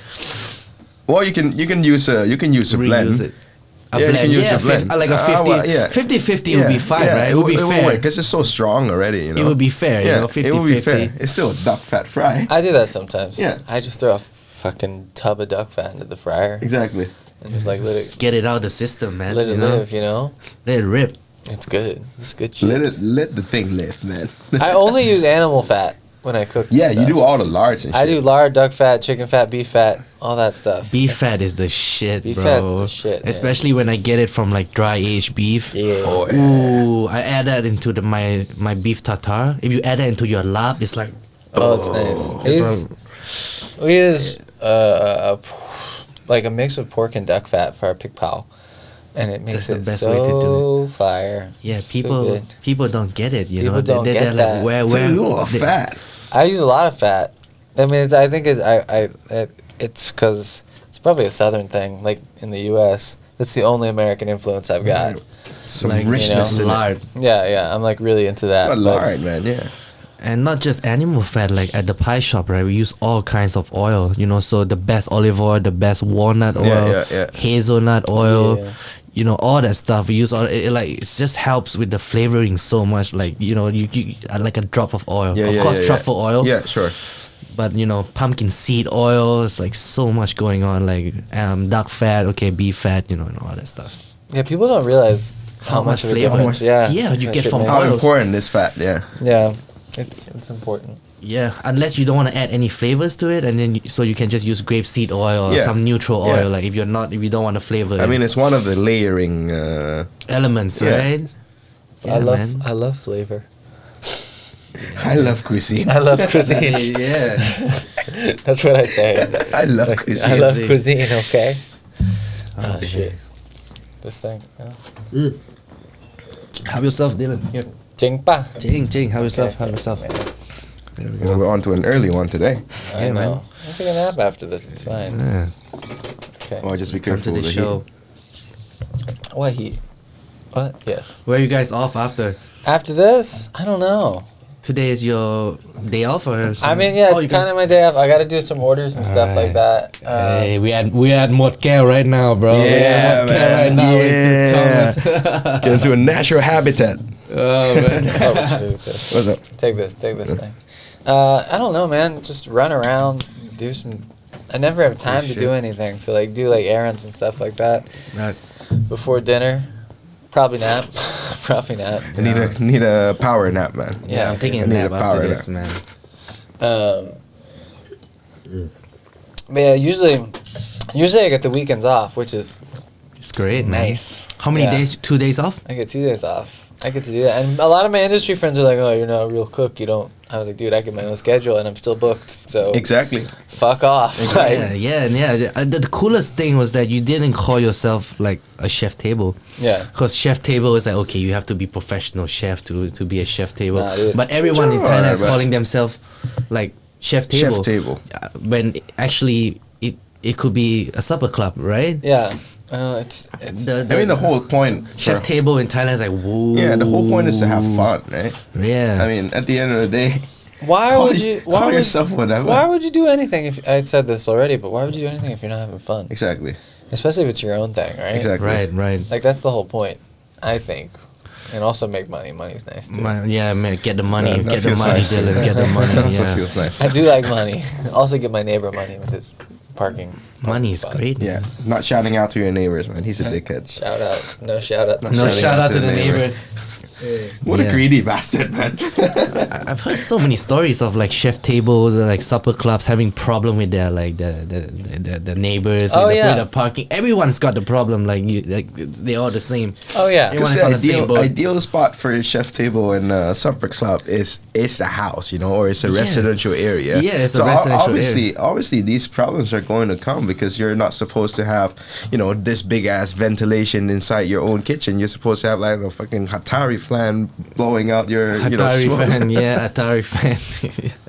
Speaker 2: Well, you can you can use a you can use a blend.
Speaker 1: Reuse it. A
Speaker 2: Yeah, you
Speaker 1: blend,
Speaker 2: can use
Speaker 1: yeah,
Speaker 2: a
Speaker 1: fif-
Speaker 2: blend.
Speaker 1: uh, like a
Speaker 2: Ah,
Speaker 1: 50,
Speaker 2: well, yeah.
Speaker 1: 50 would be fine, right? It, would
Speaker 2: w-
Speaker 1: be
Speaker 2: won't
Speaker 1: fair.
Speaker 2: work, Cause it's so strong already. You know.
Speaker 1: would be fair, you know,
Speaker 2: it would be
Speaker 1: 50-50.
Speaker 2: fair. It's still a duck fat fry.
Speaker 3: I do that sometimes.
Speaker 2: Yeah.
Speaker 3: I just throw a fucking tub of duck fat into the fryer
Speaker 2: Exactly.
Speaker 3: and just like
Speaker 1: Just get it out of the system, man.
Speaker 3: let it let
Speaker 1: you
Speaker 3: it
Speaker 1: know?
Speaker 3: live. You know,
Speaker 1: Let it rip.
Speaker 3: it's good. It's good shit.
Speaker 2: Let it let the thing live, man.
Speaker 3: I only use animal fat when I cook.
Speaker 2: yeah, you
Speaker 3: stuff.
Speaker 2: do all the large and shit.
Speaker 3: I do lard, duck fat, chicken fat, beef fat, all that stuff.
Speaker 1: Beef fat is the shit,
Speaker 3: Beef
Speaker 1: bro.
Speaker 3: fat's the shit, man.
Speaker 1: Especially when I get it from like dry aged beef.
Speaker 3: Yeah.
Speaker 2: Oh, yeah.
Speaker 1: Ooh, I add that into the, my my beef tartar. If you add that into your lap, it's like
Speaker 3: Oh, it's nice. It is, it is uh, a p- like a mix of pork and duck fat for our pig pal, and it makes
Speaker 1: That's the
Speaker 3: it
Speaker 1: best
Speaker 3: so
Speaker 1: way to do
Speaker 3: fire.
Speaker 1: yeah,
Speaker 3: So
Speaker 1: people
Speaker 3: good.
Speaker 1: people don't get it. You
Speaker 3: People
Speaker 1: know,
Speaker 3: don't get
Speaker 1: are
Speaker 3: that.
Speaker 1: like where
Speaker 2: So
Speaker 1: where
Speaker 2: you are
Speaker 1: they-
Speaker 2: fat.
Speaker 3: I use a lot of fat. I mean, it's, I think it's I, I it, it's because it's probably a southern thing. Like in the U.S., that's the only American influence I've got.
Speaker 2: Some
Speaker 1: like,
Speaker 2: richness
Speaker 1: you know,
Speaker 2: in it.
Speaker 1: lard.
Speaker 3: Yeah, yeah, I'm like really into that.
Speaker 2: Not
Speaker 3: but-
Speaker 2: lard, man. Yeah.
Speaker 1: And not just animal fat, like at the pie shop, right? We use all kinds of oil, you know. So the best olive oil, the best walnut oil,
Speaker 2: Yeah, yeah, yeah.
Speaker 1: hazelnut oil,
Speaker 3: Yeah.
Speaker 1: you know, all that stuff. We use all it, it, like it just helps with the flavoring so much. Like you know, you, you uh, like a drop of oil.
Speaker 2: Yeah,
Speaker 1: of
Speaker 2: yeah,
Speaker 1: course,
Speaker 2: yeah, yeah.
Speaker 1: truffle oil.
Speaker 2: Yeah, sure.
Speaker 1: But you know, pumpkin seed oil. It's like so much going on. Like um, duck fat, okay, beef fat, you know, and all that stuff.
Speaker 3: Yeah, people don't realize
Speaker 1: How much
Speaker 3: of a
Speaker 1: flavor-
Speaker 3: difference,
Speaker 1: how
Speaker 3: Yeah,
Speaker 1: much- yeah, you
Speaker 3: that
Speaker 1: get
Speaker 3: shit
Speaker 1: from
Speaker 3: makes.
Speaker 2: How
Speaker 1: oils.
Speaker 2: important is fat? Yeah.
Speaker 3: Yeah, it's it's important.
Speaker 1: Yeah, unless you don't want to add any flavors to it, and then you, so you can just use grapeseed oil or
Speaker 2: Yeah.
Speaker 1: some neutral
Speaker 2: Yeah.
Speaker 1: oil. Like if you're not, if you don't want to flavor.
Speaker 2: I
Speaker 1: it.
Speaker 2: mean, it's one of the layering. Uh,
Speaker 1: elements,
Speaker 2: Yeah.
Speaker 1: right? Yeah,
Speaker 3: I love
Speaker 1: man.
Speaker 3: I love flavor.
Speaker 2: I love cuisine.
Speaker 3: I love cuisine.
Speaker 4: yeah.
Speaker 3: That's what I say.
Speaker 2: I love
Speaker 3: It's like,
Speaker 2: cuisine.
Speaker 3: I love
Speaker 1: Cuisine.
Speaker 3: cuisine. Okay.
Speaker 1: Oh,
Speaker 3: Oh shit. This thing. Yeah.
Speaker 1: mm. Have yourself, Dylan. Here.
Speaker 3: Jing pa.
Speaker 1: Ching, ching. Have yourself.
Speaker 3: Okay.
Speaker 1: Have yourself.
Speaker 2: Well, we're on to an early one today.
Speaker 3: I
Speaker 1: Yeah, man.
Speaker 3: know. I'll take a nap after this. It's fine.
Speaker 1: Yeah.
Speaker 3: Okay.
Speaker 2: Oh, just be
Speaker 1: Come to
Speaker 2: careful
Speaker 1: the
Speaker 2: with the
Speaker 1: show.
Speaker 2: heat.
Speaker 3: What he? What? Yes.
Speaker 1: Where are you guys off after?
Speaker 3: After this, I don't know.
Speaker 1: Today is your day off, or Oh,
Speaker 3: I mean, yeah, it's kind of my day off. I got to do some orders and stuff like that. Uh,
Speaker 1: hey, we had we had more care right now, bro. We
Speaker 2: Yeah,
Speaker 1: had Mottcare
Speaker 2: man.
Speaker 1: Right now
Speaker 2: Yeah.
Speaker 1: with Thomas.
Speaker 2: Get into a natural habitat.
Speaker 1: oh man.
Speaker 3: oh, we should do this.
Speaker 2: What's up?
Speaker 3: Take this, take this thing. Uh, I don't know, man. Just run around, do some. I never have time to do
Speaker 1: shit.
Speaker 3: anything, so like do like errands and stuff like that before dinner. Probably nap. Probably nap.
Speaker 2: I need a need a power nap, man.
Speaker 1: Yeah, I'm taking
Speaker 2: I
Speaker 1: a
Speaker 2: need
Speaker 1: nap
Speaker 2: a power
Speaker 1: after this,
Speaker 2: nap.
Speaker 1: man.
Speaker 3: Um, but yeah, usually, usually I get the weekends off, which is
Speaker 1: It's great, man.
Speaker 3: nice.
Speaker 1: How many
Speaker 3: Yeah.
Speaker 1: days? Two days off?
Speaker 3: I get two days off. I get to do that, and a lot of my industry friends are like, "Oh, you're not a real cook. You don't." I was like, "Dude, I get my own schedule, and I'm still booked. So
Speaker 2: Exactly.
Speaker 3: fuck off."
Speaker 1: Yeah,
Speaker 3: Like,
Speaker 1: yeah, and yeah. The, uh, the coolest thing was that you didn't call yourself like a chef table.
Speaker 3: yeah,
Speaker 1: Because chef table is like okay, you have to be professional chef to to be a chef table.
Speaker 3: Nah, dude.
Speaker 1: but everyone in
Speaker 2: Sure,
Speaker 1: Thailand is
Speaker 2: but-
Speaker 1: calling themselves like chef
Speaker 2: Chef
Speaker 1: table.
Speaker 2: table.
Speaker 1: Uh, When actually it it could be a supper club, right?
Speaker 3: yeah. Uh, it's it's
Speaker 1: The,
Speaker 2: I mean, the whole point.
Speaker 1: chef
Speaker 2: for-
Speaker 1: table in Thailand is like woo.
Speaker 2: Yeah, the whole point is to have fun, right?
Speaker 1: Yeah.
Speaker 2: I mean, at the end of the day,
Speaker 3: why
Speaker 2: call,
Speaker 3: would
Speaker 2: y-
Speaker 3: you why
Speaker 2: call
Speaker 3: would,
Speaker 2: yourself whatever.
Speaker 3: why would you do anything if I said this already? But why would you do anything if you're not having fun?
Speaker 2: exactly.
Speaker 3: Especially if it's your own thing, right?
Speaker 2: Exactly.
Speaker 1: right, right.
Speaker 3: Like that's the whole point, I think. And also make money. Money's nice too.
Speaker 1: My, yeah, man, get the money,
Speaker 2: Yeah, that
Speaker 1: get the
Speaker 2: feels
Speaker 1: money,
Speaker 2: nice.
Speaker 1: Dylan, get the
Speaker 2: That
Speaker 1: money.
Speaker 2: also
Speaker 1: Yeah.
Speaker 2: feels nice.
Speaker 3: I do like money. also give my neighbor money with his parking.
Speaker 1: Money is
Speaker 3: But-
Speaker 1: great.
Speaker 2: Yeah, not shouting out to your neighbors, man. He's a dickhead.
Speaker 3: Shout out. No shout out.
Speaker 2: No
Speaker 1: No
Speaker 2: Shouting
Speaker 1: shout out to the
Speaker 2: neighbor.
Speaker 1: neighbors.
Speaker 2: What a
Speaker 1: Yeah.
Speaker 2: greedy bastard, man.
Speaker 1: I- I've heard so many stories of like chef tables, uh, like supper clubs having problem with their like the the, the, the, the neighbors,
Speaker 3: Oh,
Speaker 1: with, the,
Speaker 3: yeah.
Speaker 1: with the parking. Everyone's got the problem. Like you, like they're all the same.
Speaker 3: Oh yeah.
Speaker 1: Everyone
Speaker 2: Because
Speaker 1: is
Speaker 2: the
Speaker 1: on the same
Speaker 2: ideal,
Speaker 1: boat.
Speaker 2: ideal spot for a chef table and a supper club is is a house, you know, or it's a
Speaker 1: Yeah.
Speaker 2: residential area.
Speaker 1: Yeah, it's a
Speaker 2: so o-
Speaker 1: residential area.
Speaker 2: obviously, obviously, these problems are going to come because you're not supposed to have, you know, this big ass ventilation inside your own kitchen. You're supposed to have like a fucking Hatari fan blowing out your, you know,
Speaker 1: Atari
Speaker 2: smoke.
Speaker 1: fan, yeah, Atari fan.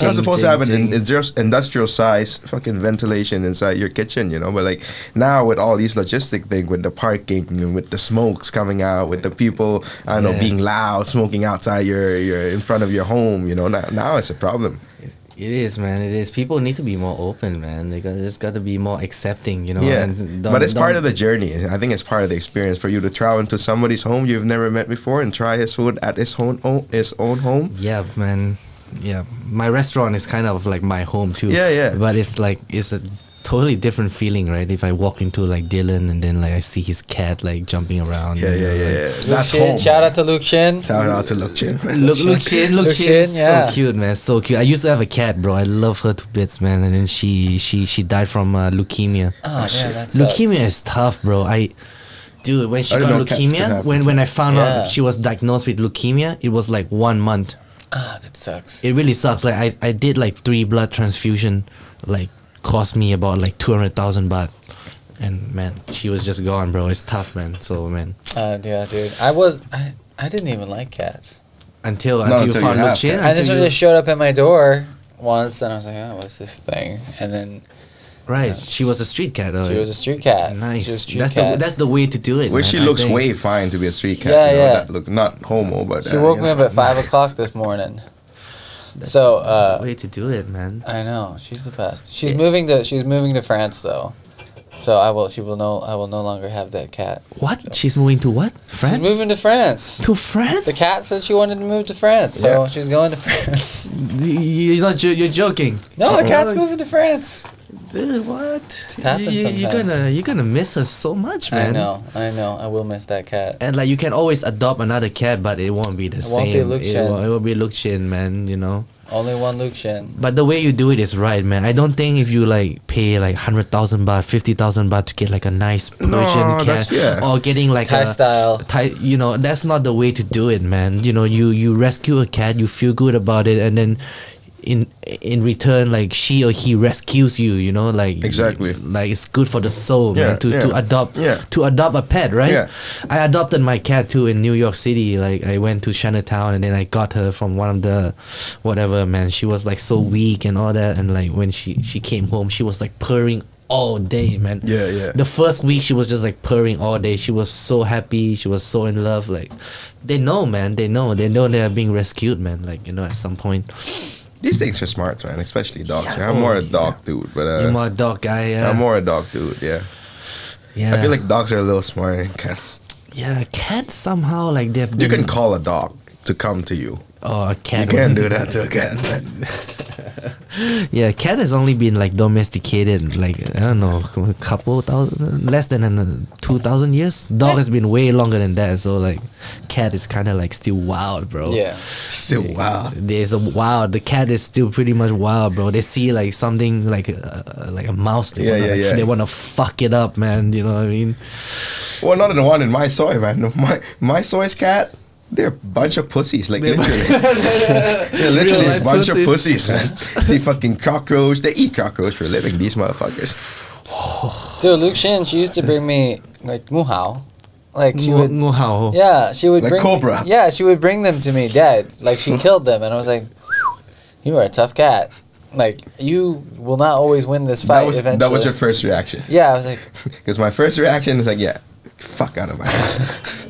Speaker 2: You're not supposed to
Speaker 1: Ting,
Speaker 2: have an
Speaker 1: ting,
Speaker 2: in-
Speaker 1: ting.
Speaker 2: indus- industrial size fucking ventilation inside your kitchen, you know. But like now with all these logistic thing, with the parking and with the smokes coming out, with the people I don't know
Speaker 1: Yeah.
Speaker 2: being loud, smoking outside your your in front of your home, you know. Now, now it's a problem.
Speaker 1: It is, man. It is. People need to be more open, man. They got just got to be more accepting, you know.
Speaker 2: yeah,
Speaker 1: and
Speaker 2: but
Speaker 1: don't-
Speaker 2: it's part
Speaker 1: don't-
Speaker 2: of the journey. I think it's part of the experience for you to travel into somebody's home you've never met before and try his food at his own own his own home.
Speaker 1: Yeah, man. Yeah, my restaurant is kind of like my home too.
Speaker 2: Yeah, yeah.
Speaker 1: But it's like it's a totally different feeling, right? If I walk into like Dylan and then like I see his cat like jumping around.
Speaker 2: Yeah,
Speaker 1: you know,
Speaker 2: yeah, yeah.
Speaker 1: like-
Speaker 2: yeah.
Speaker 3: Luke
Speaker 2: That's
Speaker 3: Shin.
Speaker 2: home.
Speaker 3: Shout out to Luke Shin.
Speaker 2: Shout out to Luke Chin.
Speaker 1: Look, look, Shin, look,
Speaker 3: Look,
Speaker 1: Shin,
Speaker 3: Shin, yeah.
Speaker 1: so cute, man, so cute. I used to have a cat, bro. I love her to bits, man. And then she, she, she died from uh, leukemia.
Speaker 3: Oh, yeah, that's
Speaker 1: leukemia is tough, bro. I, dude, when she
Speaker 2: I didn't
Speaker 1: got
Speaker 2: know cats could
Speaker 1: leukemia,
Speaker 2: have
Speaker 1: when when I found
Speaker 3: Yeah.
Speaker 1: out she was diagnosed with leukemia, it was like one month.
Speaker 3: Ah, that sucks.
Speaker 1: it really sucks. Like I, I did like three blood transfusion, like cost me about like two hundred thousand baht, and man, she was just gone, bro. It's tough, man. So man,
Speaker 3: Uh, yeah, dude. I was I, I didn't even like cats.
Speaker 1: until
Speaker 2: Not
Speaker 1: until, you
Speaker 2: until you
Speaker 1: found
Speaker 2: have
Speaker 1: Luke Chin,
Speaker 3: I just
Speaker 1: until you-
Speaker 3: just showed up at my door once, and I was like, "Oh, what's this thing?" And then
Speaker 1: Right. She was a street cat.
Speaker 3: She was a street cat.
Speaker 1: Oh, nice.
Speaker 3: She was a street
Speaker 1: that's
Speaker 3: cat.
Speaker 1: the that's the way to do it.
Speaker 2: Well,
Speaker 1: man,
Speaker 2: she
Speaker 1: I
Speaker 2: looks
Speaker 1: think.
Speaker 2: way fine to be a street cat.
Speaker 3: Yeah,
Speaker 2: you know,
Speaker 3: yeah.
Speaker 2: That look not homo, but
Speaker 3: she
Speaker 2: uh,
Speaker 3: woke
Speaker 2: you
Speaker 3: me
Speaker 2: know.
Speaker 3: up at five o'clock this morning. So
Speaker 1: That's the
Speaker 3: uh,
Speaker 1: way to do it, man.
Speaker 3: I know she's the best. She's moving to she's moving to France though, so I will she will no I will no longer have that cat.
Speaker 1: What? She's moving to what? France.
Speaker 3: She's moving to France.
Speaker 1: to France.
Speaker 3: The cat said she wanted to move to France, so
Speaker 2: Yeah.
Speaker 3: she's going to France.
Speaker 1: You're not. jo- You're joking.
Speaker 3: No, the cat's
Speaker 1: Oh.
Speaker 3: moving to France.
Speaker 1: Dude, what?
Speaker 3: happens
Speaker 1: You, are
Speaker 3: sometimes.
Speaker 1: gonna you're gonna miss her so much, man.
Speaker 3: I know, I know. I will miss that cat.
Speaker 1: And like you can always adopt another cat, but it won't be the
Speaker 3: It
Speaker 1: same.
Speaker 3: won't be Luke
Speaker 1: it,
Speaker 3: Shen.
Speaker 1: will, it will be Luke Shin, man. You know.
Speaker 3: Only one Luke Shin.
Speaker 1: But the way you do it is right, man. I don't think if you like pay like hundred thousand baht, fifty thousand baht to get like a nice Persian
Speaker 2: that's-
Speaker 1: cat,
Speaker 2: yeah.
Speaker 1: or getting like
Speaker 3: Thai
Speaker 1: a
Speaker 3: style.
Speaker 1: Thai, you know, that's not the way to do it, man. You know, you you rescue a cat, you feel good about it, and then in in return, like she or he rescues you. You know, like
Speaker 2: Exactly.
Speaker 1: like it's good for the soul,
Speaker 2: Yeah,
Speaker 1: man. To to
Speaker 2: yeah,
Speaker 1: adopt,
Speaker 2: yeah.
Speaker 1: to adopt a pet, right?
Speaker 2: Yeah.
Speaker 1: I adopted my cat too in New York City. Like I went to Chinatown and then I got her from one of the whatever man. She was like so weak and all that and like when she she came home she was like purring all day, man.
Speaker 2: Yeah, yeah.
Speaker 1: The first week she was just like purring all day. She was so happy. She was so in love. Like they know, man. They know. They know they are being rescued, man. Like, you know, at some point.
Speaker 2: These things are smart, man. Especially dogs.
Speaker 1: Yeah.
Speaker 2: I'm more a
Speaker 1: Oh,
Speaker 2: dog dude, but uh,
Speaker 1: You're more a dog guy, yeah.
Speaker 2: I'm more a dog dude. Yeah.
Speaker 1: uh, yeah.
Speaker 2: I feel like dogs are a little smarter than cats.
Speaker 1: Yeah, cats somehow like they've
Speaker 2: You can call a dog to come to you.
Speaker 1: Oh a
Speaker 2: You
Speaker 1: cat.
Speaker 2: can't do that to a cat. man.
Speaker 1: Yeah, cat has only been like domesticated like I don't know, a couple thousand, less than an, uh, two thousand years. Dog has been way longer than that. So like, cat is kind of like still wild, bro.
Speaker 3: Yeah.
Speaker 2: Still wow.
Speaker 1: There's a wild. The cat is still pretty much wild, bro. They see like something like a, like a mouse. They
Speaker 2: Yeah,
Speaker 1: wanna,
Speaker 2: yeah, yeah.
Speaker 1: They wanna fuck it up, man. You know what I mean?
Speaker 2: Well, not the one in my soy, man. My my soy's cat. They're a bunch of pussies, like literally. They're literally a
Speaker 4: Real-life
Speaker 2: bunch of
Speaker 4: pussies.
Speaker 2: pussies, man. See fucking cockroach. They eat cockroach for a living. These motherfuckers.
Speaker 3: Dude, Luke Shin, she used to bring me like muhao. Like she would
Speaker 1: Ngo hao.
Speaker 3: Yeah, she would
Speaker 2: Like
Speaker 3: bring
Speaker 2: Cobra.
Speaker 3: Yeah, she would bring them to me dead. Like she killed them and I was like, You are a tough cat. Like you will not always win this fight
Speaker 2: That was,
Speaker 3: eventually.
Speaker 2: that was your first reaction.
Speaker 3: Yeah, I was like,
Speaker 2: Because my first reaction was like, yeah, fuck out of my house.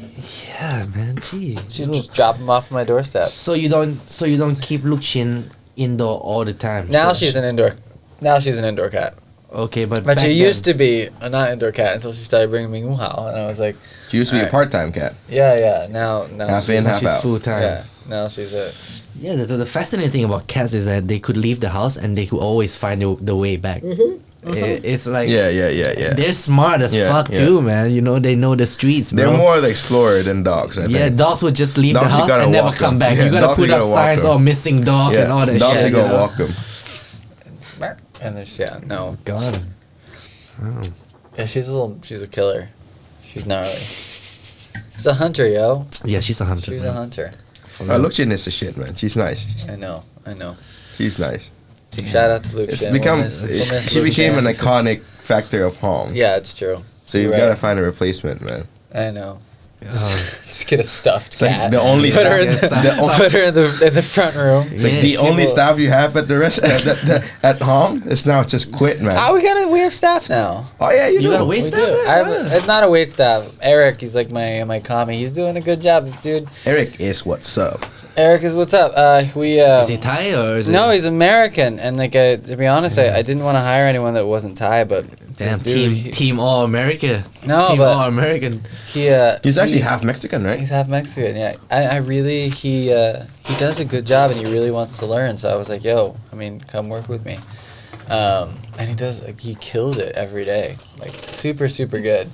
Speaker 1: Yeah, man. Gee.
Speaker 3: she
Speaker 1: Yo.
Speaker 3: just drop him off my doorstep.
Speaker 1: So you don't. So you don't keep Luke Chin indoor all the time.
Speaker 3: Now
Speaker 1: so-
Speaker 3: she's an indoor now she's an indoor cat.
Speaker 1: okay, but
Speaker 3: But
Speaker 1: back
Speaker 3: she
Speaker 1: then-
Speaker 3: used to be a not indoor cat until she started bringing me muhao and I was like,
Speaker 2: She used to be a
Speaker 3: Alright.
Speaker 2: part-time cat.
Speaker 3: Yeah, yeah. Now now
Speaker 2: Half
Speaker 3: she's-
Speaker 2: in, half
Speaker 1: She's
Speaker 2: out.
Speaker 1: full time.
Speaker 3: Yeah. Now she's a
Speaker 1: Yeah, the, the fascinating thing about cats is that they could leave the house and they could always find the, the way back.
Speaker 3: Mm-hmm.
Speaker 1: It- it's like
Speaker 2: Yeah, yeah, yeah, yeah. They're,
Speaker 1: they're smart as
Speaker 2: Yeah,
Speaker 1: fuck
Speaker 2: yeah.
Speaker 1: too, man. You know they know the streets, bro.
Speaker 2: more the explorer than dogs, I think.
Speaker 1: yeah, dogs would just leave the
Speaker 2: Dogs, you
Speaker 1: house
Speaker 2: gotta
Speaker 1: and never
Speaker 2: walk
Speaker 1: come
Speaker 2: them.
Speaker 1: back.
Speaker 2: Yeah,
Speaker 1: you gotta
Speaker 2: dogs,
Speaker 1: put
Speaker 2: you
Speaker 1: up
Speaker 2: gotta walk
Speaker 1: signs
Speaker 2: them.
Speaker 1: or missing dog and all that
Speaker 2: dogs
Speaker 1: shit.
Speaker 2: you go
Speaker 1: you know?
Speaker 2: walk them.
Speaker 3: and there's yeah, no.
Speaker 1: God.
Speaker 3: Yeah, she's a little. She's a killer. She's gnarly. She's a hunter, yo.
Speaker 1: Yeah, she's a hunter.
Speaker 3: She's a
Speaker 1: man.
Speaker 3: hunter.
Speaker 2: Uh, Look, she is a shit, man. She's nice.
Speaker 3: I know. I know.
Speaker 2: She's nice.
Speaker 3: Shout out to Luke.
Speaker 2: It's
Speaker 3: Shen.
Speaker 2: become.
Speaker 3: We'll miss- we'll miss
Speaker 2: she
Speaker 3: Luke
Speaker 2: became
Speaker 3: Shen.
Speaker 2: an iconic factor of harm.
Speaker 3: Yeah, it's true.
Speaker 2: So you've
Speaker 3: You're
Speaker 2: got to
Speaker 3: right.
Speaker 2: find a replacement, man.
Speaker 3: I know. Just get a stuffed
Speaker 2: like
Speaker 3: cat.
Speaker 2: the only
Speaker 3: put her, in the,
Speaker 1: stuff- yeah, stuff-
Speaker 3: put her in the in the front room.
Speaker 2: It's like
Speaker 1: Yeah.
Speaker 2: the only
Speaker 3: People-
Speaker 2: staff you have at the rest at, at, at home is now just quit, man.
Speaker 3: Oh, we got a, we have staff now.
Speaker 2: oh yeah, you,
Speaker 1: You
Speaker 2: do.
Speaker 1: gotta wait.
Speaker 3: We
Speaker 1: staff
Speaker 3: do.
Speaker 1: now?
Speaker 3: I have a, it's not a wait staff. Eric, he's like my my commie. He's doing a good job, dude.
Speaker 2: Eric is what's up.
Speaker 3: Eric is what's up. Uh, we uh,
Speaker 1: Is he Thai or is
Speaker 3: no,
Speaker 1: it?
Speaker 3: he's American, and like I, to be honest, I, I didn't want to hire anyone that wasn't Thai, but this
Speaker 1: Damn,
Speaker 3: dude,
Speaker 1: team,
Speaker 3: he,
Speaker 1: team all America.
Speaker 3: No,
Speaker 1: team
Speaker 3: but-
Speaker 1: all American.
Speaker 3: he, uh,
Speaker 2: He's actually
Speaker 3: he-
Speaker 2: half Mexican, right?
Speaker 3: he's half Mexican. Yeah, I, I really he uh, he does a good job, and he really wants to learn. So I was like, yo, I mean, come work with me, um, and he does like he kills it every day, like super super good.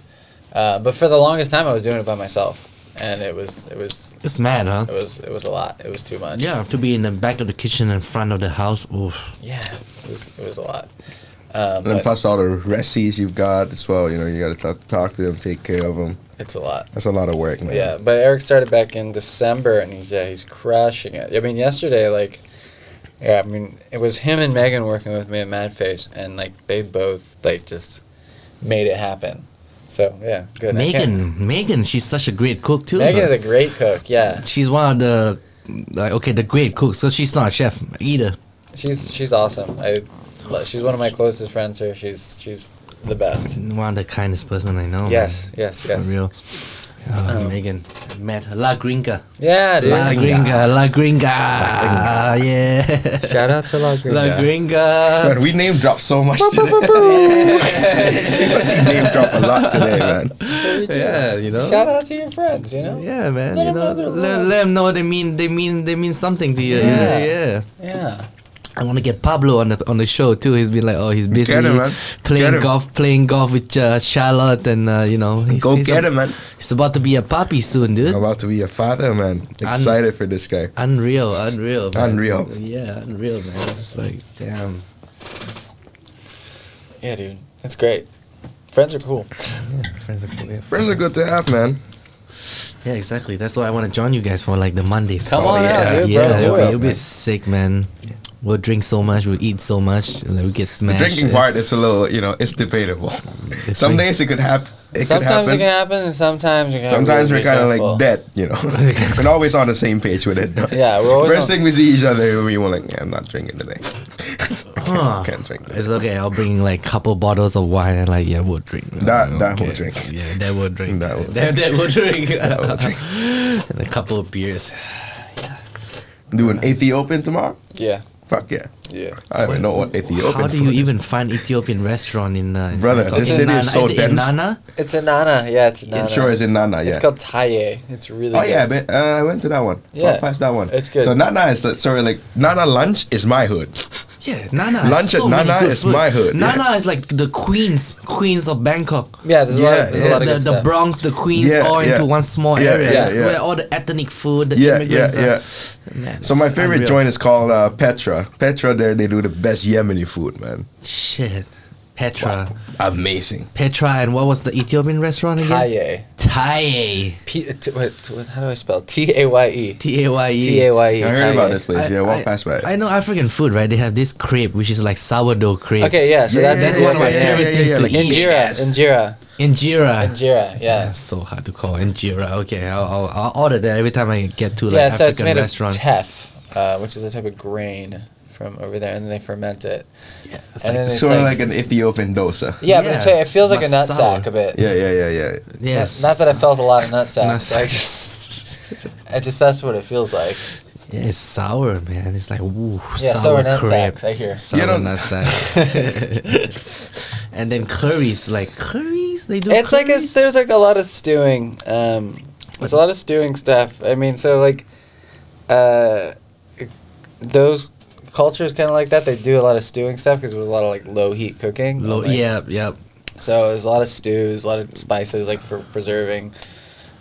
Speaker 3: Uh, but for the longest time, I was doing it by myself, and it was it was
Speaker 1: It's mad, huh?
Speaker 3: it was it was a lot. It was too much.
Speaker 1: Yeah, to be in the back of the kitchen in front of the house. Oof.
Speaker 3: yeah, it was it was a lot. Um,
Speaker 2: And then
Speaker 3: but
Speaker 2: plus all the resties you've got as well. You know, you got to talk, talk to them, take care of them.
Speaker 3: it's a lot.
Speaker 2: That's a lot of work, man.
Speaker 3: Yeah, but Eric started back in December, and he's yeah, he's crushing it. I mean, yesterday, like, yeah, I mean, it was him and Megan working with me at Mad Face, and like they both like just made it happen. So yeah, good. I can't-
Speaker 1: Megan, Megan, she's such a great cook too.
Speaker 3: Megan
Speaker 1: bro.
Speaker 3: is a great cook. Yeah,
Speaker 1: she's one of the like okay the great cooks. So she's not a chef either.
Speaker 3: she's she's awesome. I But she's one of my closest friends here. She's she's the best.
Speaker 1: One of the kindest person I know. man.
Speaker 3: Yes, yes, yes.
Speaker 1: For real. Uh, Megan, I met her. La Gringa.
Speaker 3: Yeah, dude.
Speaker 1: La Gringa, La Gringa. Yeah.
Speaker 3: Shout out to La Gringa.
Speaker 1: La Gringa.
Speaker 2: Man, we name drop so much. today. we name drop a lot today, man.
Speaker 4: Yeah, you know.
Speaker 3: Shout out to your friends, you know?
Speaker 1: Yeah, man.
Speaker 3: Let
Speaker 1: you
Speaker 3: 'em
Speaker 1: know,
Speaker 3: know they're
Speaker 1: let,
Speaker 3: loved.
Speaker 1: let 'em know they mean they mean they mean something to you.
Speaker 3: Yeah.
Speaker 1: Yeah, yeah.
Speaker 3: Yeah.
Speaker 1: I want to get Pablo on the on the show too. He's been like, oh, he's busy
Speaker 2: Get him, man. Get
Speaker 1: playing
Speaker 2: him.
Speaker 1: golf, playing golf with uh, Charlotte, and uh, you know, he's,
Speaker 2: Go
Speaker 1: he's
Speaker 2: get
Speaker 1: a-
Speaker 2: him, man.
Speaker 1: He's about to be a puppy soon, dude.
Speaker 2: I'm about to be a father, man. Excited for this guy.
Speaker 1: Unreal, unreal, man.
Speaker 2: Unreal.
Speaker 1: Yeah, unreal, man. It's like, damn.
Speaker 3: Yeah, dude. It's great. Friends are cool.
Speaker 1: Friends are cool, yeah.
Speaker 2: Friends are good to have, man.
Speaker 1: Yeah, exactly. That's why I want to join you guys for like the Mondays.
Speaker 3: Come on
Speaker 2: yeah.
Speaker 3: out, dude,
Speaker 1: yeah,
Speaker 3: bro.
Speaker 1: it'll,
Speaker 3: Do
Speaker 1: be,
Speaker 3: it.
Speaker 1: it'll be sick, man. We'll drink so much, we'll eat so much, and then we get
Speaker 2: The
Speaker 1: smashed.
Speaker 2: drinking part is a little, you know, it's debatable.
Speaker 1: It's
Speaker 2: Some
Speaker 1: like-
Speaker 2: days it could happen. It could
Speaker 3: sometimes it
Speaker 2: happen.
Speaker 3: can happen, and sometimes you can.
Speaker 2: Sometimes we're kind of like
Speaker 3: that.
Speaker 2: dead, you know. we're not always on the same page with it. though.
Speaker 3: Yeah, we're always
Speaker 2: First
Speaker 3: on-
Speaker 2: thing we see each other, we were like, yeah, I'm not drinking today.
Speaker 1: Huh.
Speaker 2: Can't drink today.
Speaker 1: It's okay. I'll bring like couple bottles of wine and like yeah, we'll drink.
Speaker 2: That-
Speaker 1: Uh,
Speaker 2: that we'll drink.
Speaker 1: Yeah, that will drink.
Speaker 2: That
Speaker 1: that
Speaker 2: we'll
Speaker 1: will that, that will drink. that
Speaker 2: we'll drink.
Speaker 1: and a couple of beers.
Speaker 2: Do an Ethiopian tomorrow?
Speaker 3: Yeah.
Speaker 2: Fuck yeah.
Speaker 3: Yeah.
Speaker 2: I don't even know what Ethiopian
Speaker 1: How do
Speaker 2: food
Speaker 1: you
Speaker 2: is.
Speaker 1: even find Ethiopian restaurant in? Uh, in
Speaker 2: Brother,
Speaker 1: Bangkok?
Speaker 2: this city is
Speaker 1: Inanna-
Speaker 2: so
Speaker 1: it
Speaker 2: dense.
Speaker 1: Inanna?
Speaker 3: It's a nana. Yeah, it's a nana.
Speaker 2: It sure is in Nana, yeah.
Speaker 3: It's called Taye. It's really.
Speaker 2: Oh
Speaker 3: good.
Speaker 2: yeah, but, uh, I went to that one. Yeah,
Speaker 3: Yeah.
Speaker 2: past that one.
Speaker 3: It's good.
Speaker 2: So Nana is the, sorry, like Nana lunch is my hood.
Speaker 1: Yeah, Nana.
Speaker 2: Lunch
Speaker 1: has
Speaker 2: at
Speaker 1: so many
Speaker 2: Nana
Speaker 1: good
Speaker 2: is
Speaker 1: food.
Speaker 2: my hood, yeah.
Speaker 1: Nana is like the queens, queens of Bangkok.
Speaker 3: Yeah, there's a lot. Of, there's
Speaker 2: Yeah,
Speaker 3: a lot
Speaker 1: the,
Speaker 3: of good
Speaker 1: the
Speaker 3: stuff.
Speaker 1: Bronx, the Queens,
Speaker 2: Yeah,
Speaker 1: all into
Speaker 2: yeah.
Speaker 1: one small
Speaker 2: Yeah,
Speaker 1: area.
Speaker 2: yeah,
Speaker 1: That's
Speaker 2: yeah.
Speaker 1: where all the ethnic food, the
Speaker 2: Yeah,
Speaker 1: immigrants
Speaker 2: yeah,
Speaker 1: are.
Speaker 2: yeah.
Speaker 1: Man,
Speaker 2: So my
Speaker 1: it's
Speaker 2: favorite
Speaker 1: unreal.
Speaker 2: joint is called uh, Petra. Petra, there they do the best Yemeni food, man.
Speaker 1: Shit, Petra,
Speaker 2: Amazing.
Speaker 1: Petra, and what was the Ethiopian restaurant again?
Speaker 3: Taye.
Speaker 1: Taye.
Speaker 3: P- t- wait, t- wait, how do I spell? T A Y E.
Speaker 1: T A Y E.
Speaker 3: T A Y E.
Speaker 2: I heard about
Speaker 3: Taye.
Speaker 2: this place. yeah, walk past by it.
Speaker 1: I know African food, right? They have this crepe, which is like sourdough crepe.
Speaker 3: Okay, yeah. So
Speaker 2: Yeah,
Speaker 3: that's,
Speaker 2: yeah,
Speaker 3: that's
Speaker 2: yeah,
Speaker 3: one of my
Speaker 2: yeah,
Speaker 3: favorite.
Speaker 2: yeah, yeah,
Speaker 1: things
Speaker 2: yeah,
Speaker 1: to
Speaker 2: like
Speaker 1: eat.
Speaker 3: Injera. Injera.
Speaker 1: Injera.
Speaker 3: Injera. Yeah.
Speaker 1: That's so hard to call. Injera. Okay, I'll, I'll, I'll order that every time I get to like
Speaker 3: yeah,
Speaker 1: African
Speaker 3: so it's made
Speaker 1: restaurant.
Speaker 3: of teff, uh, which is a type of grain from over there, and then they ferment it.
Speaker 1: yeah, it's
Speaker 3: and
Speaker 1: like-
Speaker 3: then it's
Speaker 2: Sort of like,
Speaker 3: like-
Speaker 2: an Ethiopian dosa.
Speaker 3: Yeah, but
Speaker 1: Yeah,
Speaker 3: it's, it feels like a nut
Speaker 1: masala.
Speaker 3: sack a bit.
Speaker 2: Yeah, yeah, yeah, yeah.
Speaker 1: yes.
Speaker 3: Not, not that I felt a lot of nut
Speaker 1: Nut
Speaker 3: sacks. I
Speaker 1: sack.
Speaker 3: just, I just that's what it feels like.
Speaker 1: Yeah, it's sour, man. It's like ooh,
Speaker 3: Yeah,
Speaker 1: sour,
Speaker 3: sour nut
Speaker 1: crepe.
Speaker 3: sacks. I hear.
Speaker 1: Sour
Speaker 2: You don't-
Speaker 1: nut sack. and then curries, like curries, they do.
Speaker 3: It's like
Speaker 1: curries?
Speaker 3: it's, there's like a lot of stewing. Um, it's a lot of stewing stuff. I mean, so like, uh, those cultures kind of like that. They do a lot of stewing stuff because it was a lot of like low heat cooking.
Speaker 1: Lo-
Speaker 3: Like,
Speaker 1: yep, yep.
Speaker 3: So there's a lot of stews, a lot of spices like for preserving.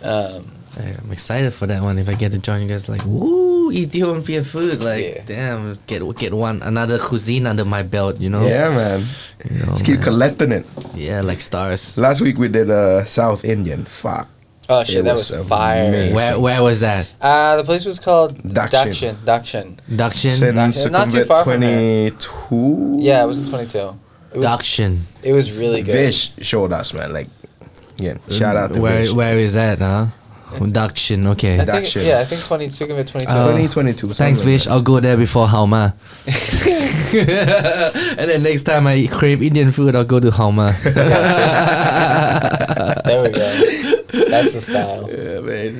Speaker 3: Um,
Speaker 1: I'm excited for that one. If I get to join you guys, like, woo, Ethiopian food, like,
Speaker 3: Yeah.
Speaker 1: damn, get get one another cuisine under my belt, you know?
Speaker 2: Yeah, man.
Speaker 1: You know,
Speaker 2: Just keep
Speaker 1: man.
Speaker 2: collecting it.
Speaker 1: yeah, like stars.
Speaker 2: Last week we did uh, South Indian. Fuck.
Speaker 3: oh shit,
Speaker 2: It
Speaker 3: that
Speaker 2: was
Speaker 3: was, fire.
Speaker 2: amazing.
Speaker 1: Where where was that?
Speaker 3: Uh, the place was called
Speaker 2: Dakshin.
Speaker 3: Dakshin. Dakshin.
Speaker 1: Dakshin.
Speaker 2: Sin
Speaker 3: It's not too
Speaker 2: Sukhumvit
Speaker 3: far from here.
Speaker 2: 22.
Speaker 3: Yeah, it was in 22. It was,
Speaker 1: Dakshin.
Speaker 3: it was really good.
Speaker 2: Vish showed us, man. Like, yeah. Shout out to
Speaker 1: where
Speaker 2: Vish.
Speaker 1: where is that? Huh? Dakshin.
Speaker 3: I
Speaker 1: Okay.
Speaker 3: think,
Speaker 2: Dakshin.
Speaker 3: Yeah, I think 22 can be 22.
Speaker 1: Uh,
Speaker 2: 2022.
Speaker 1: Thanks,
Speaker 2: something like
Speaker 1: Vish. I'll go there before Halma. and then next time I crave Indian food, I'll go to Halma.
Speaker 3: there we go. That's the style.
Speaker 1: yeah, man.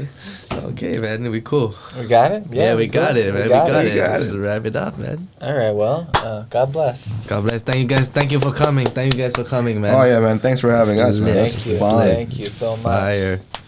Speaker 1: Okay, man. We cool.
Speaker 3: We got it?
Speaker 1: Yeah, we got
Speaker 3: cool.
Speaker 1: it, man. We got, it.
Speaker 2: got
Speaker 1: Let's
Speaker 2: it.
Speaker 1: wrap it up, man.
Speaker 3: All right, well, uh, God bless.
Speaker 1: God bless. Thank you guys. Thank you for coming. Thank you guys for coming, man.
Speaker 2: Oh yeah, man! Thanks for having us, man.
Speaker 1: Thank
Speaker 2: That's
Speaker 3: you.
Speaker 2: fun.
Speaker 3: Thank you so much.
Speaker 1: Fire.